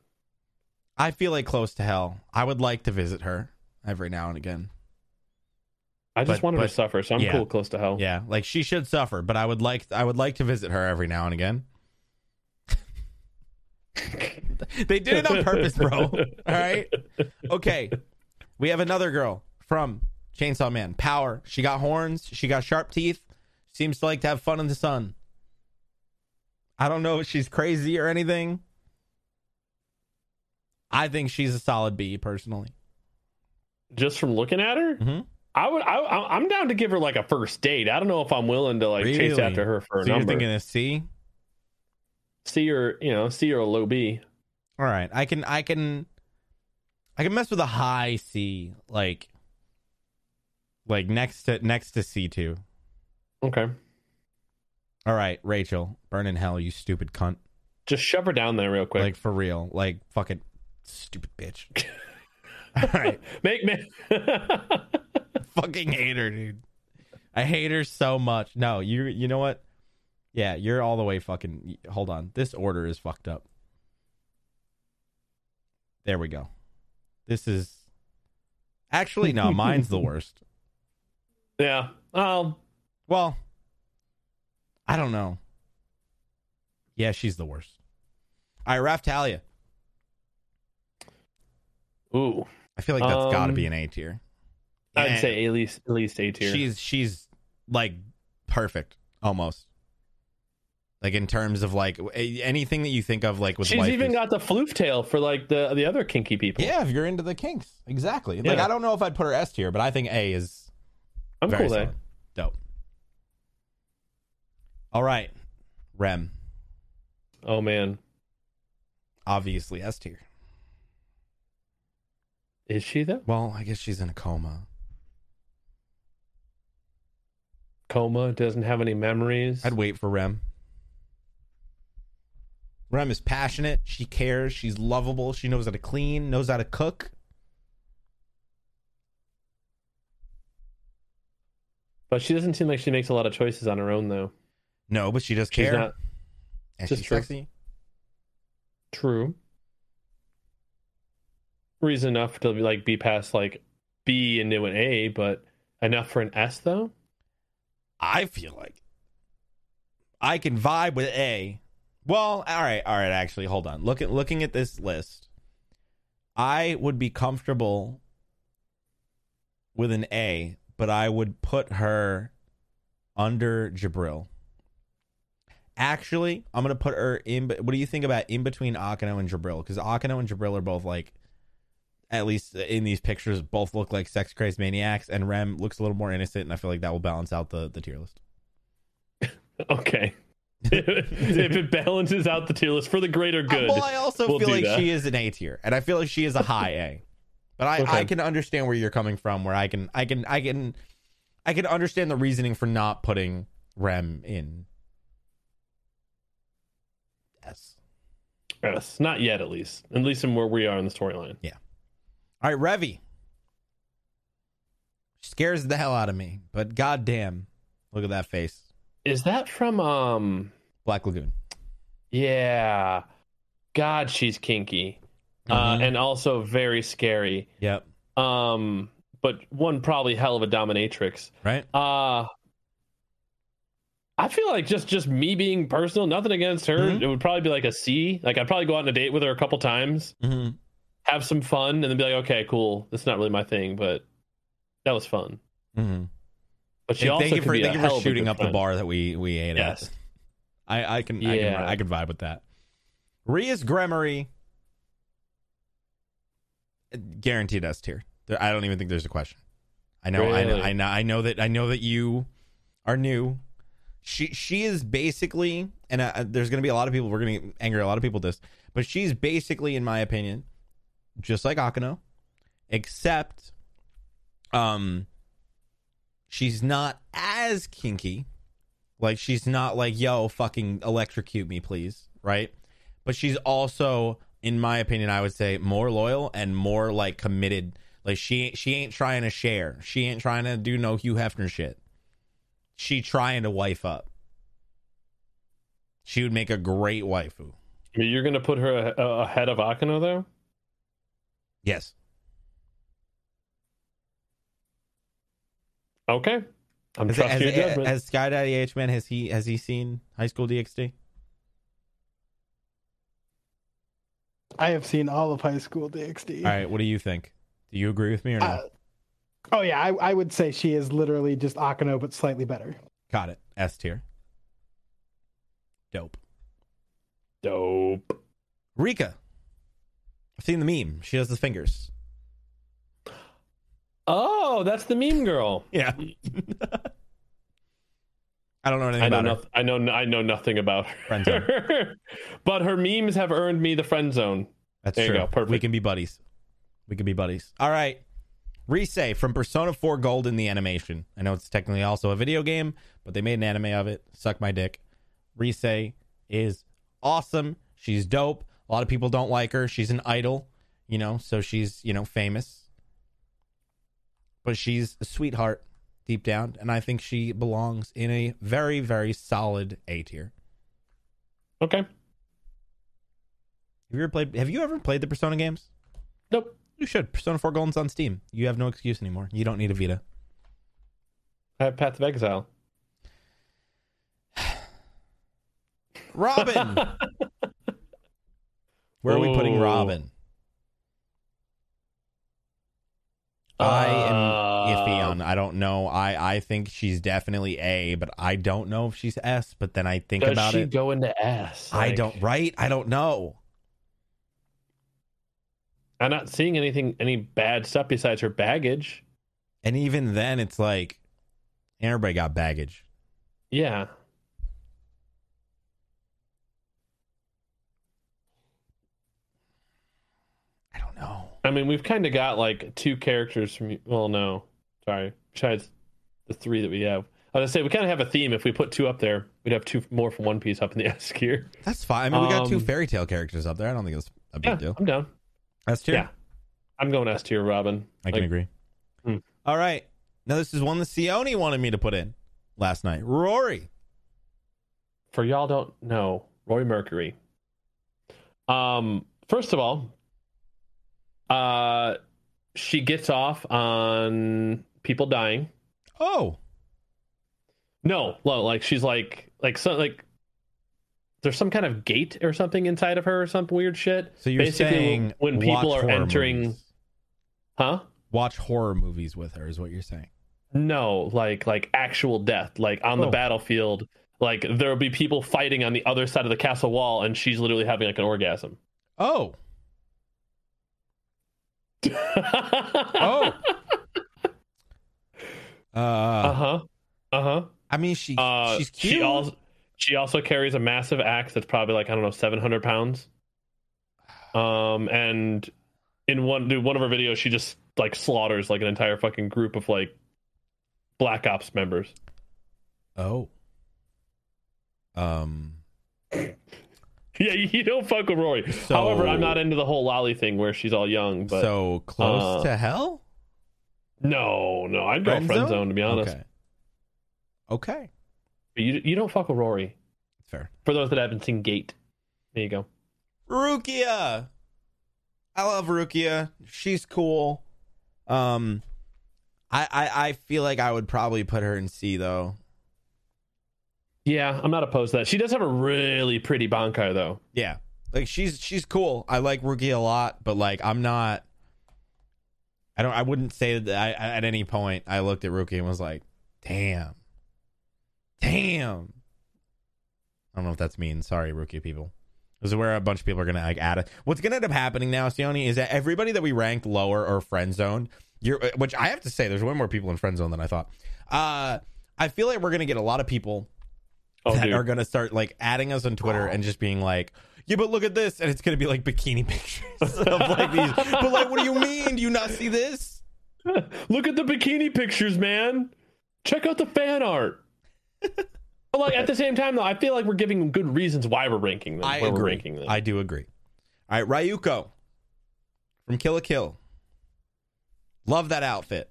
S1: I feel like close to hell. I would like to visit her every now and again.
S2: I
S1: But-
S2: just wanted
S1: but-
S2: to suffer, so I'm
S1: yeah.
S2: cool, close to hell.
S1: Yeah, like she should suffer, but I would like I would like to visit her every now and again. they did it on purpose, bro. All right. Okay. We have another girl from Chainsaw Man. Power. She got horns. She got sharp teeth. Seems to like to have fun in the sun. I don't know if she's crazy or anything. I think she's a solid B personally.
S2: Just from looking at her,
S1: Mhm.
S2: I would I, I- I'm down to give her like a first date. I don't know if I'm willing to like chase
S1: Really?
S2: after her for a
S1: so you're
S2: number.
S1: thinking a C?
S2: see her, you know, see her a low B.
S1: All right, I can I can I can mess with a high C, like like next to next to C two.
S2: Okay,
S1: All right, Rachel, burn in hell, you stupid cunt.
S2: just shove her down there real quick.
S1: Like for real, like fucking stupid bitch. All right,
S2: make me.
S1: fucking hate her, dude. I hate her so much. No, you you know what? Yeah, you're all the way fucking. Hold on, this order is fucked up. There we go. This is actually no, mine's the worst.
S2: yeah. Um.
S1: Well, I don't know. Yeah, she's the worst. All right, Raftalia.
S2: Ooh.
S1: I feel like that's got to
S2: Um,
S1: be an A tier.
S2: I'd
S1: And
S2: say at least at least A tier.
S1: she's she's like perfect almost. Like in terms of like a- anything that you think of, like with
S2: She's
S1: life
S2: even
S1: is-
S2: got the floof tail for like the the other kinky people.
S1: yeah, if you're into the kinks, exactly. Like
S2: Yeah.
S1: I don't know if I'd put her S tier, but I think A is
S2: I'm
S1: very
S2: cool there.
S1: solid. dope. All right, Rem,
S2: Oh man,
S1: obviously S tier.
S2: is she though?
S1: Well, I guess she's in a coma.
S2: Coma doesn't have any memories.
S1: I'd wait for Rem. Rem is passionate. She cares. She's lovable. She knows how to clean, knows how to cook.
S2: But she doesn't seem like she makes a lot of choices on her own though.
S1: No, but she does
S2: She's
S1: care.
S2: not
S1: and
S2: just
S1: she's
S2: true.
S1: sexy.
S2: true. Reason enough to like be past like B into an A, but enough for an S though.
S1: I feel like I can vibe with A. Well, all right, all right. Actually, hold on. Look at looking at this list. I would be comfortable with an A, but I would put her under Jabril. Actually, I'm gonna put her in. But what do you think about in between Akano and Jabril? Because Akano and Jabril are both like, at least in these pictures, both look like sex crazed maniacs, and Rem looks a little more innocent, and I feel like that will balance out the the tier list.
S2: Okay. if it balances out the tier list for the greater good.
S1: Well, I also
S2: We'll
S1: feel
S2: do
S1: like
S2: that.
S1: she is an A tier, and I feel like she is a high A. But I, I
S2: Okay.
S1: can understand where you're coming from. Where I can I can I can I can understand the reasoning for not putting Rem in S.
S2: Yes, not yet at least. At least in where we are in the storyline.
S1: All right, Revy scares the hell out of me, but goddamn, look at that face,
S2: Is that from um
S1: Black Lagoon.
S2: Yeah. God, she's kinky.
S1: Mhm.
S2: Uh, and also very scary.
S1: Yep.
S2: Um, but one probably hell of a dominatrix.
S1: Right.
S2: Uh I feel like just just me being personal, nothing against her.
S1: Mhm.
S2: It would probably be like a C. Like I'd probably go out on a date with her a couple times,
S1: Mm-hmm.
S2: have some fun, and then be like, okay, cool. That's not really my thing, but that was fun.
S1: Mm-hmm.
S2: But she
S1: Hey,
S2: also
S1: thank you
S2: could
S1: for
S2: be a
S1: thank you
S2: hell
S1: for
S2: of a
S1: shooting
S2: good
S1: up the
S2: friend.
S1: bar that we we ate
S2: Yes.
S1: at. I I can I can
S2: Yeah.
S1: I can vibe with that. Rias Gremory guaranteed us tier. There, I don't even think there's a question. I know, I know
S2: Really?
S1: I know I know that I know that you are new. She she is basically and uh, there's going to be a lot of people we're going to anger a lot of people with this, but she's basically in my opinion just like Akano except um she's not as kinky like she's not like yo fucking electrocute me please right but she's also in my opinion i would say more loyal and more like committed like she she ain't trying to share she ain't trying to do no hugh hefner shit she trying to wife up she would make a great waifu
S2: I mean, you're gonna put her a- a- ahead of Akano though.
S1: yes
S2: Okay, I'm
S1: has,
S2: trusting your
S1: has,
S2: judgment.
S1: has sky daddy h man has he has he seen high school dxd
S3: I have seen all of High School DxD.
S1: all right what do you think do you agree with me or no
S3: Uh, oh yeah, I, I would say she is literally just Akano, but slightly better.
S1: Got it. S tier. Dope.
S2: Dope.
S1: Rika. I've seen the meme. She has the fingers.
S2: Oh, that's the meme girl.
S1: Yeah. I don't know anything
S2: Mm. I know,
S1: about her.
S2: noth- I know, I know nothing about her.
S1: Friend zone.
S2: but her memes have earned me the friend zone.
S1: That's
S2: There you
S1: true.
S2: go. Perfect.
S1: We can be buddies. We can be buddies. All right. Resei from Persona 4 Gold in the animation. I know it's technically also a video game, but they made an anime of it. Suck my dick. Resei is awesome. She's dope. A lot of people don't like her. She's an idol, you know, so she's, you know, famous. But she's a sweetheart deep down, and I think she belongs in a very, very solid A tier.
S2: Okay.
S1: Have you ever played have you ever played the Persona games?
S2: Nope.
S1: You should. Persona 4 Golden's on Steam. You have no excuse anymore. You don't need a Vita.
S2: I have Path of Exile.
S1: Robin! Where are we putting
S2: Oh.
S1: Robin? I
S2: Uh.
S1: am iffy on. I don't know. I, I think she's definitely A, but I don't know if she's S. But then I think
S2: Does
S1: about
S2: she
S1: it.
S2: go into S?
S1: I
S2: Like,
S1: don't. Right? I don't know.
S2: I'm not seeing anything, any bad stuff besides her baggage.
S1: And even then, it's like everybody got baggage.
S2: Yeah.
S1: I don't know.
S2: I mean, we've kind of got like two characters from. Well, no, sorry. Besides the three that we have, I was gonna say we kind of have a theme. If we put two up there, we'd have two more from One Piece up in the S tier.
S1: That's fine. I mean, we got two
S2: Um,
S1: fairy tale characters up there. I don't think it's a big
S2: Yeah,
S1: deal.
S2: I'm down.
S1: That's true.
S2: Yeah. I'm going S tier, Robin.
S1: I can
S2: Like,
S1: agree.
S2: Hmm.
S1: All right. Now this is one that Sione wanted me to put in last night. Rory.
S2: For y'all don't know, Roy Mercury. Um, first of all, uh, she gets off on people dying.
S1: Oh.
S2: No, well, like she's like like so like there's some kind of gate or something inside of her or some weird shit.
S1: So you're
S2: Basically,
S1: saying
S2: when
S1: watch
S2: people are
S1: horror
S2: entering-
S1: movies.
S2: Huh?
S1: watch horror movies with her is what you're saying.
S2: No, like like actual death, like on the
S1: Oh.
S2: battlefield. Like there'll be people fighting on the other side of the castle wall and she's literally having like an orgasm.
S1: Oh. Oh. uh,
S2: Uh-huh. Uh-huh.
S1: I mean she
S2: Uh
S1: she's cute.
S2: she also she also carries a massive axe that's probably like, I don't know, seven hundred pounds. Um and in one dude, one of her videos she just like slaughters like an entire fucking group of like black ops members.
S1: oh. Um
S2: Yeah, you you don't fuck with Rory.
S1: So-
S2: However, I'm not into the whole lolly thing where she's all young, but
S1: so close
S2: uh,
S1: to hell?
S2: No, no, I'd go
S1: Friend
S2: friend,
S1: zone?
S2: zone? to be honest.
S1: Okay. Okay.
S2: But you you don't fuck with Rory.
S1: Fair.
S2: For those that haven't seen Gate, there you go.
S1: Rukia. I love Rukia. She's cool. Um I, I I feel like I would probably put her in C though.
S2: Yeah, I'm not opposed to that. She does have a really pretty bonkai though.
S1: Yeah. Like she's she's cool. I like Rukia a lot, but like I'm not I don't I wouldn't say that I I- at any point I looked at Rukia and was like, "Damn. Damn." I don't know if that's mean. Sorry, Rukia people. This is where a bunch of people are gonna like add it. What's gonna end up happening now, Sione, is that everybody that we ranked lower or friend zone, you're which I have to say, there's way more people in friend zone than I thought. Uh, I feel like we're gonna get a lot of people
S2: Oh,
S1: that
S2: dude.
S1: are gonna start like adding us on Twitter and just being like, yeah, but look at this, and it's gonna be like bikini pictures of like these. But like, what do you mean? Do you not see this?
S2: Look at the bikini pictures, man. Check out the fan art. but like at the same time, though, I feel like we're giving good reasons why we're ranking them.
S1: I
S2: where
S1: agree.
S2: we're ranking them.
S1: I do agree. All right, Ryuko from Kill a Kill. Love that outfit.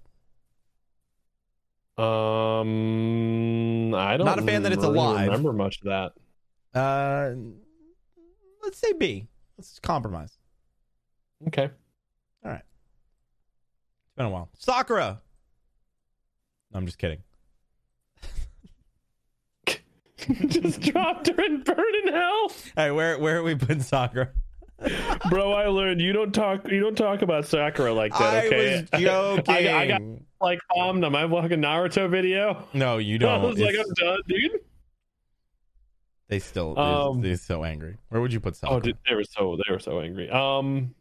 S2: um, I don't.
S1: Not a fan that it's
S2: really
S1: alive.
S2: Remember much of that.
S1: Uh, let's say B. Let's compromise.
S2: Okay.
S1: It's been a while. Sakura. No, I'm just kidding.
S2: Just dropped her and burn in hell,
S1: All right, where where are we putting Sakura?
S2: bro. I learned you don't talk. You don't talk about Sakura like that. Okay.
S1: I was joking.
S2: I, I got like bombed on my fucking Naruto video.
S1: no, you
S2: I
S1: don't.
S2: was like,
S1: It's-
S2: I'm done, dude.
S1: they still
S2: Um,
S1: they're, they're so angry. Where would you put Sakura?
S2: Oh, dude, they were so they were so angry. Um,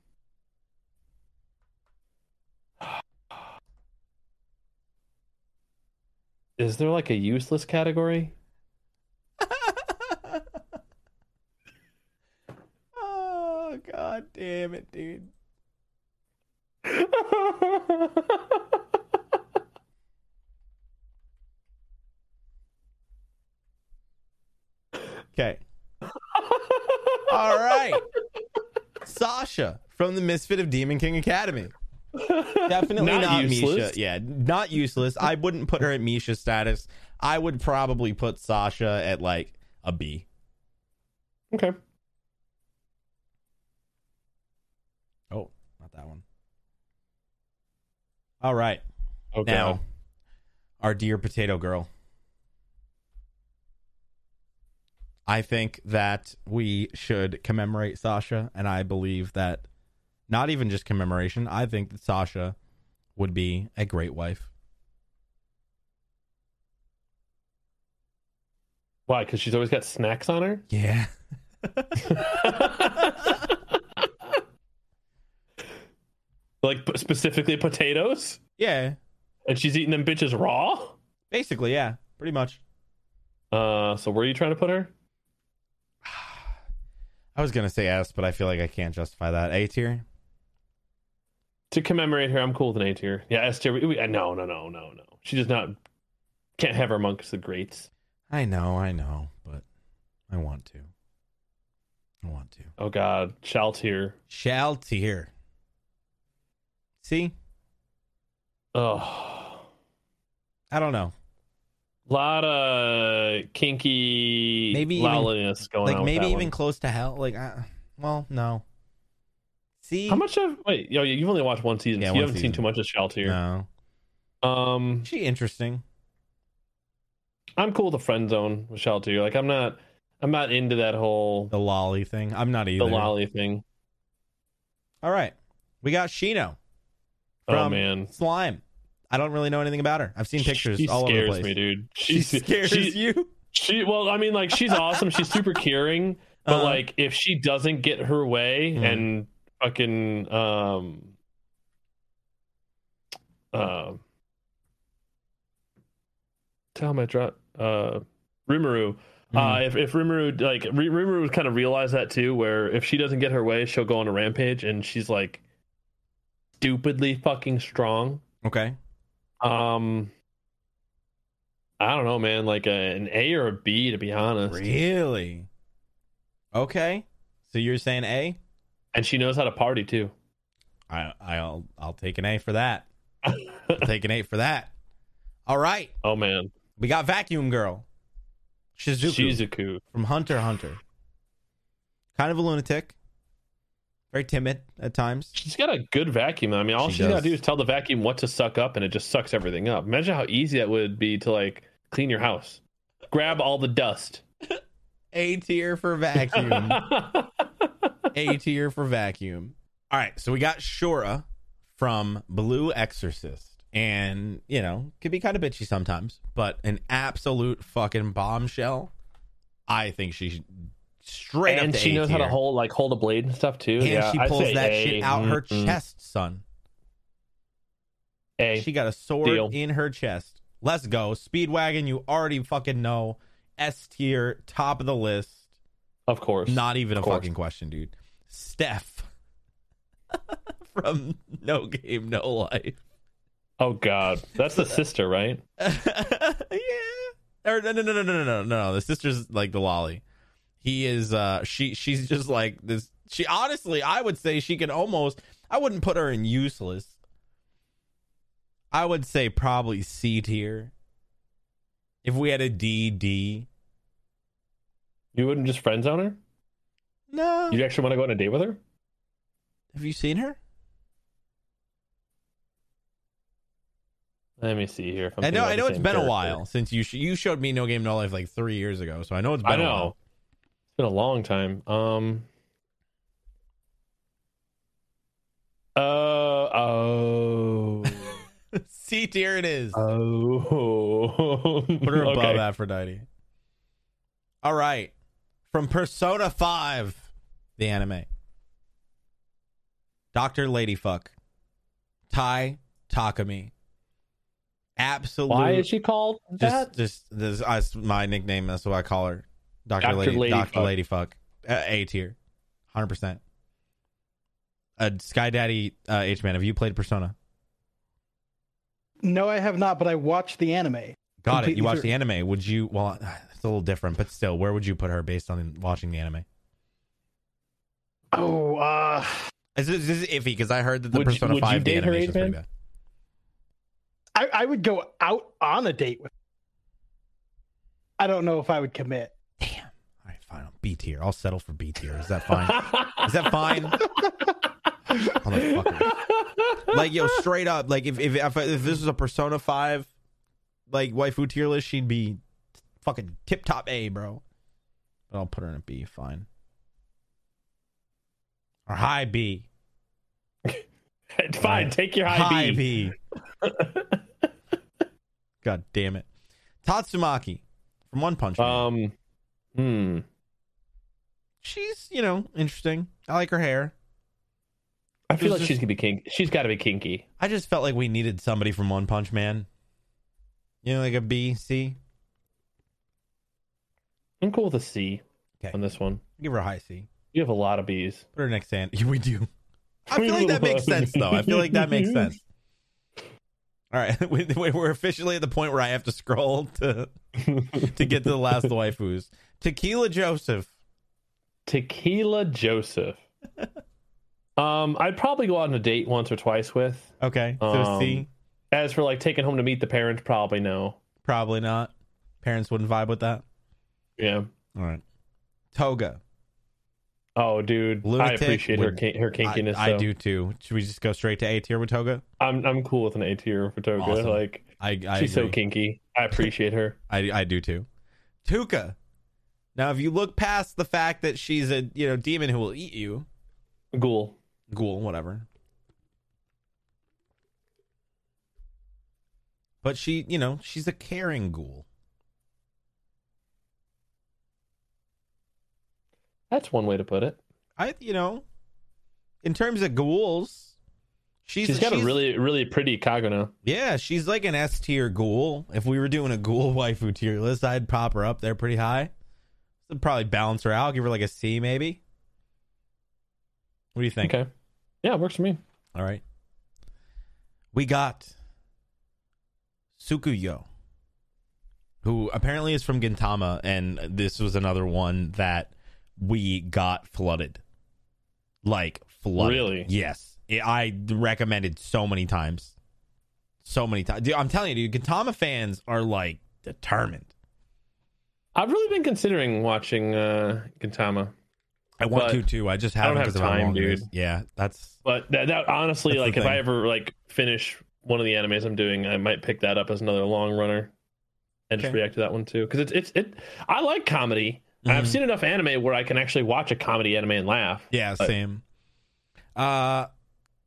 S2: is there like a useless category?
S1: oh god damn it, dude. Okay. All right. Sasha from the Misfit of Demon King Academy. Definitely not,
S2: Not useless.
S1: Misha. Yeah, not useless. I wouldn't put her at Misha status. I would probably put Sasha at like a B.
S2: okay.
S1: Oh, not that one. All right.
S2: Oh,
S1: now,
S2: God.
S1: our dear potato girl. I think that we should commemorate Sasha, and I believe that not even just commemoration, I think that Sasha would be a great wife.
S2: Why? Because she's always got snacks on her.
S1: Yeah.
S2: like p- specifically potatoes,
S1: Yeah.
S2: and she's eating them bitches raw.
S1: Basically, yeah. Pretty much.
S2: Uh, so where are you trying to put her?
S1: I was going to say S, but I feel like I can't justify that. A tier?
S2: to commemorate her, I'm cool with an A tier. Yeah, S tier. we- we- uh, No, no, no, no, no. She does not can't have her amongst the greats.
S1: I know, I know, but I want to. I want to.
S2: Oh God, shall tier.
S1: Shall tier. See?
S2: Oh,
S1: I don't know.
S2: lot of kinky
S1: Maybe even-
S2: lolliness going
S1: like
S2: on. with
S1: maybe
S2: that
S1: even
S2: one.
S1: close to hell. Like, I, well, no. See,
S2: How much of wait? Yo, you've only watched one season.
S1: Yeah,
S2: so
S1: one
S2: you haven't
S1: season.
S2: seen too much of shall tier.
S1: No,
S2: Um,
S1: she interesting.
S2: I'm cool with the friend zone with shall tier. Like I'm not, I'm not into that whole
S1: The lolly thing. I'm not either.
S2: the lolly thing.
S1: All right, we got Shino from
S2: Oh man,
S1: Slime. I don't really know anything about her. I've seen pictures
S2: she
S1: all over
S2: scares
S1: the place.
S2: me, dude.
S1: She scares
S2: she-
S1: you.
S2: She well, I mean, like she's awesome. She's super caring, but
S1: Uh-huh.
S2: like if she doesn't get her way
S1: Mhm.
S2: and fucking um uh, tell my drop uh Rimuru.
S1: hmm.
S2: Uh, if if Rimuru like Ri- Rimuru kind of realized that too, where if she doesn't get her way, she'll go on a rampage, and she's like stupidly fucking strong.
S1: Okay,
S2: Um, I don't know, man. Like a, an A or a B, to be honest.
S1: really? Okay, so you're saying A?
S2: And she knows how to party too.
S1: I I'll I'll take an A for that. I'll take an A for that. All right,
S2: Oh man,
S1: we got Vacuum Girl, Shizuku.
S2: Shizuku.
S1: from Hunter x Hunter. Kind of a lunatic, very timid at times.
S2: She's got a good vacuum. I mean, all
S1: She
S2: she has got
S1: does.
S2: to do is tell the vacuum what to suck up, and it just sucks everything up. Imagine how easy that would be to like clean your house, grab all the dust.
S1: A tier for vacuum. a tier for vacuum. All right, so we got Shora from Blue Exorcist, and you know could be kind of bitchy sometimes, but an absolute fucking bombshell. I think she's straight up.
S2: and
S1: to
S2: she
S1: A
S2: knows how to
S1: tier.
S2: hold like hold a blade and stuff too.
S1: and
S2: yeah,
S1: she
S2: I'd
S1: pulls
S2: say
S1: that
S2: A. Mm-hmm.
S1: shit out her
S2: Mm-mm.
S1: chest, son.
S2: A.
S1: She got a sword
S2: Deal.
S1: in her chest. Let's go. Speedwagon, you already fucking know. S tier, top of the list.
S2: Of course.
S1: Not even a
S2: Of course.
S1: fucking question, dude. Steph from No Game No Life.
S2: Oh God, that's the sister, right?
S1: yeah. Or no, no, no, no, no, no, no. The sister's like the lolly. He is. uh She. She's just like this. She honestly, I would say she can almost. I wouldn't put her in useless. I would say probably C tier. If we had a D D.
S2: You wouldn't just friend zone her?
S1: No.
S2: You actually want to go on a date with her?
S1: Have you seen her?
S2: Let me see here. if I'm
S1: I know.
S2: thinking
S1: I know.
S2: about the
S1: It's
S2: same
S1: been a
S2: character.
S1: while since you sh- you showed me No Game No Life like three years ago. So I know it's been.
S2: I
S1: A while.
S2: know. It's been a long time. Um. Uh oh.
S1: C tier it is.
S2: oh.
S1: Put her above
S2: Okay.
S1: Aphrodite. All right. From Persona 5, the anime. Dr. Ladyfuck. Tai Takami. Absolute.
S2: Why is she called that?
S1: just, just this, that's my nickname. That's what I call her. Dr.
S2: Dr.
S1: Lady,
S2: Ladyfuck.
S1: Dr. Ladyfuck. Uh, a tier. 100%. Uh, Sky Daddy uh, H Man, have you played Persona?
S3: No, I have not, but I watched the anime.
S1: Got it.
S3: Completely
S1: You watched
S3: through.
S1: the anime. Would you? Well, it's a little different, but still, where would you put her based on watching the anime?
S3: Oh, uh,
S1: This is, this is iffy because I heard that the
S2: Would you-
S1: Persona
S2: would you
S1: Five the
S2: date her,
S1: animation's pretty
S2: Adrian?
S1: bad.
S3: I, I would go out on a date with. I don't know if I would commit.
S1: Damn. All right, fine. I'll B tier. I'll settle for B tier. Is that fine? is that fine? Motherfucker. Like yo, straight up. Like if if if, if this was a Persona Five, like waifu tier list, she'd be fucking tip top A, bro. But I'll put her in a B. Fine. Or high B.
S2: Fine, take your high,
S1: High
S2: B.
S1: B. God damn it. Tatsumaki from One Punch Man.
S2: Um, hmm.
S1: She's, you know, interesting. I like her hair.
S2: I feel
S1: It's
S2: like
S1: just-
S2: she's gonna be kinky. She's got to be kinky.
S1: I just felt like we needed somebody from One Punch Man. You know, like a B, C.
S2: I'm cool with a C
S1: Okay.
S2: on this one.
S1: Give her a high C.
S2: You have a lot of B's.
S1: Put her next to Andy. We do. I
S2: We
S1: feel like that makes
S2: love
S1: sense, though. I feel like that makes
S2: you.
S1: sense. All right, we, we- we're officially at the point where I have to scroll to to get to the last waifus. Tequila Joseph.
S2: Tequila Joseph. um, I'd probably go out on a date once or twice with.
S1: Okay, so
S2: Um,
S1: C.
S2: As for like taking home to meet the parents, probably no.
S1: Probably not. Parents wouldn't vibe with that.
S2: Yeah.
S1: All right. Toga.
S2: Oh, dude, I
S1: Lunatic
S2: appreciate her
S1: would-
S2: kink- her kinkiness.
S1: I, I
S2: though.
S1: do too. Should we just go straight to A tier with Toga?
S2: I'm I'm cool with an A tier for Toga.
S1: Awesome.
S2: Like
S1: I, I
S2: she's so
S1: agree.
S2: kinky. I appreciate her.
S1: I, I do too. Tuca. Now, if you look past the fact that she's a you know demon who will eat you,
S2: Ghoul.
S1: ghoul, whatever. But she, you know, she's a caring ghoul.
S2: That's one way to put it.
S1: I, you know, in terms of ghouls, she's
S2: she's got a really really pretty Kaguna.
S1: Yeah, she's like an S tier ghoul. If we were doing a ghoul waifu tier list, I'd pop her up there pretty high. I'd probably balance her out, give her like a C maybe. What do you think?
S2: Okay. Yeah, it works for me.
S1: All right. We got Sukuyo, who apparently is from Gintama, and this was another one that we got flooded. Like, flooded.
S2: Really?
S1: Yes. I- I recommended so many times. So many times. Dude, I'm telling you, dude, Gintama fans are like determined.
S2: I've really been considering watching uh Gintama,
S1: I want
S2: But
S1: to too. I just
S2: I don't
S1: haven't
S2: have
S1: because of how
S2: time,
S1: long it is.
S2: dude.
S1: Yeah, that's
S2: but that, that honestly,
S1: That's the
S2: like if
S1: thing.
S2: I ever like finish one of the animes I'm doing, I might pick that up as another long runner and just
S1: Okay.
S2: react to that one too. Because it's it's it. I like comedy. And
S1: Mhm.
S2: I've seen enough anime where I can actually watch a comedy anime and laugh.
S1: Yeah,
S2: But-
S1: same. Uh,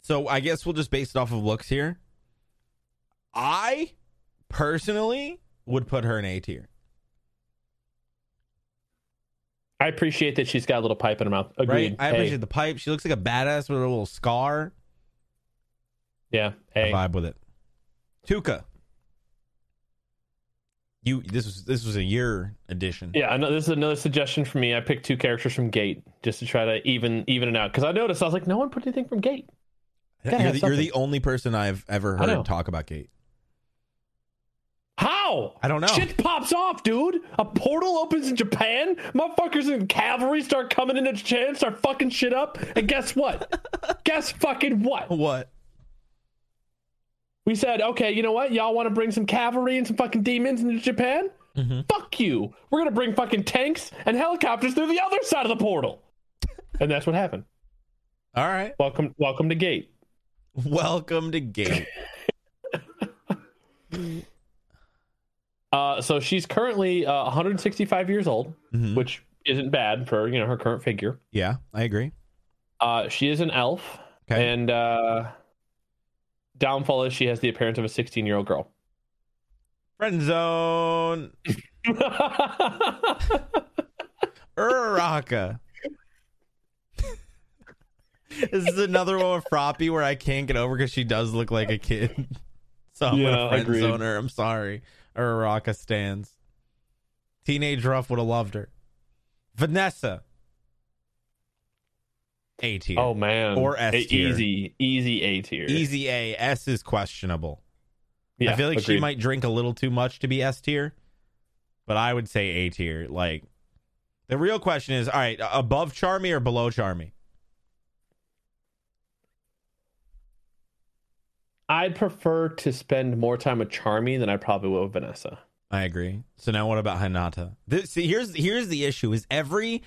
S1: so I guess we'll just base it off of looks here. I personally would put her in A tier.
S2: I appreciate that she's got a little pipe in her mouth. Agreed.
S1: Right? I
S2: A.
S1: appreciate the pipe. She looks like a badass with a little scar.
S2: Yeah.
S1: I
S2: Hey.
S1: vibe with it. Tuca. You this was this was a year edition.
S2: Yeah, I know this is another suggestion for me. I picked two characters from Gate just to try to even even it out because I noticed I was like, no one put anything from Gate. gotta
S1: you're,
S2: have
S1: the, you're the
S2: something.
S1: only person I've ever
S2: I know.
S1: heard talk about Gate.
S2: How?
S1: I don't know.
S2: Shit pops off, dude. A portal opens in Japan. Motherfuckers in cavalry start coming into Japan, start fucking shit up, and guess what? guess fucking what?
S1: What?
S2: We said, okay, you know what? Y'all want to bring some cavalry and some fucking demons into Japan?
S1: Mm-hmm.
S2: Fuck you. We're going to bring fucking tanks and helicopters through the other side of the portal. and that's what happened.
S1: All right.
S2: Welcome welcome to Gate.
S1: Welcome to Gate.
S2: Uh, so she's currently uh, 165 years old,
S1: Mhm.
S2: which isn't bad for, you know, her current figure.
S1: Yeah, I agree.
S2: Uh, she is an elf.
S1: Okay.
S2: And uh, downfall is she has the appearance of a 16 year old girl.
S1: Friend zone. Uraraka. this is another one with Froppy where I can't get over because she does look like a kid. So I'm
S2: Yeah,
S1: gonna friend
S2: agreed.
S1: zone her. I'm sorry. Uraraka stands. Teenage Ruff would have loved her. Vanessa. A tier.
S2: oh, man.
S1: Or S
S2: A-
S1: tier.
S2: Easy, easy A tier.
S1: Easy A. S is questionable. I feel like she
S2: agreed.
S1: might drink a little too much to be S tier, but I would say A tier. Like, the real question is all right, above Charmy or below Charmy?
S2: I'd prefer to spend more time with Charmy than I probably will with Vanessa.
S1: I agree. So now what about Hinata? This, see, here's here's the issue: is every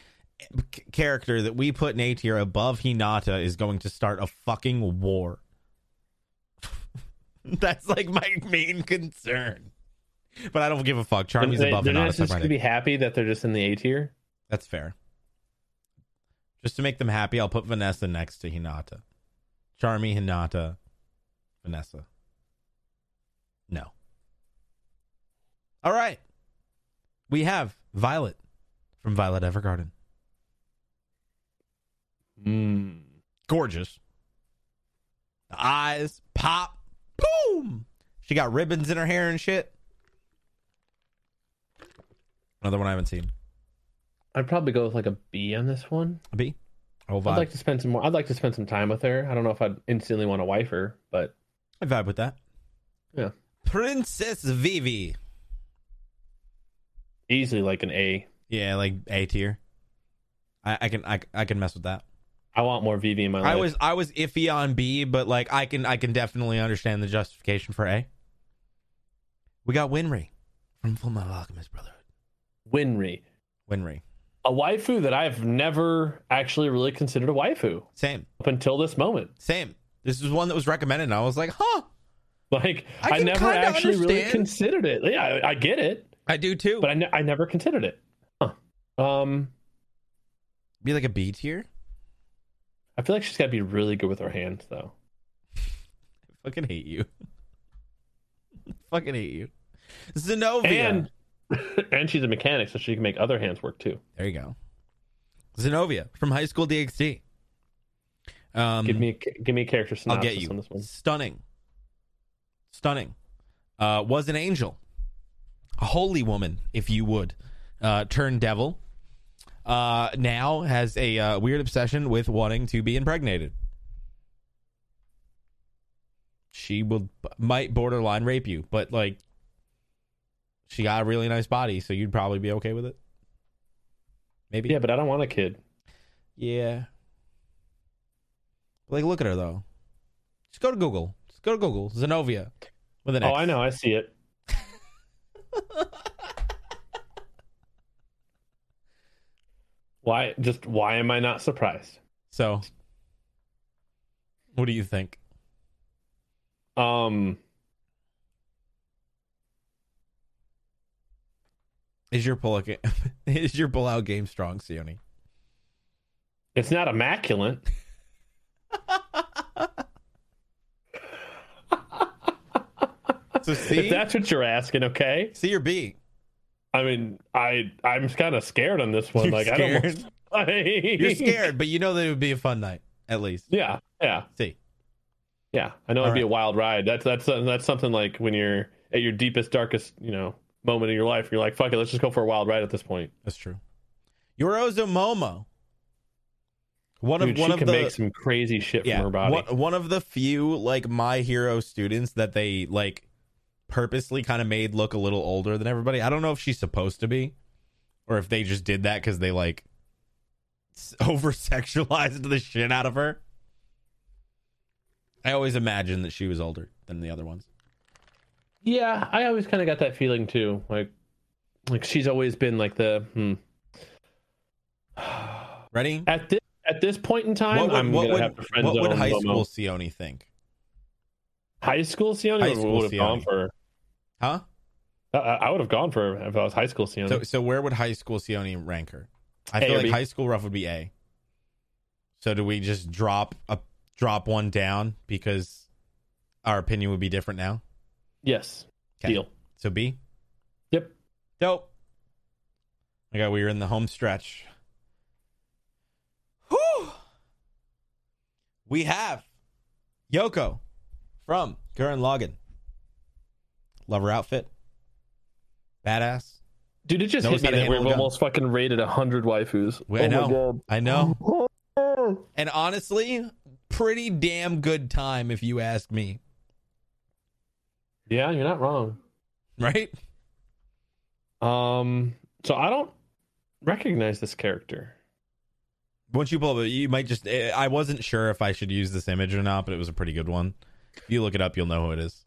S1: c- character that we put in A tier above Hinata is going to start a fucking war. That's like my main concern. But I don't give a fuck. Charmy's
S2: They-
S1: above
S2: they're
S1: Hinata.
S2: not just
S1: so I might-
S2: gonna be happy that they're just in the A tier.
S1: That's fair. Just to make them happy, I'll put Vanessa next to Hinata. Charmy, Hinata, Vanessa. No. All right. We have Violet from Violet Evergarden. Hmm. Gorgeous. The eyes pop. Boom. She got ribbons in her hair and shit. Another one I haven't seen.
S2: I'd probably go with like a B on this one.
S1: A B. Oh,
S2: I'd
S1: vibe.
S2: like to spend some more. I'd like to spend some time with her. I don't know if I'd instantly want to wife her, but
S1: I vibe with that.
S2: Yeah.
S1: Princess Vivi.
S2: easily like an A.
S1: Yeah, like A tier. I, I can I, I can mess with that.
S2: I want more Vivi in my life.
S1: I was I was iffy on B, but like I can I can definitely understand the justification for A. We got Winry from Full Metal Alchemist Brotherhood.
S2: Winry,
S1: Winry,
S2: a waifu that I've never actually really considered a waifu
S1: same
S2: up until this moment.
S1: same. This is one that was recommended, and I was like, huh,
S2: Like
S1: I
S2: I,
S1: can
S2: never
S1: kinda
S2: actually really
S1: understand.
S2: considered it. Yeah, I, I get it,
S1: I do too.
S2: but I, ne- I never considered it. Huh. Um,
S1: Be like a B tier.
S2: I feel like she's got to be really good with her hands, though.
S1: I fucking hate you. fucking hate you. Zenobia.
S2: and and she's a mechanic, so she can make other hands work too.
S1: There you go. Zenobia from High School DxD. Um,
S2: Give me a, give me a character
S1: I'll
S2: synopsis
S1: get you.
S2: on this one.
S1: Stunning. Stunning. Uh, was an angel. A holy woman, if you would. Uh, turned devil. Uh, now has a uh, weird obsession with wanting to be impregnated. She will might borderline rape you, but like she got a really nice body, so you'd probably be okay with it. Maybe.
S2: Yeah, but I don't want a kid.
S1: Yeah. Like, look at her though. Just go to Google. Just go to Google. Zenovia. With an
S2: Oh,
S1: X.
S2: I know, I see it. why? Just why am I not surprised?
S1: So, what do you think?
S2: Um,
S1: Is your pull out is your pull out game strong, Sione?
S2: it's not immaculate.
S1: So
S2: If
S1: C,
S2: that's what you're asking, okay.
S1: C or B?
S2: I mean, I I'm kind of scared on this one.
S1: You're
S2: like I
S1: scared.
S2: don't. Like,
S1: You're scared, but you know that it would be a fun night at least.
S2: Yeah, yeah.
S1: C.
S2: Yeah, I know
S1: All
S2: it'd be
S1: right.
S2: uh, a wild ride. That's that's that's something like when you're at your deepest, darkest, you know, moment in your life. You're like, fuck it, let's just go for a wild ride at this point.
S1: That's true. Yorozo Momo. One
S2: Dude,
S1: of one
S2: she
S1: of
S2: can
S1: the
S2: make some crazy shit
S1: yeah,
S2: from her body.
S1: One, one of the few like my hero students that they like purposely kind of made look a little older than everybody. I don't know if she's supposed to be or if they just did that cuz they like over sexualized the shit out of her. I always imagined that she was older than the other ones.
S2: Yeah, I always kind of got that feeling too. Like, like she's always been like the. Hmm.
S1: Ready?
S2: At this at this point in time,
S1: What would,
S2: I'm
S1: what
S2: gonna
S1: would,
S2: have to friend
S1: what would
S2: zone
S1: high
S2: Momo.
S1: school Sione think?
S2: High school Sione
S1: High school
S2: would have gone
S1: Sione.
S2: for.
S1: Huh?
S2: I, I would have gone for her if I was high school Sione.
S1: So, so where would high school Sione rank her? I
S2: A
S1: feel
S2: or
S1: like
S2: B?
S1: high school rough would be A. So do we just drop a drop one down because our opinion would be different now?
S2: yes,
S1: Okay.
S2: deal.
S1: So B.
S2: Yep.
S1: Dope. Okay, we are in the home stretch. Whew. We have Yoko from Gurren Lagann. Love her outfit. Badass.
S2: Dude, it just
S1: Knows
S2: hit me
S1: how to
S2: that we've
S1: handle a gun.
S2: almost fucking rated hundred waifus.
S1: We- I
S2: oh
S1: know.
S2: my god.
S1: I know. And honestly, pretty damn good time if you ask me,
S2: Yeah, you're not wrong.
S1: right?
S2: Um, so I don't recognize this character.
S1: Once you pull up, you might just. eh, I wasn't sure if I should use this image or not, but it was a pretty good one. If you look it up, you'll know who it is.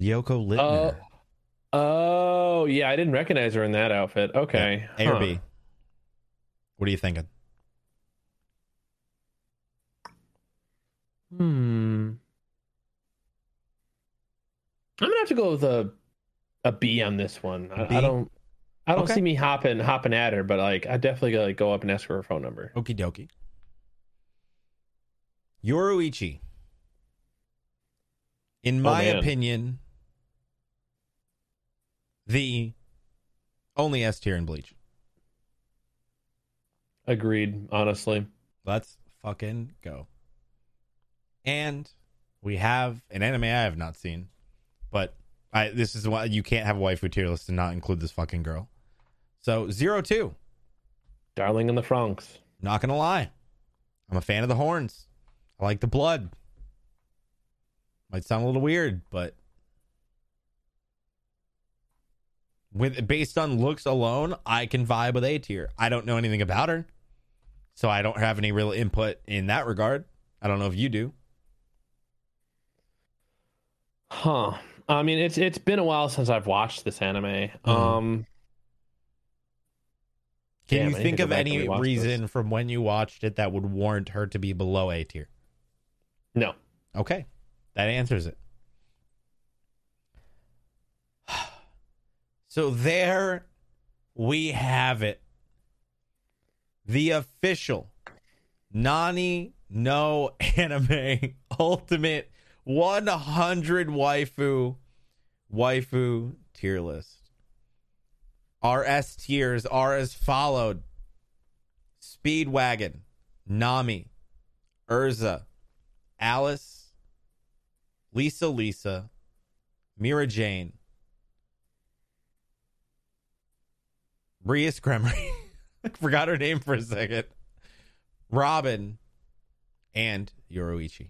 S1: Yoko Littner.
S2: Uh, Oh yeah, I didn't recognize her in that outfit. Okay,
S1: A or
S2: Huh.
S1: B? What are you thinking?
S2: Hmm. I'm gonna have to go with a a B on this one. I
S1: B?
S2: I I don't I don't
S1: Okay.
S2: see me hopping hopping at her, but like I definitely gotta like, go up and ask for her phone number.
S1: Okie dokie. Yoruichi. In my
S2: man.
S1: opinion, the only S tier in Bleach.
S2: Agreed, honestly.
S1: Let's fucking go. And we have an anime I have not seen, but I this is why you can't have a waifu tier list and not include this fucking girl. So zero two.
S2: Darling in the Franks.
S1: Not gonna lie, I'm a fan of the horns. I like the blood. Might sound a little weird, but with based on looks alone, I can vibe with A tier. I don't know anything about her, so I don't have any real input in that regard. I don't know if you do.
S2: Huh. I mean it's it's been a while since I've watched this anime.
S1: Hmm.
S2: Um
S1: Can
S2: Damn,
S1: you
S2: I need
S1: think
S2: to go
S1: of
S2: back and
S1: any
S2: rewatch
S1: reason
S2: this.
S1: from when you watched it that would warrant her to be below A tier?
S2: no.
S1: Okay. That answers it. So there we have it. The official Nani no anime ultimate 100 waifu waifu tier list. RS tiers are as followed Speedwagon, Nami, Urza, Alice, Lisa Lisa, Mira Jane, Brius Gremery. I forgot her name for a second. Robin and Yoroichi.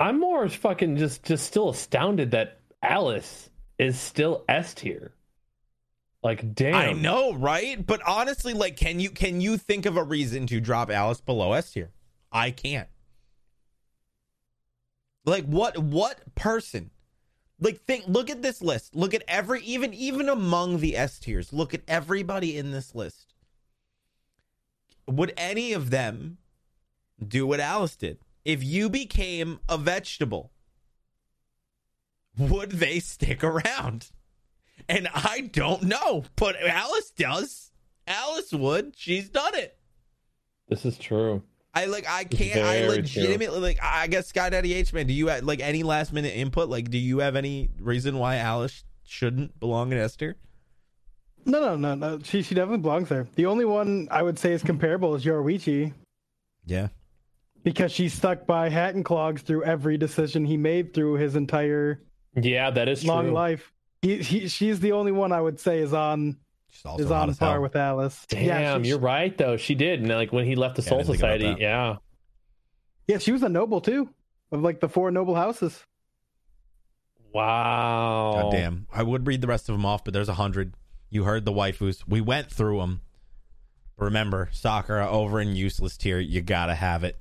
S2: I'm more fucking just just still astounded that Alice is still S tier. Like damn.
S1: I know, right? But honestly, like can you can you think of a reason to drop Alice below S tier? I can't. Like what what person? Like think look at this list. Look at every even even among the S tiers. Look at everybody in this list. Would any of them do what Alice did? If you became a vegetable, would they stick around? And I don't know, but Alice does. Alice would. She's done it.
S2: This is true.
S1: I like. I can't. I
S2: Very true.
S1: legitimately like. I guess Sky Daddy H man. Do you have, like any last minute input? Like, do you have any reason why Alice shouldn't belong in Esther?
S3: No, no, no, no. She she definitely belongs there. The only one I would say is comparable is Yoruichi
S1: Yeah.
S3: because she's stuck by Hat and Clogs through every decision he made through his entire
S2: Yeah, that is
S3: long
S2: true.
S3: life. He, he, she's the only one I would say is on
S1: She's also
S3: is
S1: hot
S3: on
S1: as hell.
S3: par with Alice.
S2: Damn,
S3: yeah, she,
S2: you're right though. She did, and like when he left the
S1: Yeah, I
S2: Soul
S1: didn't think about that.
S2: Society, yeah,
S3: yeah, she was a noble too, of like the four noble houses.
S2: wow,
S1: God damn. I would read the rest of them off, but there's a hundred. You heard the waifus. We went through them. Remember, Sakura over in useless tier. You gotta have it.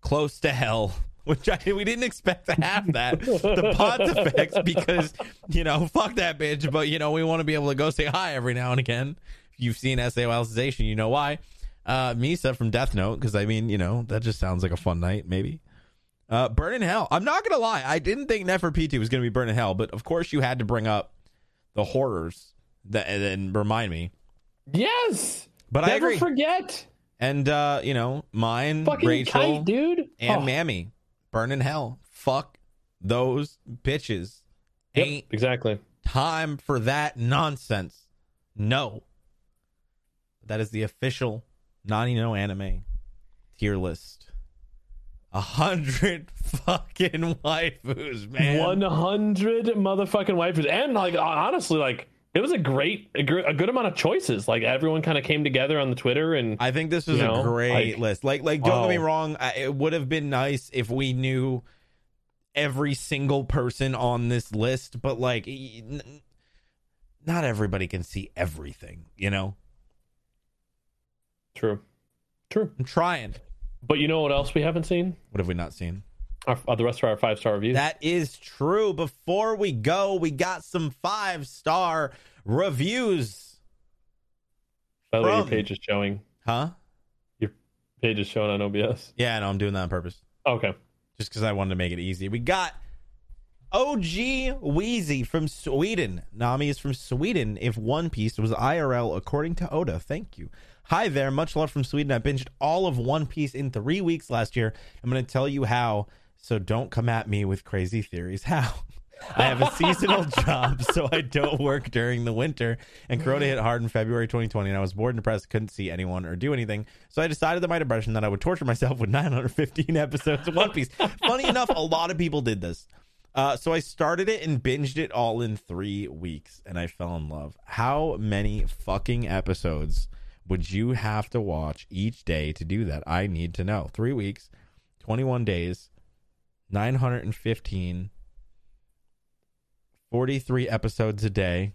S1: Close to hell. Which I, we didn't expect to have that. the pontifex because, you know, fuck that bitch. But, you know, we want to be able to go say hi every now and again. If you've seen SAOLization, you know why. Uh, Misa from Death Note, because, I mean, you know, that just sounds like a fun night, maybe. Uh, Burn in Hell. I'm not gonna lie, I didn't think Nefertiti was gonna be Burn in Hell, but of course you had to bring up the horrors that and, and remind me.
S2: Yes,
S1: But I
S2: never
S1: agree.
S2: forget,
S1: and uh, you know, mine,
S2: fucking
S1: Rachel,
S2: kite, dude,
S1: and
S2: Oh,
S1: Mammy, Burn in Hell. Fuck those bitches.
S2: yep,
S1: Ain't
S2: exactly.
S1: time for that nonsense. No. That is the official Nani no anime tier list. A hundred fucking waifus, man.
S2: One hundred motherfucking waifus, and like honestly, like it was a great, a, gr- a good amount of choices. Like everyone kind of came together on the Twitter, and
S1: I think this was
S2: You
S1: a
S2: know,
S1: great
S2: like-
S1: list. Like, like don't get me
S2: Wow.
S1: wrong. I, it would have been nice if we knew every single person on this list, but like, y- n- not everybody can see everything. You know,
S2: true, true.
S1: I'm trying.
S2: But you know what else we haven't seen?
S1: What have we not seen?
S2: Our, uh, the rest of our five star reviews.
S1: That is true. Before we go, we got some five star reviews,
S2: By the way, your
S1: from-
S2: page is showing.
S1: huh?
S2: Page is showing on OBS.
S1: Yeah, no, I'm doing that on purpose.
S2: Okay.
S1: just because I wanted to make it easy. We got OG Wheezy from Sweden. Nami is from Sweden. If One Piece was IRL, according to Oda, thank you. Hi there, much love from Sweden. I binged all of One Piece in three weeks last year. I'm going to tell you how, so don't come at me with crazy theories. How? I have a seasonal job, so I don't work during the winter. And Corona hit hard in February 2020, and I was bored and depressed, couldn't see anyone or do anything. So I decided that my depression that I would torture myself with 915 episodes of One Piece. Funny enough, a lot of people did this. Uh, so I started it and binged it all in three weeks, and I fell in love. How many fucking episodes would you have to watch each day to do that? I need to know. Three weeks, 21 days, 915 43 episodes a day,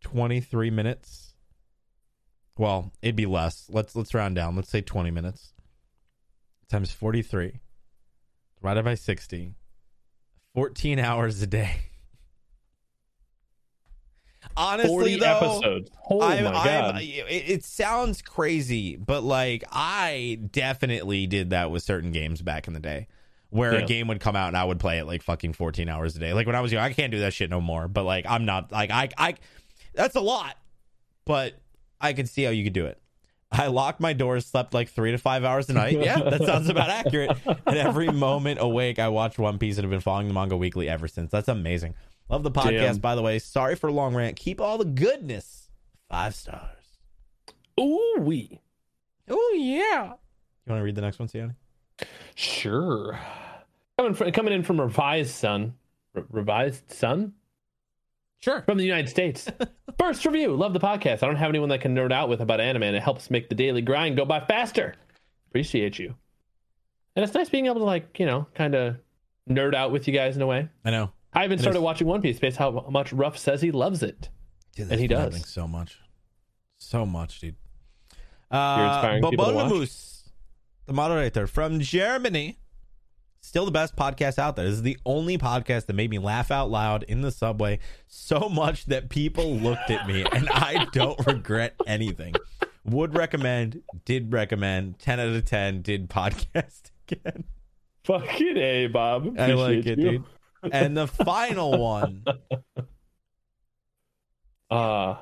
S1: 23 minutes. Well, it'd be less. Let's let's round down. Let's say 20 minutes times 43 divided by 60 14 hours a day. Honestly,
S2: 40
S1: though,
S2: episodes. Oh
S1: I'm-
S2: my
S1: I'm-
S2: god.
S1: it, it sounds crazy, but like I definitely did that with certain games back in the day, where
S2: Yeah.
S1: a game would come out and I would play it like fucking fourteen hours a day. Like when I was young, I can't do that shit no more. But like I'm not like I I that's a lot, but I could see how you could do it. I locked my doors, slept like three to five hours a night. Yeah, that sounds about accurate. And every moment awake, I watched One Piece and have been following the manga weekly ever since. That's amazing. Love the podcast,
S2: Damn.
S1: by the way. Sorry for a long rant. Keep all the goodness. Five stars.
S2: Ooh wee.
S1: Oh yeah. You want to read the next one, Siani?
S2: Sure. Coming from, coming in from revised son. Re- revised son?
S1: Sure.
S2: From the United States. First review. Love the podcast. I don't have anyone that can nerd out with about anime, and it helps make the daily grind go by faster. Appreciate you. And it's nice being able to like, you know, kind of nerd out with you guys in a way.
S1: I know.
S2: I even
S1: It
S2: started
S1: is.
S2: watching One Piece based how much Ruff says he loves it.
S1: Dude,
S2: And he
S1: that's been
S2: does.
S1: happening so much, so much, dude. Uh,
S2: inspiring people to watch.
S1: Bobonamus, the moderator from Germany, still the best podcast out there. This is the only podcast that made me laugh out loud in the subway so much that people looked at me, and I don't regret anything. Would recommend, did recommend, ten out of ten. Did podcast again.
S2: Fucking A, Bob.
S1: I like
S2: Appreciate
S1: it,
S2: you.
S1: dude. And the final one,
S2: Uh,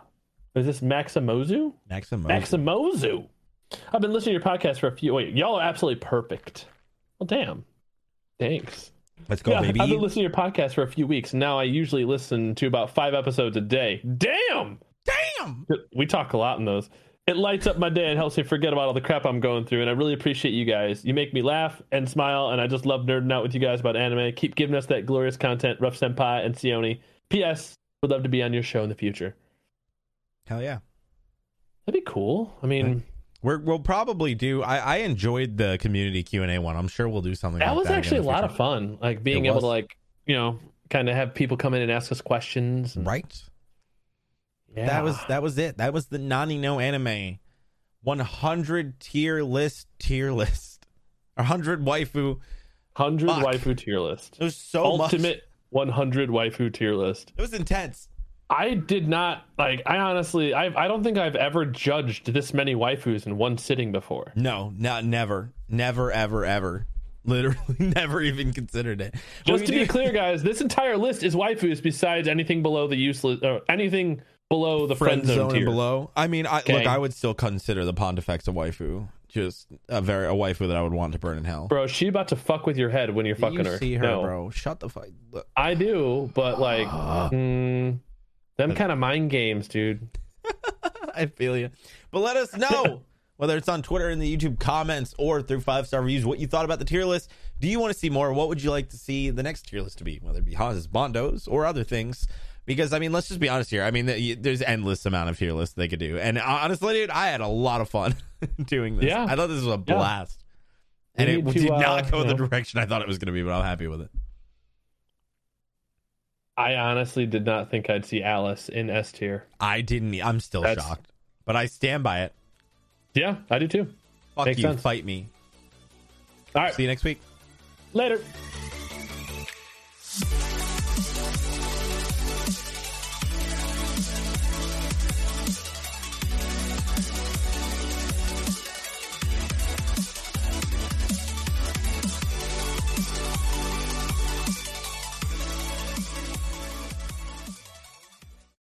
S2: is this Maximozu?
S1: Maximo.
S2: Maximozu. I've been listening to your podcast for a few. Wait, y'all are absolutely perfect. Well, damn. Thanks.
S1: Let's go,
S2: Yeah,
S1: baby.
S2: I've been listening to your podcast for a few weeks. and Now I usually listen to about five episodes a day. Damn.
S1: Damn.
S2: We talk a lot in those. It lights up my day and helps me forget about all the crap I'm going through. And I really appreciate you guys. You make me laugh and smile, and I just love nerding out with you guys about anime. Keep giving us that glorious content, Rough Senpai and Sioni. P.S. Would love to be on your show in the future.
S1: Hell yeah.
S2: That'd be cool. I mean,
S1: We're, we'll probably do. I, I enjoyed the community Q and A one. I'm sure we'll do something.
S2: that
S1: like
S2: was
S1: that
S2: actually a lot of
S1: fun.
S2: fun. Like being
S1: It
S2: able
S1: was.
S2: to like you know kind of have people come in and ask us questions. and-
S1: Right.
S2: Yeah.
S1: That was that was it. That was the Nani no anime, one hundred tier list tier list, hundred waifu.
S2: hundred
S1: Fuck.
S2: waifu tier list.
S1: It was so much.
S2: Ultimate one hundred waifu tier list.
S1: It was intense.
S2: I did not like. I honestly, I I don't think I've ever judged this many waifus in one sitting before.
S1: No, not never, never, ever, ever. Literally, never even considered it. But
S2: Just
S1: we
S2: to
S1: do-
S2: be clear, guys, this entire list is waifus. Besides anything below the useless, or anything below the friend, zone,
S1: and
S2: tier.
S1: below. I mean, I look,
S2: Okay.
S1: I would still consider the Pontifex a waifu. Just a very a waifu that I would want to burn in hell.
S2: Bro, she about to fuck with your head when you're fucking
S1: you
S2: her.
S1: see her,
S2: no,
S1: bro. Shut the fuck. Look.
S2: I do, but like, mm, them kind of mind games, dude.
S1: I feel you. But let us know whether it's on Twitter in the YouTube comments or through five star reviews what you thought about the tier list. Do you want to see more? What would you like to see the next tier list to be? Whether it be Hans's Bondos or other things. Because I mean, let's just be honest here. I mean, th- there's endless amount of tier lists they could do. And uh, honestly, dude, I had a lot of fun doing this.
S2: Yeah.
S1: I thought this was a blast. And
S2: We
S1: it
S2: need to,
S1: did
S2: uh,
S1: not go
S2: you
S1: the
S2: know.
S1: direction I thought it was going to be, but I'm happy with it.
S2: I honestly did not think I'd see Alice in S tier.
S1: I didn't. e-, I'm still
S2: That's-
S1: shocked, but I stand by it.
S2: Yeah, I do too.
S1: Fuck
S2: Makes
S1: you.
S2: sense.
S1: Fight me.
S2: All right,
S1: See you next week.
S2: later.